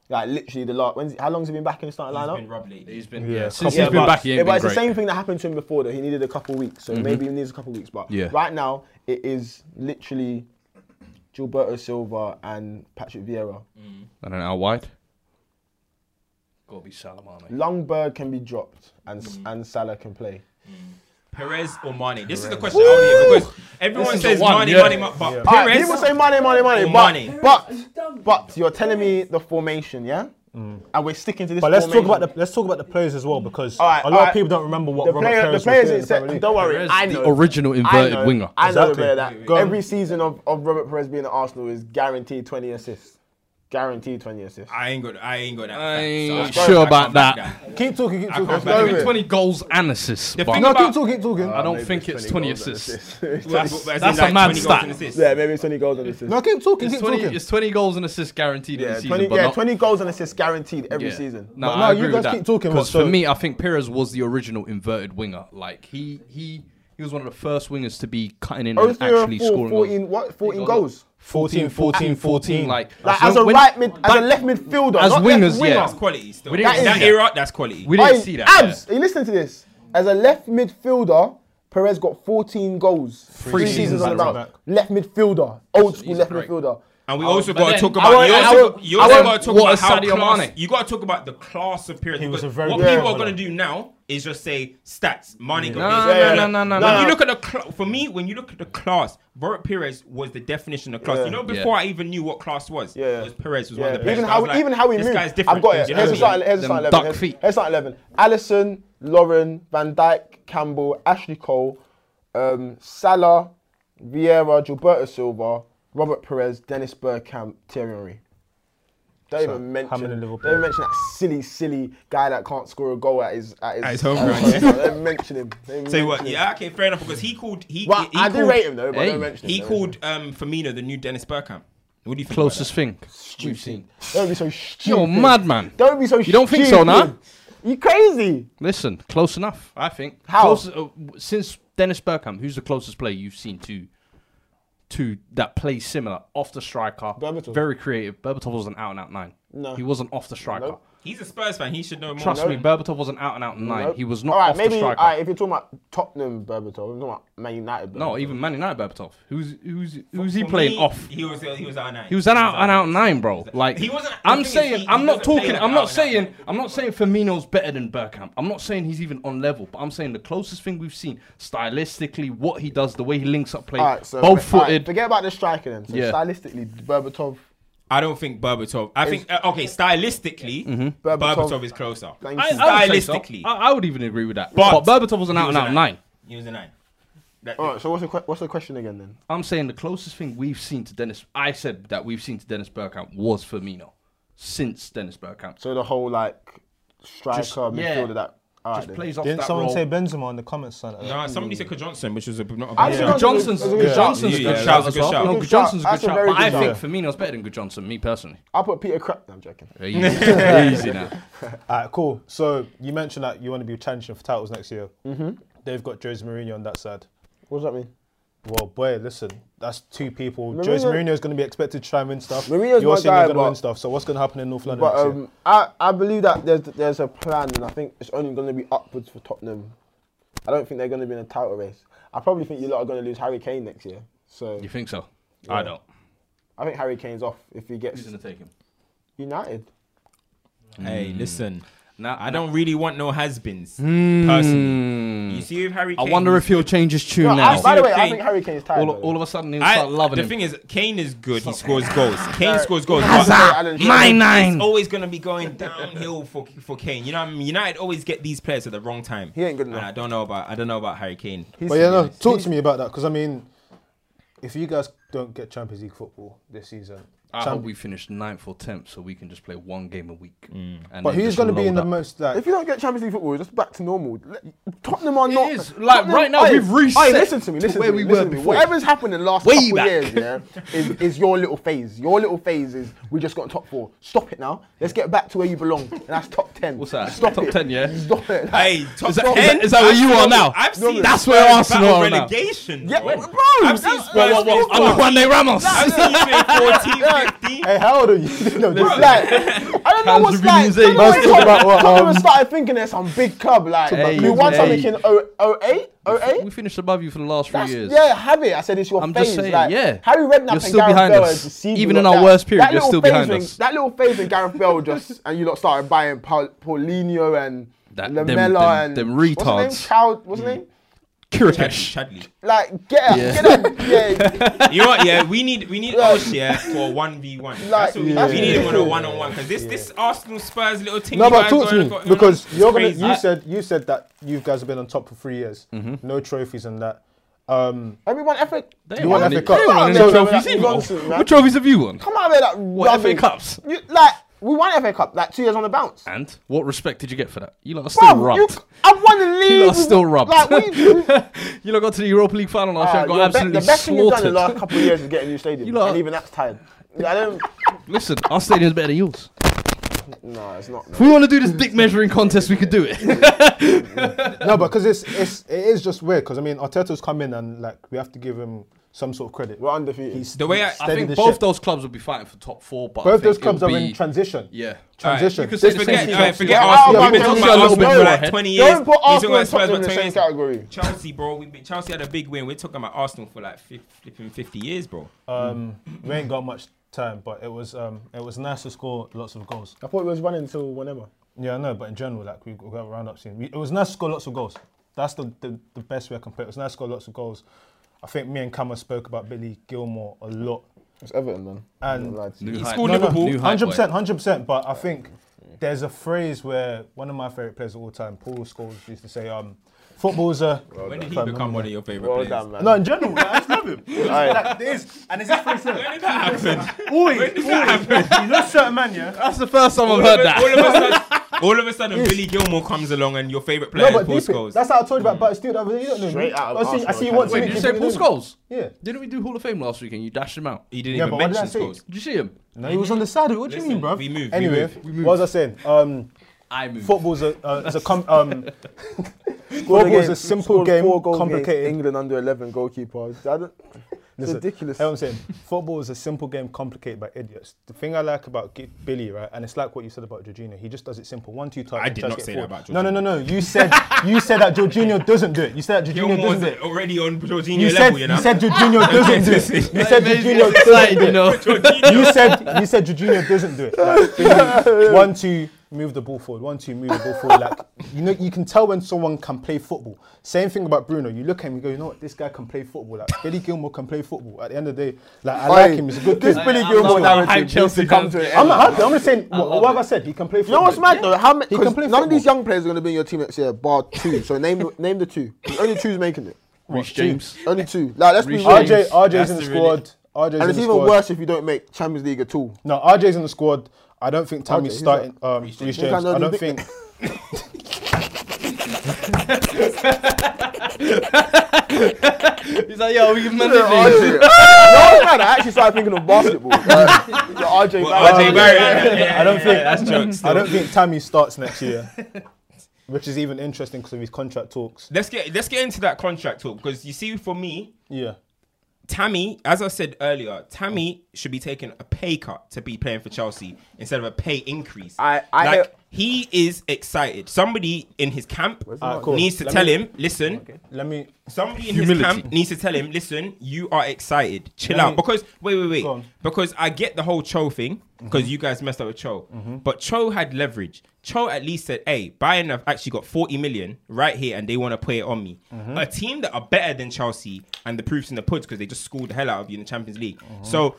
C: Like literally the last. When's, how long's he been back in the starting
B: He's
C: lineup?
B: been rubbed lately.
A: He's been
D: Yeah,
A: yeah.
D: yeah,
A: Since
D: since
C: Yeah,
A: he's been
C: but-
A: back, he
C: yeah,
A: ain't
C: but
A: been
C: it's
A: great. Mm-hmm.
C: the same thing that happened to him before. Though he needed a couple weeks, so maybe he needs a couple weeks. But
A: Yeah.
C: right now, it is literally Gilberto Silva and Patrick Vieira.
A: I don't know how wide. Gotta be Salamani.
C: Longberg can be dropped, and
A: Mm.
C: and Salah can play.
B: Perez or Mane? This is the question I want to hear because everyone
A: is the
B: says
A: one,
B: Mane,
A: yeah.
B: Mane, Mane, but
C: All right,
B: Perez.
C: people say money, money, money,
B: Or
C: but,
B: Mane.
C: but but you're telling me the formation, yeah?
A: Mm.
C: And we're sticking to this.
D: But let's talk
C: formation.
D: about the let's talk about the players as well because
C: All right,
D: a
C: all
D: lot
C: right.
D: of people don't remember what
C: the
D: Robert
C: player. The
D: Perez
C: players
D: was doing.
C: itself. Don't worry,
A: Perez,
C: I
A: the
C: know.
A: original inverted
C: I know,
A: winger.
C: I know
D: Exactly.
C: the player that
D: Go on.
C: every season of, of Robert Perez being at Arsenal is guaranteed 20 assists. Guaranteed 20 assists.
B: I ain't got. I ain't got that.
A: I
B: fact, so can't-
A: ain't sure
B: I
A: about
B: can't back
A: that.
D: Keep talking, keep
B: can't back
D: talking.
C: Go
B: it.
C: with it.
A: 20 goals and assists.
B: The
A: but
B: thing
D: No,
B: about-
D: keep talking, keep talking.
A: I don't think it's 20 assists.
B: That's,
A: that's a mad stat.
C: Yeah, maybe it's 20 goals and assists.
D: No, keep talking,
A: It's
D: keep
A: 20,
D: talking.
A: it's 20 goals and assists guaranteed in
C: yeah,
A: the season.
C: 20,
A: but
C: yeah,
A: not,
C: 20 goals and assists guaranteed every season.
A: No,
D: no,
A: I
D: you
A: agree with
D: guys
A: that.
D: keep talking,
A: Because
D: man,
A: for
D: so-
A: me, I think Perez was the original inverted winger. Like he he he was one of the first wingers to be cutting in and
C: 0
A: actually
C: 4,
A: scoring.
C: 14,
A: goals.
C: what, 14
A: Got
C: goals.
A: 14, 14, 14. Like,
C: Like,
A: when-
C: as a
A: when-
C: right mid, as a left midfielder,
A: as
C: not
A: wingers,
C: left
A: yeah.
C: winger.
B: That's quality. Still.
A: We didn't
B: that
A: see
B: that
A: that.
B: era, that's quality.
A: We didn't
C: Hey,
A: see that.
C: Abs, are you listening to this? As a left midfielder, Perez got 14 goals. Three,
A: seasons
C: on
A: at
C: the
A: right
C: round. Left midfielder, old school
A: he's
C: left
A: great.
C: midfielder.
B: And we also
A: Oh, but
B: got to
A: then-
B: talk
A: I
B: about.
C: won't-
B: you
C: I
B: also,
C: won't-
B: you
C: I
B: also
C: won't-
B: got to talk
A: what
B: about
A: a
B: how
A: Sadio
B: class.
A: Mane.
B: You got to talk about the class of Perez. He
D: was a very
B: what
D: good
B: people are
D: player.
B: going to do now is just say stats. Money
A: No,
B: got
A: no,
B: this.
A: no, no, no,
B: When
A: no.
B: you look at the cl- for me, when you look at the class, Robert Perez was the definition of class. You know, before I
A: Yeah.
B: even knew what class was,
C: Yeah, yeah.
B: was Perez was one
C: Yeah,
B: of the best.
C: even
B: I
C: how
B: was like,
C: even how he
B: this
C: moved.
B: guy's different.
C: I've got it.
B: Do you know
C: Here's the
B: what I mean?
C: starting here's
A: Them
C: the starting
A: duck
C: eleven. Here's-
A: feet.
C: Here's the starting eleven. Allison, Lauren, Van Dyke, Campbell, Ashley Cole, um, Salah, Vieira, Gilberto Silva, Robert Perez, Dennis Bergkamp, Thierry Henry. Don't even mention.
D: many Liverpool?
C: Don't even mention that silly, silly guy that can't score a goal at his at his,
B: At his home ground, yeah.
C: Don't even mention him. Don't even
B: Say
C: mention
B: what?
C: him.
B: Yeah, okay, fair enough. Because he called. He,
C: Well,
B: he, he
C: I
B: called,
C: do rate him though, but
A: Hey.
C: don't mention him.
B: He
C: don't
B: called um, Firmino the new Dennis Bergkamp. What do you think?
A: Closest thing.
C: mention him. Don't be so stupid.
A: You're mad, man.
C: Don't be so stupid.
A: You don't think so, nah?
C: You crazy.
A: Listen, close enough, I think.
C: How?
A: Close, uh, w- since Dennis Bergkamp, who's the closest player you've seen to to that plays similar off the striker?
C: Berbatov.
A: Very creative. Berbatov was an out and out nine.
C: No.
A: He wasn't off the striker.
C: Nope.
B: He's a Spurs fan. He should know more.
A: Trust me, Berbatov was an out and out nine.
C: Nope.
A: He was not
C: All right,
A: off
C: maybe,
A: the striker.
C: All right, if you're talking about Tottenham Berbatov, I'm talking about Man United. Berbatov.
A: No, even Man United Berbatov. Who's who's who's he
B: For
A: playing
B: me,
A: off?
B: He was he was out nine.
A: He was an out and out nine, bro. Like
B: He wasn't- the
A: I'm
B: thing is,
A: saying,
B: he- he
A: I'm not
B: doesn't play
A: talking.
B: like
A: I'm
B: an
A: not
B: out and out
A: saying.
B: nine.
A: I'm not saying Firmino's better than Bergkamp. I'm not saying he's even on level. But I'm saying the closest thing we've seen stylistically, what he does, the way he links up play,
C: All right, so
A: both
C: all right,
A: footed.
C: forget about the striker then. So
A: Yeah.
C: stylistically, Berbatov,
B: I don't think Berbatov. I think uh, okay, stylistically, Berbatov,
C: Mm-hmm. Berbatov
B: is closer.
C: Thank
A: I,
C: you.
A: I would say so.
B: stylistically.
A: I, I would even agree with that.
B: But
A: But, Berbatov was an
B: He
A: out
B: was
A: and
B: a
A: out nine.
B: He was a nine. That,
C: All right. So what's the que- what's the question again then?
A: I'm saying the closest thing we've seen to Dennis, I said that we've seen to Dennis Bergkamp was Firmino since Dennis Bergkamp. So
C: So the whole like striker
A: Just- yeah.
C: midfielder that. All right,
A: just
C: then.
A: plays off
D: Didn't
A: that
D: someone
A: role.
D: say Benzema in the comments? Son?
B: Nah, uh, somebody said Ka Johnson, which was a, not a
C: I
B: bad shout.
C: think Ka
A: Johnson's,
C: That's a good
A: Johnson's
B: shout.
A: a good
B: Yeah,
A: shout
B: that's
A: as
B: a good
A: well.
B: shout.
A: No,
C: Good shout.
A: Johnson's a good
C: That's a
A: shout.
C: very
A: but
C: good
A: I think
C: shout.
A: Firmino's better than good Johnson, me personally.
C: I'll put Peter Crap. No, I'm joking.
A: Easy, easy now.
D: Alright, cool. So you mentioned that you want to be challenging for titles next year. Mm-hmm. They've got Jose Mourinho on that side.
C: What does that mean?
D: Well, boy, listen, that's two people. Jose
C: Mourinho-
D: Mourinho's going to be expected to try and win stuff.
C: Mourinho's
D: You're
C: my
D: saying
C: guy,
D: you're going to win
C: but-
D: stuff. So what's going to happen in North London
C: But
D: next year?
C: um, I, I believe that there's there's a plan, and I think it's only going to be upwards for Tottenham. I don't think they're going to be in a title race. I probably think you lot are going to lose Harry Kane next year. So
A: You think so? I don't.
C: I think Harry Kane's off if he gets
A: Who's gonna take him?
C: United.
B: Hey, listen.
A: Mm. Nah, Hmm.
B: I don't really want no has-beens, personally. You see with Harry
A: I
B: Kane...
A: wonder if he'll change his tune
C: No,
A: now.
C: I, uh, by the way, I
B: Kane-
C: think Harry Kane's tired.
A: all,
C: by the way.
A: all of a sudden he'll
B: I,
A: start loving
B: the
A: him.
B: thing is, Kane is good. He scores goals. Kane
C: Alright.
B: scores goals.
C: Hazard.
B: but-
C: Alan Shearer.
A: my nine.
B: It's always gonna be going downhill for for Kane. You know, what I mean? United always get these players at the wrong time.
C: He ain't good
B: And
C: enough.
B: I don't know about I don't know about Harry Kane.
C: He's-
D: But yeah, no,
C: He's-
D: talk to me about that because I mean, if you guys don't get Champions League football this season,
A: I
D: Champ-
A: hope we finish ninth or tenth, so we can just play one game a week. And
D: but
A: then
D: who's
A: just
D: going to be
A: load
D: in the
A: up.
D: most like?
C: If you don't get Champions League football, it's just back to normal. Let- Tottenham are
A: It
C: not.
A: is. Like,
C: Tottenham-
A: right now,
C: Oi,
A: we've
C: oi,
A: reset
C: listen to me.
A: to
C: Listen
A: where
C: to me.
A: we were
C: listen to me.
A: before.
C: Whatever's happened in the last
A: Way
C: couple
A: back.
C: years, yeah, is, is your little phase. Your little phase is we just got top four. Stop it now. Let's get back to where you belong, and that's top ten.
A: What's that?
C: Stop
A: Top
C: it.
A: 10, yeah?
C: Stop it.
B: Hey, top
A: Is that-
B: 10?
A: is that- is that where
B: I've
A: you are
B: seen-
A: now?
B: I've seen
A: That's where
B: Spurs
A: Arsenal
B: battle
A: are now.
B: relegation.
C: Yeah,
B: bro.
C: bro,
B: I've seen
C: that-
B: Spurs.
A: Whoa, whoa, whoa.
B: play
A: I'm with Juan de Ramos.
B: I've seen you play 14, 15.
D: hey, how old are you? no,
C: It's
D: just-
C: like, I don't know
A: Can't
C: what's
A: really
C: like.
A: say.
C: Tottenham
D: Let's talk about what,
C: Tottenham
D: um,
C: started thinking there's some big club like
A: Hey,
C: we won
A: hey.
C: something in oh, 08, 08.
A: We finished above you for the last three
C: eh? That's-
A: years.
C: Yeah, have it. I said it's your
A: I'm
C: phase.
A: just saying,
C: like,
A: yeah.
C: Harry Redknapp
A: You're
C: and
A: still
C: Gareth
A: behind
C: Bell
A: us.
C: has deceived
A: Even
C: you
A: in
C: lot.
A: our
C: That-
A: worst period,
C: that
A: you're
C: little
A: still
C: phase
A: behind
C: when-
A: us.
C: That little phase when Gareth Bell just and you lot started buying Paul, Paulinho and
A: That- them-
C: Lamella
A: them-
C: and
A: them
C: What's his
A: retards.
C: name? Child, what's his name?
A: Kirikesh.
B: Chadley.
C: Like, get out,
A: Yeah.
C: get out, yeah.
B: You know what? Yeah, we need we need Oshia for one v one.
C: Like,
B: That's what we
C: yeah.
B: need. We need him on a
C: Yeah.
B: one on one because this this Arsenal Spurs little thing.
D: no,
B: you
D: but
B: guys
D: talk to
B: got-
D: me
B: got going
D: because
B: on, it's
D: you're gonna.
B: crazy.
D: You said you said that you guys have been on top for three years, no trophies and that. Um,
C: Everyone, FA.
A: They
D: won
A: won
D: FA
A: it.
D: Cup.
A: They
D: Come
A: won
D: on,
A: any
D: man.
A: trophies
C: That's
A: either.
C: nonsense, man.
A: What trophies have you won?
C: Come out of here, like
A: What FA
C: rubbish.
A: Cups?
C: You, like, we won FA Cup like two years on the bounce.
A: And what respect did you get for that? You lot are still
C: Bruv,
A: rubbed.
C: You, I won the league.
A: You lot are
C: we-
A: still rubbed.
C: Like, we,
A: You lot got to the Europa League final last year
C: Ah,
A: and got
C: your be-
A: absolutely
C: the best thing you've done in the
A: slaughtered.
C: last couple of years is getting a new stadium,
A: You lot-
C: and even that's tired. I don't.
A: Listen, our stadium's better than yours.
C: No, it's not.
A: If we want to do this dick measuring contest, we could do it.
D: no, but because it's it's it is just weird because I mean Arteta's come in and like we have to give him some sort of credit.
C: We're undefeated.
D: He's
B: The way I- I
A: I
D: steadied
A: think
D: the
A: both
D: ship.
A: those clubs will be fighting for top four, but I
D: both those
A: think it'll
D: clubs are in
A: be-
D: transition.
A: Yeah.
D: Transition.
A: You could say
B: Just
A: the
B: forget,
A: same
B: alright,
A: thing.
B: forget
C: Yeah,
B: Arsenal. We've
C: I'll
B: been
C: put
B: talking
C: Chelsea
B: about
C: on the
B: Arsenal for
C: board.
B: like 20 years.
C: Don't put
B: We've been
C: Arsenal
B: talking about
C: and
B: Spurs
C: Tottenham
B: for
C: in the
B: 20
C: same
B: years.
C: category.
B: Chelsea, bro. We've been, Chelsea had a big win. We're talking about Arsenal for like fif- flipping 50 years, bro.
D: Um, we ain't got much time, but it was um, it was nice to score lots of goals.
C: I thought it was running till whenever.
D: Yeah, I know, but in general, like we we got a round up soon. We, it was nice to score lots of goals. That's the, the, the best way I can put it. It was nice to score lots of goals. I think me and Cameron spoke about Billy Gilmore a lot.
C: It's Everton then.
D: And-
A: New
B: He
A: height.
B: scored
A: No, no,
B: Liverpool.
A: new height,
D: Hundred
A: boy.
D: percent, hundred percent. But I think there's a phrase where one of my favorite players of all time, Paul Scholes, used to say, um, "Football's a."
B: When did he
D: Fam,
B: become one of your favorite
C: Well
B: players?
C: done, man.
D: No, in general, like, I just love him.
C: Aye.
D: Like, there is, and it's that phrase there.
B: When did that happen?
D: Always, always. You know, certain man, yeah.
A: That's the first time
B: all, of
A: I've heard
B: a, all
A: that.
B: of a sudden, all of a sudden Billy Gilmore comes along and your favorite player
D: no,
B: is
D: but
B: Paul
D: deep it.
B: Scholes.
D: That's how I told you about But Stewart. I was- You don't know
C: Straight
D: me.
C: out of
D: I see, I
C: Arsenal
D: see you
C: Academy.
D: once. a
A: Wait,
D: week,
A: did you
D: you
A: say
D: don't
A: Paul
D: know me.
A: Scholes?
D: Yeah.
A: Didn't we do Hall of Fame last weekend? You dashed him out.
B: He didn't
D: Yeah,
B: even
D: but what did
B: mention
D: I say?
B: Scholes.
A: Did you see him?
D: No, he was on the side. What do you
B: Listen,
D: mean, bro?
B: we moved, we
D: Anyway,
B: moved,
D: what was I saying? Um,
A: I moved.
D: football's a uh, it's a com- um,
C: Scored
D: football's
C: game-
D: a simple
C: scored
D: game,
C: four goals
D: complicated.
C: against England under 11 goalkeepers. I don't, it's
D: Listen,
C: ridiculous.
D: hear what I'm saying football is a simple game complicated by idiots. The thing I like about G- Billy, right, and it's like what you said about Jorginho, he just does it simple. One, two, touch.
B: I
D: and
B: did
D: tries
B: not
D: to get
B: say that
D: forward.
B: about
D: No, no, no, no. You said you said that Jorginho doesn't do it. You said that Jorginho
B: Gilmore's
D: doesn't do it.
B: already on Jorginho
D: You
B: level,
D: said
B: you
D: you
B: know?
D: said Jorginho doesn't do it. You said Jorginho
A: It's
D: doesn't
A: like,
D: do
A: you
D: it.
A: know,
B: Jorginho.
D: you said you said Jorginho doesn't do it. Like, Jorginho, one two move the ball forward. One two move the ball forward. Like you know, you can tell when someone can play football. Same thing about Bruno. You look at him, you go, you know what, this guy can play football. Like Billy Gilmore can play football. At the end of the day, like I like
C: Oi,
D: him. He's a good
C: This
D: kid.
C: Billy
A: Oh, I
C: Gilmore
A: love how
C: narrative
A: hype
C: needs
A: Chelsea
C: to come
A: does.
C: to an
D: I'm
C: end.
D: not happy. I'm just saying what,
A: love
D: what have
A: it.
D: I said. He can play
C: You know
D: football.
C: what's mad though? How many?
D: He can
C: Because
D: play
C: none of these
D: football.
C: young players are going to be in your team next year, bar two. So name name the two. The only two's making it.
D: Oh,
A: Reece James.
C: Only two. Like, let's be
A: Reece
C: real.
A: James.
D: RJ, RJ's
B: That's
D: in the
B: the really-
D: squad. RJ's in
C: And it's
D: the
C: even
D: squad.
C: worse if you don't make Champions League at all.
D: No, RJ's in the squad. I don't think
C: RJ,
D: Tammy's
C: who's
D: starting. Um, Reece James.
C: James.
D: I don't
C: Big-
D: think.
A: He's like, yo, we give him a living.
C: RJ. no, man, I actually started thinking of basketball. Like, the RJ
B: Well,
C: Barrett.
B: RJ Barrett. yeah, yeah, yeah,
D: I don't
B: yeah,
D: think
B: yeah, that's jokes.
D: I don't think Tammy starts next year, which is even interesting because of his contract talks.
B: Let's get let's get into that contract talk because you see, for me,
D: Yeah,
B: Tammy, as I said earlier, Tammy
D: Oh.
B: should be taking a pay cut to be playing for Chelsea instead of a pay increase.
E: I- I
B: like,
E: hear-
B: he is excited. Somebody in his camp
D: Alright, Uh, cool.
B: needs to
D: Let
B: tell
D: me-
B: him, listen.
D: let me.
B: Somebody in
A: Humility.
B: his camp needs to tell him, listen, you are excited. Chill
D: Let
B: out.
D: me-
B: Because wait, wait, wait.
D: Go on. Mm-hmm.
B: Because I get the whole Cho thing, because you guys messed up with Cho. But Cho had leverage. Cho at least said, hey, Bayern have actually got 40 million right here and they want to play it on me.
D: Mm-hmm.
B: A team that are better than Chelsea and the proof's in the puds because they just schooled the hell out of you in the Champions League.
D: Mm-hmm.
B: So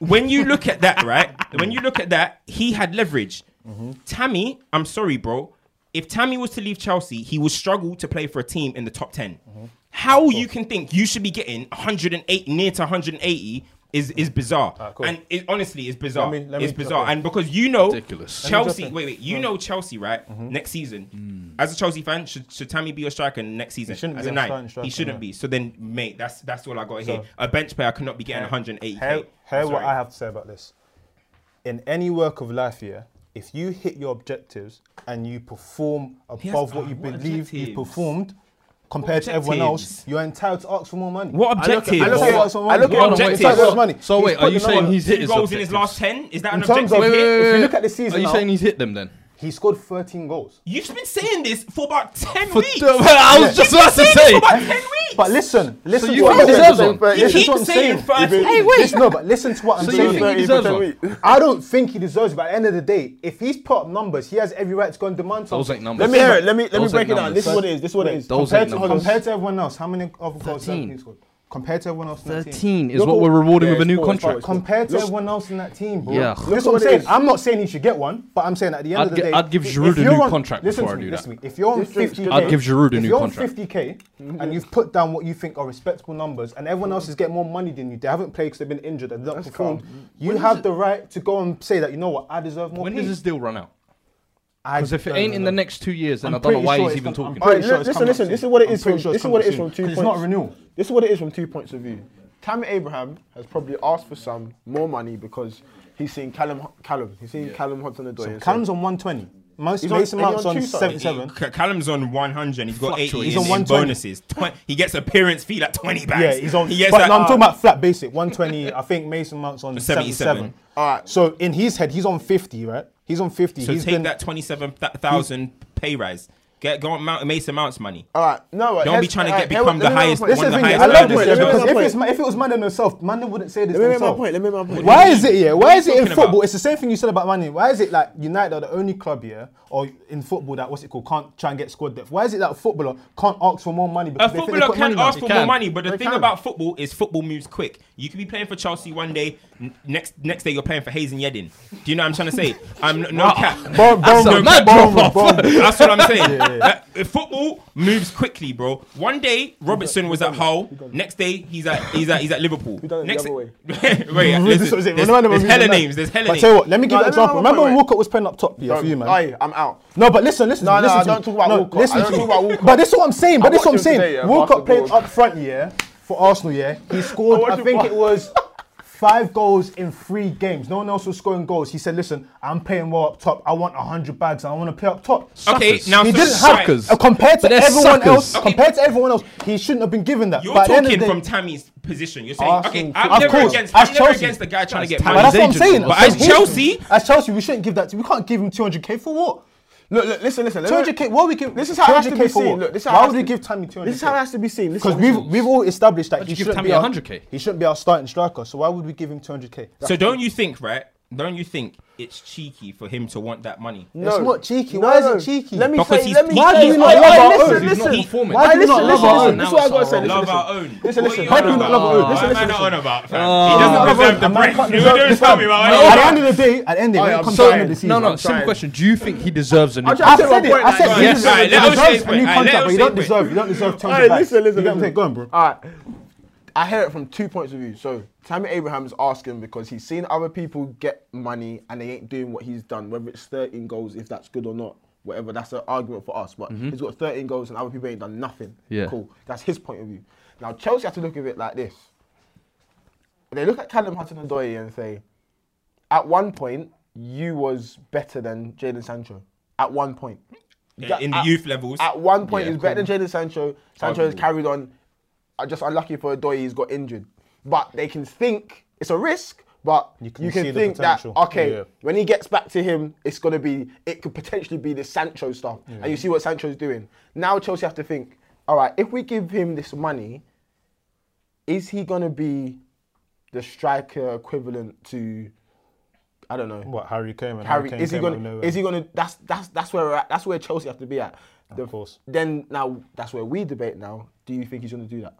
B: when you look at that, right? when you look at that, he had leverage.
D: Mm-hmm.
B: Tammy, I'm sorry, bro. If Tammy was to leave Chelsea, he would struggle to play for a team in the top 10.
D: Mm-hmm.
B: How you can think you should be getting 108 near to 180 is is bizarre.
D: cool.
B: And it honestly is bizarre.
D: Let me- let me
B: it's
D: jump
B: bizarre.
D: in. Mm.
B: And because you know
A: Ridiculous. Let me
B: Chelsea, wait, wait, you know Chelsea, right?
D: Mm-hmm.
B: Next season,
A: Mm.
B: as a Chelsea fan, should, should Tammy be your striker next season?
D: shouldn't
B: as
D: be
B: a
D: our
B: nine,
D: starting
B: he
D: striker,
B: shouldn't
D: no.
B: be. So then, mate, that's that's all I got here.
D: So-
B: A bench player cannot be getting 180.
D: Hear, hear what I have to say about this. In any work of life, yeah, if you hit your objectives and you perform
B: has-
D: above what
B: ah,
D: you
B: what
D: believe you
B: objectives?
D: performed compared to everyone else,
B: objectives?
D: you're entitled to ask for more money.
B: What objective?
D: I look at, I look at, I look
A: Hold on,
D: at
A: wait,
D: objectives.
A: so-
D: That's money.
A: So
D: He's
A: wait, are you
D: putting on-
A: saying he's hit
B: Two
A: his
B: goals in his
A: objectives?
B: last 10? Is that
D: In
B: an
D: terms
B: objective?
D: of,
B: hit?
D: if you look at the season
A: Are you
D: now,
A: saying he's hit them then?
D: he scored 13 goals.
B: You've been saying this for about 10
A: For
B: weeks.
A: the- I was just about to say.
B: For about 10 weeks.
D: But listen, listen
A: you
D: to what
A: think
D: I'm
A: he
D: saying.
A: deserves one?
C: But
B: you
C: this
D: Listen
C: is
D: to what I'm
B: keep saying
D: saying.
B: first.
E: Hey, wait.
D: Listen, no, but listen to what I'm
A: So you
D: saying.
A: think he deserves one?
D: I don't think he deserves it. But at the end of the day, if he's put up numbers, he has every right to go and demand something.
A: Those ain't numbers.
C: Let me hear it. Let me let me
A: Those
C: break it
A: ain't
C: down. This is
A: numbers.
C: what it is. This is what it is.
A: Those
D: compared,
A: ain't
D: to,
A: numbers.
D: compared to everyone else, how many other goals has
A: 13.
D: he scored? Compared to everyone else in that team.
A: 13 is
D: Look
A: what
D: at-
A: we're rewarding with a new
C: it's poor, it's
A: contract.
C: poor,
D: Compared to everyone else in that team, bro.
A: Yeah.
D: That's what I'm
C: what it
D: saying.
C: is.
D: I'm not saying he should get one, but I'm saying at the end
A: I'd
D: of the
A: gi-
D: day,
A: I'd give
D: if
A: Giroud a
D: you're
A: new
D: on-
A: contract
D: listen
A: before I
D: to me,
A: do
D: listen
A: that.
D: to me. If you're on
C: This drink's
D: 50k,
C: good. I'd
A: give Giroud a
D: if
A: new
D: you're
A: contract.
D: on 50k and you've put down what you think are respectable numbers, and everyone else is getting more money than you, they haven't played because they've been injured and not performed. You have the right to go and say that you know what, I deserve more.
A: When
D: pay.
A: does this deal run out?
D: I
A: Because if it
D: don't
A: ain't in
D: know.
A: the next two years, then I
D: I'm
A: don't know
D: pretty
A: why
D: sure
A: he's
D: it's
A: even
D: gonna- I'm
A: talking.
D: pretty
C: Alright,
D: sure
C: li-
D: it's
C: listen,
D: coming up
C: listen,
D: soon.
C: this is what it
D: I'm
C: is from-
D: pretty sure
C: this
D: it's
C: is what
D: coming
C: it is
D: up
C: from
D: soon.
C: two
D: 'Cause It's not
C: points.
D: renewal.
C: This is what it is from two points of view. Tammy Abraham has probably asked for some more money because he's seen Callum, Callum, he's seen Callum Hudson Odoi.
D: Callum's on 120. Most,
C: He's on-
D: Mason
C: and he's
D: Mount's
C: on
D: on
C: two sides.
D: 77.
B: Ca- Callum's on 100. He's got 80
A: Fluctuates.
B: he's on
D: He's on 120.
B: bonuses. Twen- he gets appearance fee like 20 bags.
D: Yeah, he's on.
B: He gets
D: but
B: like,
D: no, I'm talking
B: uh,
D: about flat basic 120. I think Mason Mount's on 77.
B: 77.
C: All right.
D: So in his head, he's on 50, right? He's on 50.
B: So
D: he's
B: take
D: been
B: that 27,000 pay rise. Get go on Mount, Mason Mount's money.
C: All right. No, but
B: Don't
C: here's-
B: be trying to
C: all
B: get become
C: let
B: the
C: me make my
B: highest-
C: point.
D: This
B: one
D: is
B: of
D: the
B: the
D: thing.
B: highest
D: I love
B: ever
D: this.
B: played.
D: Yeah,
B: Let me
D: because
C: make my
D: if, it's,
C: point.
D: ma- if it was man in himself, man wouldn't say this.
C: Let me make my
D: themselves.
C: point. Let me make my point.
D: Why is it here? Why is it in
B: talking about?
D: football? It's the same thing you said about Man United. Why is it like United are the only club here, or in football that what's it called can't try and get squad depth? Why is it that a footballer can't ask for more money?
B: A
D: Because they think they
B: footballer
D: put money
B: can
D: down?
B: ask for
A: They
B: more
A: can.
B: money, but the
C: They
B: thing
C: can.
B: about football is football moves quick. You could be playing for Chelsea one day, n- next next day you're playing for Hayes and Yedin. Do you know what I'm trying to say? I'm no, no cap.
D: Bro-
B: That's
D: bro-
B: no
D: bro-
B: cap.
D: bro-
B: Bro-
D: bro- bro-
B: That's what I'm saying. Uh, football moves quickly, bro. One day Robertson was at Hull. Next day he's at he's at he's at Liverpool.
C: done it the
B: Next
C: other way.
B: wait, listen,
D: This is what I'm saying.
B: there's,
D: None of them
B: there's
D: are
B: hella
D: reason that.
B: names. There's hella
D: But I
B: names.
D: tell you what, let me
C: No,
D: give you an
C: let me have
D: example.
C: a
D: Remember when
C: point.
D: Walcott was playing up top yeah, for you, man?
C: Aye, I'm out.
D: No, but listen, listen.
C: No,
D: to me,
C: no,
D: listen
C: I
D: to me.
C: don't talk about
D: no,
C: Walcott.
D: Listen
C: I don't
D: to me.
C: talk about Walcott.
D: But this is what I'm saying. But this is what I'm
C: watched him
D: saying.
C: today, yeah,
D: Walcott played
C: basketball.
D: up front, yeah, for Arsenal, yeah. He scored,
C: watched
D: I
C: him
D: think
C: play.
D: it was five goals in three games. No one else was scoring goals. He said, listen, I'm playing well up top. I want 100 bags and I want to play up top.
B: Okay,
A: Suckers.
B: now
D: He
B: so-
D: didn't have,
B: sorry.
A: suckers.
D: uh, compared to
A: But they're
D: everyone
A: suckers.
D: else,
A: Okay.
D: compared to everyone else, he shouldn't have been given that.
B: You're
D: But at the end of
B: talking
D: the
B: from
D: day-
B: Tammy's position. You're saying,
D: Arsenal
B: okay,
D: too.
B: I'm
D: Of
B: never
D: course,
B: against,
D: as
B: I'm never
D: Chelsea.
B: against the guy trying to get
A: Tammy's
D: But that's
B: money.
D: what I'm saying.
A: But
D: I'm
B: as
D: saying-
B: Chelsea-
D: as Chelsea, we shouldn't give that to. We can't give him 200k for what?
C: Look, look, listen, listen. let me-
D: 200k. What we give?
C: This is how it has to be
D: 200K for
C: seen.
D: what?
C: Look, this is how it
D: Why
C: has
D: would we
C: to-
D: give Tammy 200k?
C: This is how it has to be seen.
D: Because we've we've all established that
A: Why'd
D: he
A: you give
D: shouldn't
A: Tammy
D: be our,
A: 100K?
D: He shouldn't be our starting striker. So why would we give him 200k?
B: So don't you think, right? don't you think it's cheeky for him to want that money?
C: No.
E: It's not cheeky. Why is it cheeky?
C: Let me
B: Because
C: say.
B: he's
C: Let me
B: Why
C: say.
E: do you
C: Oi,
E: not
C: oi,
E: love our own?
C: listen,
A: He's not
C: listen.
A: performing.
C: Why
E: Why
C: do
E: do you
C: you listen?
E: not love
C: Listen,
E: our
C: listen.
E: own?
C: This is what I gotta say.
B: love
C: Listen,
B: our
C: listen.
B: own.
C: Listen,
B: What
C: listen.
B: are you
C: Why
B: on
C: do you not love
B: about?
C: our own?
B: Why am I
C: Listen, listen,
B: not on
D: Uh,
B: about? fam?
A: Oh.
B: He doesn't deserve the
D: A man
B: break.
D: can't
B: You
D: deserve-
B: don't
D: listen,
B: tell me about
D: no,
B: it.
D: At the end of the day, at the end of
C: Oi, I'm
D: it, when it comes to the end
C: sorry.
D: of the season,
A: No, no.
D: I'm
A: Simple
D: sorry.
A: question. Do you think he deserves a new?
C: I'm
A: contract?
C: trying to say
D: I said
C: my
D: it. I
C: point.
D: said
B: Right,
D: you
B: yes,
D: deserve
B: right, let
D: you
B: us say it,
D: deserve a new
B: right, let
D: contract,
B: us
D: but you
B: say
D: don't
B: it.
D: deserve. You don't deserve terms
C: Alright,
D: of back.
C: listen, listen,
D: You get what I'm
C: listen.
D: saying? Go on, bro.
C: All right. I hear it from two points of view. So Tammy Abraham's asking because he's seen other people get money and they ain't doing what he's done, whether it's 13 goals, if that's good or not, whatever. That's an argument for us. But
D: Mm-hmm.
C: he's got 13 goals and other people ain't done nothing.
A: Yeah.
C: Cool. That's his point of view. Now Chelsea have to look at it like this. They look at Callum Hudson Odoi and say, at one point, you was better than Jadon Sancho. At one point.
B: Yeah,
D: Uh,
B: in the youth levels.
C: At one point,
A: Yeah,
C: he's better than Jadon Sancho. Sancho has
B: Arguable.
C: carried on. I just unlucky for Adoy, he's got injured. But they can think it's a risk, but you can,
D: can see the
C: think that
D: potential.
C: okay,
D: Yeah.
C: when he gets back to him, it's gonna be it could potentially be the Sancho stuff. And you see what Sancho's doing. Now Chelsea have to think, all right, if we give him this money, is he gonna be the striker equivalent to I don't know.
D: What Harry Kane? and
C: Harry,
D: Kane
C: is he
D: came out of
C: gonna?
D: nowhere.
C: Is he gonna? That's that's that's where we're at, that's where Chelsea have to be at. The-
D: course.
C: Then now that's where we debate. Now, do you think he's gonna do that?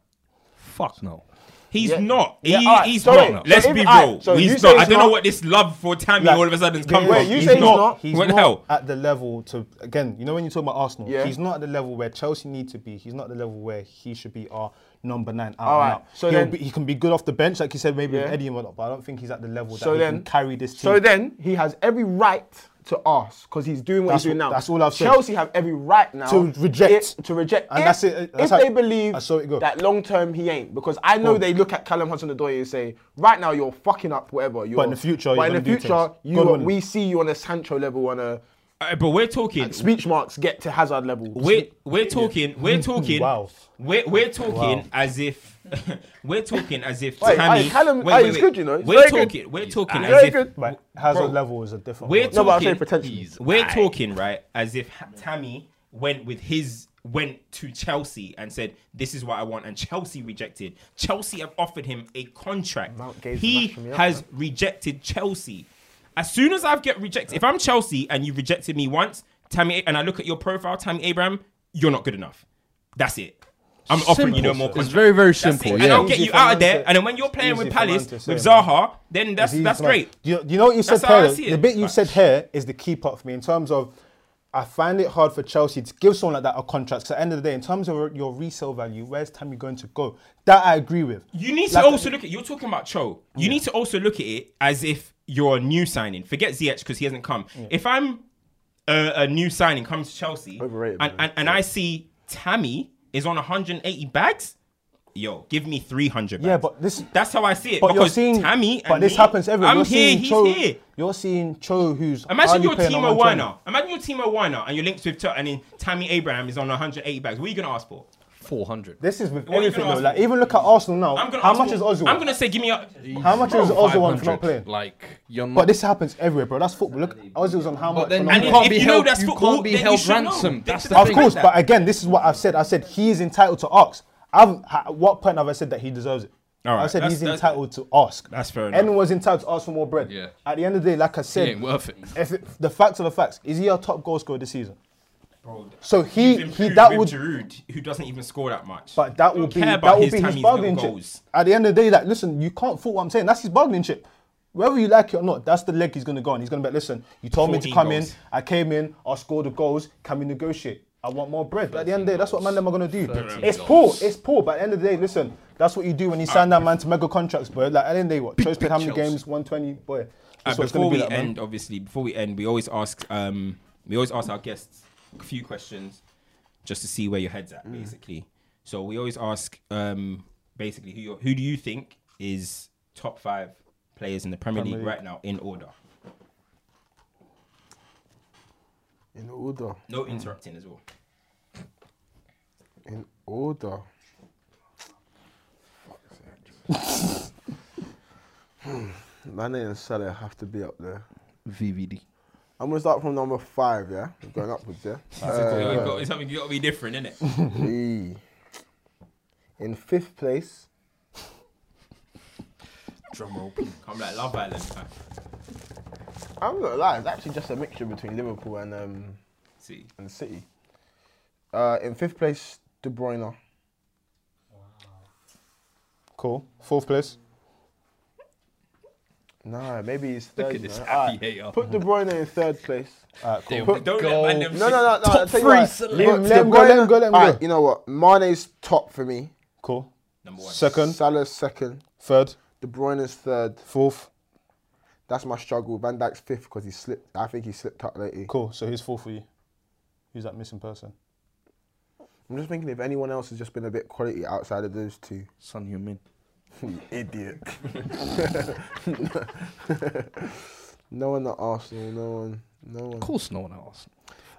A: Fuck no.
B: He's
C: Yeah.
B: not. He,
C: Yeah, alright,
B: he's
C: so
B: not.
C: wait, so
B: Let's
C: if-
B: be real.
C: alright, so you
B: he's
C: say
B: not. I
C: he's
B: don't know
C: not-
B: what this love for Tammy
D: Like,
B: all of a sudden's come
C: wait,
B: from.
C: you say he's not.
D: He's
B: what the
D: not
B: hell?
D: at the level to again. You know when you talk about Arsenal,
C: Yeah.
D: he's not at the level where Chelsea need to be. He's not at the level where he should be our number nine out
C: All right,
D: and out.
C: so
D: So He'll
C: then-
D: be, he can be good off the bench, like you said, maybe
C: Yeah.
D: with Eddie and whatnot. But I don't think he's at the level that
C: So
D: he
C: then
D: can carry this team.
C: So then he has every right to ask because he's doing what
D: That's
C: he's doing
D: what-
C: now.
D: that's all I've said.
C: Chelsea have every right now
D: To reject.
C: it- to reject,
D: And
C: if,
D: that's it, uh, that's
C: if
D: how-
C: they believe
D: I saw it go.
C: that long term he ain't, because I know
D: Boom.
C: they look at Callum Hudson Odoi and say, right now you're fucking up, whatever. You're,
D: in the
C: but
D: future, you're
C: in the
D: gonna do
C: future,
D: things.
C: you
D: God
C: are,
D: willing.
C: we see you on a Sancho level, on a
B: Uh, but we're talking.
C: speech marks get to Hazard level.
B: We're we're talking. We're talking.
D: Wow.
B: We're we're talking as if. we're talking as if
C: Wait,
B: Tammy.
C: hey, Callum- hey, he's good, you know. He's
B: We're
C: very good.
B: talking. We're talking
C: very
B: as if.
C: good.
D: But Hazard
B: Bro,
D: level is a different.
B: We're
D: one.
C: No, but I'm
B: talking-
C: saying potentially.
B: We're talking right as if Tammy went with his went to Chelsea and said, "This is what I want," and Chelsea rejected. Chelsea have offered him a contract.
C: Mount Gaze
B: He
C: mashing me up,
B: has rejected Chelsea. As soon as I've get rejected, if I'm Chelsea and you rejected me once, Tammy, and I look at your profile, Tammy Abraham, you're not good enough. That's it. I'm offering you no
A: Simple.
B: more.
A: It's
B: contract.
A: very, very
B: That's it.
A: simple,
B: And
A: yeah.
B: I'll get
D: Easy
B: you
D: for
B: out of
D: man
B: there.
D: to-
B: And then when you're playing with
D: easy for man
B: Palace
D: to
B: with
D: say, man.
B: Zaha, then that's
D: He's
B: that's
D: mad.
B: great.
D: Do you, do you know what you said,
B: That's how I
D: Taylor?
B: see it.
D: The bit you
B: Right.
D: said here is the key part for me in terms of. I find it hard for Chelsea to give someone like that a contract. 'Cause at the end of the day, in terms of your resale value, where's Tammy going to go? That I agree with.
B: You need to
D: Like-
B: also look at. You're talking about Cho. You need to also look at it as if you're a new signing. Forget Ziyech because he hasn't come. If I'm a, a new signing comes to Chelsea,
C: Overrated,
B: and,
C: man.
B: and, and I see Tammy is on 180 bags, yo, give me 300. Bags.
D: Yeah, but this-
B: that's how I see it.
D: But you're
B: because
D: seeing
B: Tammy.
D: But
B: and
D: this
B: me,
D: happens everywhere.
B: I'm
D: you're
B: here.
D: seeing
B: He's
D: Cho,
B: here.
D: You're seeing Cho, who's
B: Imagine
D: hardly
B: your
D: playing on
B: Timo
D: 120.
B: Werner. Imagine your Timo Werner, and you're linked with Cho, and then Tammy Abraham is on 180 bags. What are you gonna ask for?
A: Four hundred.
D: This is with
B: What are you
D: everything
B: gonna
D: though.
B: ask
D: Like
B: me?
D: even look at Arsenal now.
B: I'm gonna
D: How
B: ask
D: much
B: for-
D: is Ozil?
B: I'm gonna say, give me a.
D: How much is Ozil on for
A: 500.
D: not playing?
A: Like you're not.
D: But this happens everywhere, bro. That's football. Look, Ozil's on how much?
A: then
D: for
A: you
D: not
A: can't
D: playing?
B: And if
A: be
B: you know
A: held.
B: that's
A: you
B: football,
A: can't be
B: then you
A: held
B: should know.
A: ransom.
B: They
A: That's
B: should
A: the
B: know.
D: Of
A: thing.
D: course,
B: that.
D: but again, this is what I've said. I said he is entitled to ask. I've at what point have I said that he deserves it?
B: All right,
D: I said
B: that's-
D: he's
B: that's-
D: entitled to ask.
B: That's fair enough.
D: Anyone's entitled to ask for more bread.
A: Yeah.
D: At the end of the day, like I
A: It
D: said,
A: ain't worth it.
D: if it, the facts are the facts, is he our top goal scorer this season?
B: Bro,
D: So he
B: He's
D: he
B: improved
D: that
B: with
D: would
B: Giroud, who doesn't even score that much.
D: But that will
B: Don't
D: be
B: care
D: that
B: about
D: will
B: his
D: be
B: time
D: his
B: he's
D: bargaining
B: got
D: chip.
B: goals.
D: At the end of the day, like listen, you can't fault what I'm saying. That's his bargaining chip. Whether you like it or not, that's the leg he's gonna go on. He's gonna be like, listen, you told me to
B: 14
D: come
B: goals.
D: in, I came in, I scored the goals, can we negotiate? I want more bread. But at the end of the day, that's what man them are gonna do.
A: 13
D: It's poor,
A: goals.
D: it's poor, but at the end of the day, listen, that's what you do when you sign that man to mega contracts, bro. Like at the end of the day, what? Choice played how many
A: Chelsea.
D: games? 120, boy.
B: Uh,
D: That's what it's
B: before
D: gonna be
B: we
D: like, man.
B: end, obviously, before we end, we always ask um, we always ask our guests a few questions just to see where your head's at,
D: Mm.
B: basically. So we always ask um, basically who you're, who do you think is top five players in the Premier, League, right now in order?
C: In order.
B: No
D: Mm.
B: interrupting as well.
C: In order. Hmm, Mane and Salah have to be up there.
A: VVD.
C: I'm gonna start from number five, yeah? I'm going upwards, yeah?
B: You
C: Uh,
B: got- it's something you got to be different, innit?
C: E. In fifth place,
B: Drum roll, please. I'm like Love Island. fam.
C: I'm not lying. It's actually just a mixture between Liverpool and um,
B: See,
C: and City. Uh, in fifth place, De Bruyne.
D: Cool. Fourth place.
C: Nah, maybe he's third.
A: Look
C: you
A: at this
C: know.
A: happy
C: Alright,
A: hater.
C: Put De Bruyne in third place.
D: Alright, cool.
A: There
C: Put-
A: we
B: don't
A: go.
B: let man them
C: No, no, no, no. I'll
A: Top
C: tell you
A: three
C: what.
A: select.
D: Leave him,
C: Put
D: let
C: De
D: him go, let him
C: Bruyne-
D: go, let him
C: Alright,
D: go.
C: you know what? Mane's top for me.
D: Cool.
B: number one.
D: Second,
C: Salah's second.
D: third,
C: De Bruyne's third.
D: fourth.
C: That's my struggle. Van Dijk's fifth because he slipped. I think he slipped up lately.
D: Cool. So who's fourth for you? Who's that missing person?
C: I'm just thinking if anyone else has just been a bit quality outside of those two.
A: Son Heung-min.
C: You idiot. no one at Arsenal. No one. No one.
A: Of course, no one else.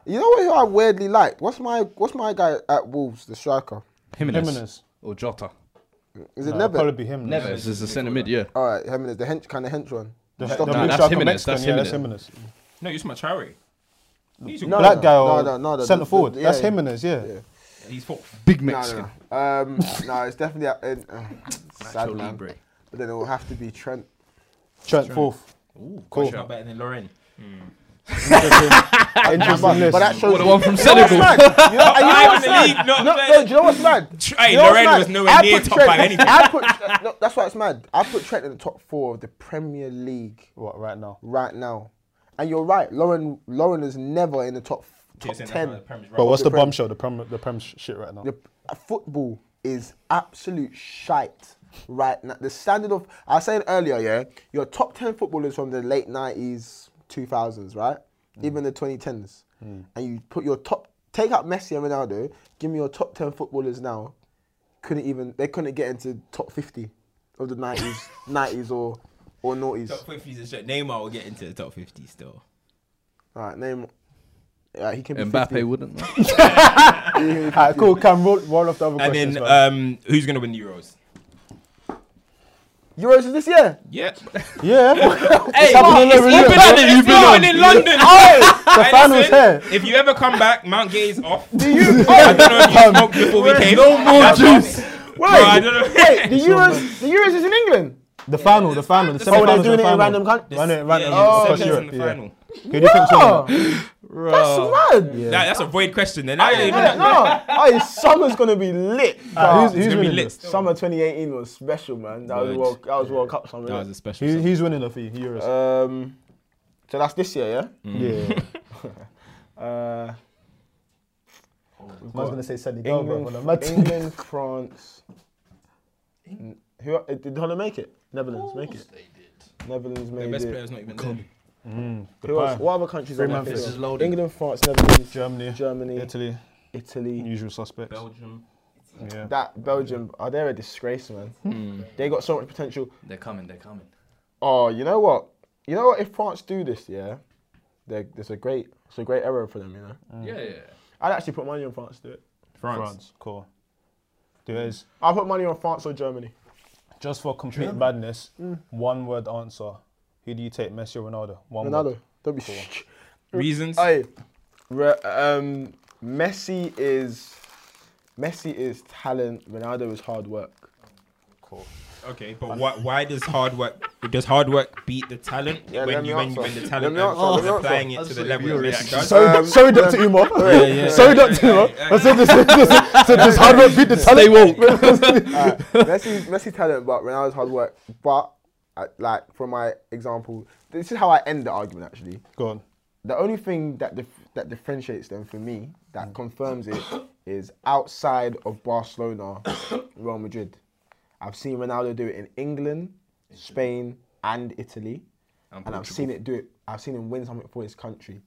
C: You know what who I weirdly like? What's my What's my guy at Wolves? The striker.
A: Jimenez.
D: Jimenez.
A: Or Jota.
C: Is it
D: No,
C: Neves?
D: it'd probably be him. then.
A: Neves is the centre mid, yeah.
C: All right, Jimenez, the hench kind of hench one.
D: The,
C: Stop
D: the
C: that.
D: blue
A: that's
D: striker,
A: Jimenez,
D: Mexican,
A: that's
D: yeah, that's
A: Jimenez.
D: Jimenez.
B: No, you're Machari. He's,
C: No,
D: Black guy
C: no,
D: or
C: no, no, the-
D: centre
C: the-
D: forward.
C: yeah,
D: that's
C: yeah.
D: Jimenez, yeah.
C: Yeah.
B: he's fourth.
A: Big
C: No,
A: Mexican.
C: no, no. Um, no, it's definitely uh, uh, sad
A: Nacho
C: man.
A: Libre.
C: But then it will have to be Trent.
D: Trent, fourth.
B: Ooh,
D: Cool.
B: cool. better than Lauren.
D: Interesting, interesting
C: But
D: list.
C: that shows.
A: What, the one from
C: You know what's
A: Senegal?
C: mad? You know, and you know
B: Five
C: what's
B: in the
C: mad?
B: league, not
C: No,
B: bad.
C: no, do you know what's mad?
B: Tr- hey,
C: You know what's
B: Lorraine
C: mad?
B: was nowhere
C: I
B: near
C: put
B: top
C: Trent-
B: five anything.
C: I put, no, that's why it's mad. I put Trent in the top four of the Premier League
D: What, right now?
C: right now, and you're right. Lauren Lauren is never in the top top
B: Jason, that's how
C: ten.
B: the Prem is
D: But
B: run.
D: what's the
C: Prem.
D: bombshell? The Prem, the Prem sh- shit right now.
C: The uh, football is absolute shite right now. The standard of I was saying earlier, yeah, your top ten footballers from the late nineties, two thousands, right? Even the twenty tens. And you put your top take out Messi and Ronaldo, give me your top ten footballers now. Couldn't even they couldn't get into top fifty of the nineties nineties or or noughties.
B: Top 50s and shit. Neymar will get into the top 50 still.
C: Alright, name Alright, he can be
A: Mbappe
C: 50.
A: wouldn't. man.
D: Alright, cool. Can roll, roll off the other
B: And
D: questions.
B: then
D: man.
B: um, who's going to win the Euros?
C: Euros is this year?
B: Yeah.
D: yeah,
A: Hey,
D: happening
A: it's
D: over
A: all
D: here.
A: better than you've
B: it's
A: been
B: not
A: on.
B: in London.
D: the
B: Hey,
D: finals
B: listen,
D: here.
B: If you ever come back, Mount Gay is off. Do you? I don't know if you smoked before we came. No more
A: juice.
B: Bro, I don't know.
C: The Euros the Euros is in England.
D: The final, the final, the
C: Oh, they're
D: semi-finals,
C: doing
D: the
C: it in
D: final.
C: random countries.
D: Run it, run it.
B: Yeah,
D: Oh,
B: yeah,
D: across
B: yeah,
D: Europe,
B: in the
D: yeah.
B: final.
D: Who do you think's winning that?
C: That's mad.
B: That- that's a void question. Then I don't even
C: Yeah,
B: know.
C: no, Hey, summer's gonna be lit.
D: Ah,
C: guys.
D: who's, who's
B: gonna be
D: winning?
B: lit.
D: this?
C: Summer 2018 was special, man. That was
B: Word.
C: World, that was World Cup summer.
B: That was
C: innit?
B: a special.
D: Who,
B: song.
D: who's winning the fee? Euros.
C: um, so that's this year,
B: Mm.
C: yeah.
D: yeah.
C: Uh,
D: I was gonna say Senegal, but when I'm
C: England, England, France. N- Who uh, did Holland make it? Netherlands make it. Netherlands
B: The
C: made
B: best
C: it.
B: player's not even coming.
C: Who else? What other countries are
D: Three
C: on
D: Memphis
C: that
D: is
C: list? England, France, Netherlands,
D: Germany,
C: Germany,
D: Italy,
C: Italy.
D: usual suspects.
B: Belgium.
D: Yeah.
C: That Belgium, are they a disgrace, man?
B: Hmm.
C: They got so much potential.
A: They're coming. They're coming.
C: Oh, you know what? You know what? If France do this, yeah, they're- there's a great, it's a great error for them. You know,
A: Yeah, yeah.
C: I'd actually put money on France Mm. to do it.
B: France.
D: France, cool. There is
C: I'll put money on France or Germany.
D: just for complete madness. One word answer. Who do you take, Messi or Ronaldo? One
C: Ronaldo,
D: word.
C: don't be. Sh-
B: Reasons.
C: hey, re- um, Messi is, Messi is talent. Ronaldo is hard work.
D: Cool.
B: Okay, but why, why does hard work does hard work beat the talent
C: Yeah,
B: when
C: let
B: you
C: me
B: when, you- when
C: answer.
B: the talent
C: Let me answer, let
B: is
C: me
B: applying it
A: answer.
B: to the
A: That's
B: level
A: what
B: it
A: your
B: really does?
D: Sorry,
C: Um,
D: sorry, Doctor Umar. Sorry, Doctor Umar. I said this. this, so this hard work beat the
A: They won't.
D: talent.
C: Alright, Uh, Messi, Messi talent, but Ronaldo's hard work. But uh, like for my example, this is how I end the argument actually.
D: Go on.
C: the only thing that dif- that differentiates them for me that confirms it is outside of Barcelona, Real Madrid. I've seen Ronaldo do it in England, Spain, and Italy, and, I've seen it do it. I've seen him win something for his country.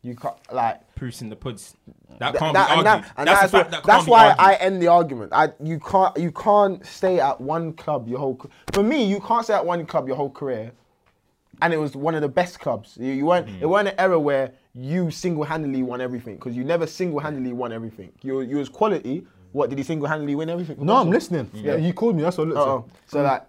C: You can't like
B: Proofs in the puds. That
C: Th-
B: can't
C: that-
B: be
C: and
B: argued.
C: that- and
B: that's a
C: why-
B: fact that can't
C: that's
B: be
C: why
B: argued.
C: I end the argument. I you can't you can't stay at one club your whole. c- For me, you can't stay at one club your whole career, and it was one of the best clubs. You, you weren't
B: Mm.
C: it weren't an era where you single handedly won everything because you never single handedly won everything. You you was quality. What did he single handedly win everything?
D: No, I'm listening. Yeah, you called Mm. me. That's what I
C: Uh-uh.
D: looked
C: So like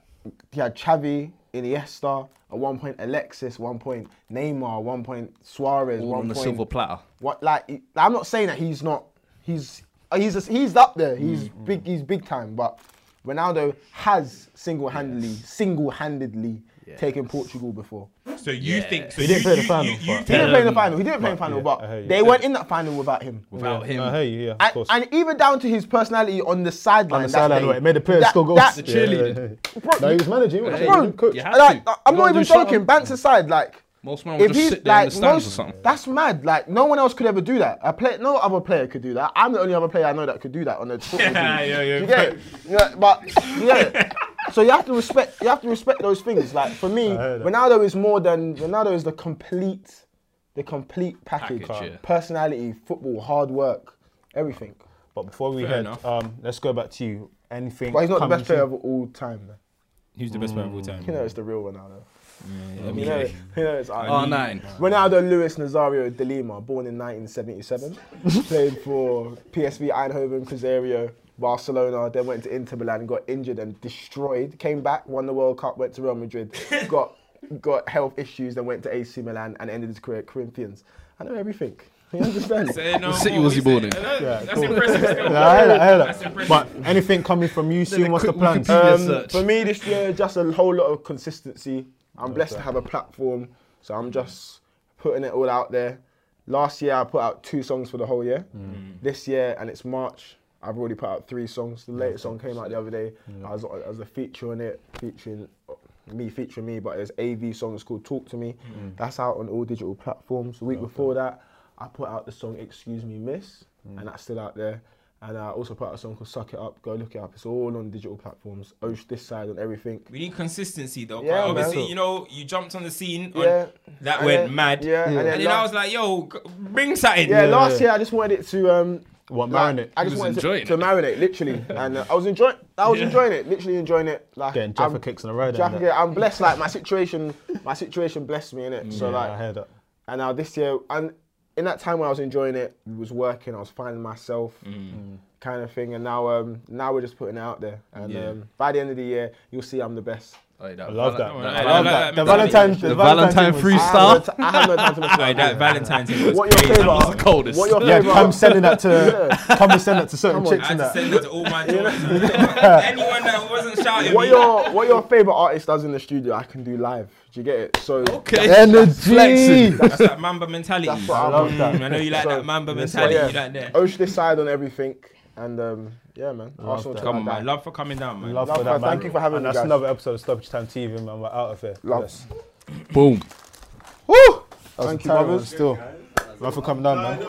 C: he had Xavi, Iniesta. At one point, Alexis. One point, Neymar. One point, Suarez.
A: All
C: one
A: on the
C: point,
A: silver platter.
C: what like he- I'm not saying that he's not he's uh, he's he's up there. He's
A: Mm.
C: big he's big time, but Ronaldo has single-handedly single-handedly
A: Yeah.
C: taken Portugal before.
B: So you
A: Yeah.
B: think so
C: He didn't
B: you,
C: play the
B: you-
C: final,
B: you-
C: but-
B: you
C: He didn't
B: think-
C: play in the final. He didn't play in the final,
D: yeah,
C: but
D: I hear you.
C: they weren't in that final without him.
A: Without him,
D: I hear you, Uh, yeah, of
C: And,
D: course.
C: and even down to his personality on the sideline.
D: On the
C: that
D: sideline,
C: day.
D: right, it made the players
C: That-
D: score goals.
C: that-
A: The cheerleader.
C: Bro,
D: No, he was managing. He was
A: Hey,
D: a good coach.
A: you
C: I-
A: have
C: like,
A: to.
C: I- I'm
A: You
C: not
A: gotta
C: even
A: do something.
C: joking. Bants aside, like
A: Most men would just sit there in the stands or something.
C: that's mad. Like no one else could ever do that. A play, no other player could do that. I'm the only other player I know that could do that on a
B: Yeah,
C: football team.
B: yeah, yeah.
C: You get it? Yeah, but you get it? So you have to respect. You have to respect those things. Like for me,
D: heard that.
C: Ronaldo is more than Ronaldo is the complete, the complete package.
A: Package, yeah.
C: Personality, football, hard work, everything.
D: But before we
B: Fair
D: head,
B: enough.
D: um, let's go back to you. Anything?
C: But he's not the
D: coming
C: best player
D: through?
C: of all time. man.
B: Who's the best player of all time?
C: You know, it's the real Ronaldo.
B: I
C: You
B: mean,
C: know, you know it's
A: Oh, nine.
C: Ronaldo Luis Nazario de Lima, born in 1977, played for PSV Eindhoven, Cruzeiro, Barcelona, then went to Inter Milan, got injured and destroyed, came back, won the World Cup, went to Real Madrid, got got health issues, then went to AC Milan and ended his career at Corinthians. I know everything. You understand?
B: Say no
A: What city
B: more,
A: was he
B: is it?
A: born in?
B: That- That's
D: cool.
B: impressive. still.
D: Yeah, I heard that, I heard
B: That's
D: that.
B: impressive.
D: But anything coming from you soon?
A: the
D: What's the
A: quick
D: plan?
A: Wikipedia
C: Um,
A: search.
C: for me this year, just a whole lot of consistency. I'm blessed to have a platform, so I'm just putting it all out there. Last year, I put out two songs for the whole year. This year, and it's March. I've already put out three songs. The latest song came out the other day. I, was, I was a feature on it, featuring me, featuring me. But there's AV song that's called "Talk to Me." That's out on all digital platforms. The week before that, I put out the song "Excuse Me, Miss," and that's still out there. And I also put out a song called Suck It Up. Go look it up. It's all on digital platforms. Osh this side on everything.
B: We need consistency though. 'cause
C: Yeah, man.
B: obviously, you know, you jumped on the scene. On,
C: Yeah.
B: That
C: And
B: went
C: then-
B: mad.
C: yeah, and
B: And,
C: then
B: then
C: la-
B: I was like, yo, g- bring something.
C: Yeah,
D: Yeah,
C: last
D: yeah.
C: year I just wanted it to um
D: What,
C: like,
D: marinate?
C: I
A: He
C: just
A: was
C: wanted to,
A: enjoying
C: to
A: it.
C: marinate literally, and uh, I was enjoying. I was enjoying it, literally enjoying it. Like
D: Getting
C: I'm-
D: Jaffa kicks on the road.
C: Jaffa, yeah, I'm blessed. Like my situation, my situation blessed me in it. So like,
D: I heard that.
C: and now this year, and in that time when I was enjoying it, I was working, I was finding myself,
A: Mm.
C: kind of thing. And now, um, now we're just putting it out there. And
B: Yeah.
C: um, by the end of the year, you'll see I'm the best.
A: Like that.
D: I love that.
B: that-
D: I
B: that-
D: love
B: that-
D: that. The
B: that-
D: Valentine's
A: The Valentine
C: I
A: freestyle.
C: have
A: Star?
C: no ti- I have no time to mess
B: Like
C: around.
B: that Valentine's Day was
C: What your
B: crazy.
C: favorite?
B: I was-
A: coldest.
C: What your
D: Yeah,
C: favorite?
D: come sending that to come and send that to certain
C: Come on,
D: chicks
B: I had
D: and
B: to
D: that.
B: send it to all my daughters. Anyone that wasn't shouting
C: what
B: me.
C: your what your favorite artist does in the studio, I can do live. Do you get it? So
A: Okay.
D: Energy.
A: Flexing.
B: That's that Mamba mentality.
C: That's what I love
B: Mm,
C: that.
B: I know you like
C: So-
B: that Mamba
C: so,
B: mentality.
C: yeah,
B: You like that.
C: Osh this side on everything, and um, yeah, man. Arsenal
D: that.
C: to
B: Come on,
C: like
B: man.
C: that.
B: Love for coming down, man.
D: Love
C: Love
D: for that,
C: for-
D: man.
C: thank you for having
D: and
C: me,
D: That's
C: guys.
D: another episode of Stoppage Time TV, man. We're out of here.
C: Love.
D: Yes.
A: Boom.
D: Woo! That was
C: Thank
D: Thank
C: you,
D: you,
C: brothers.
D: Still, love for coming down, man.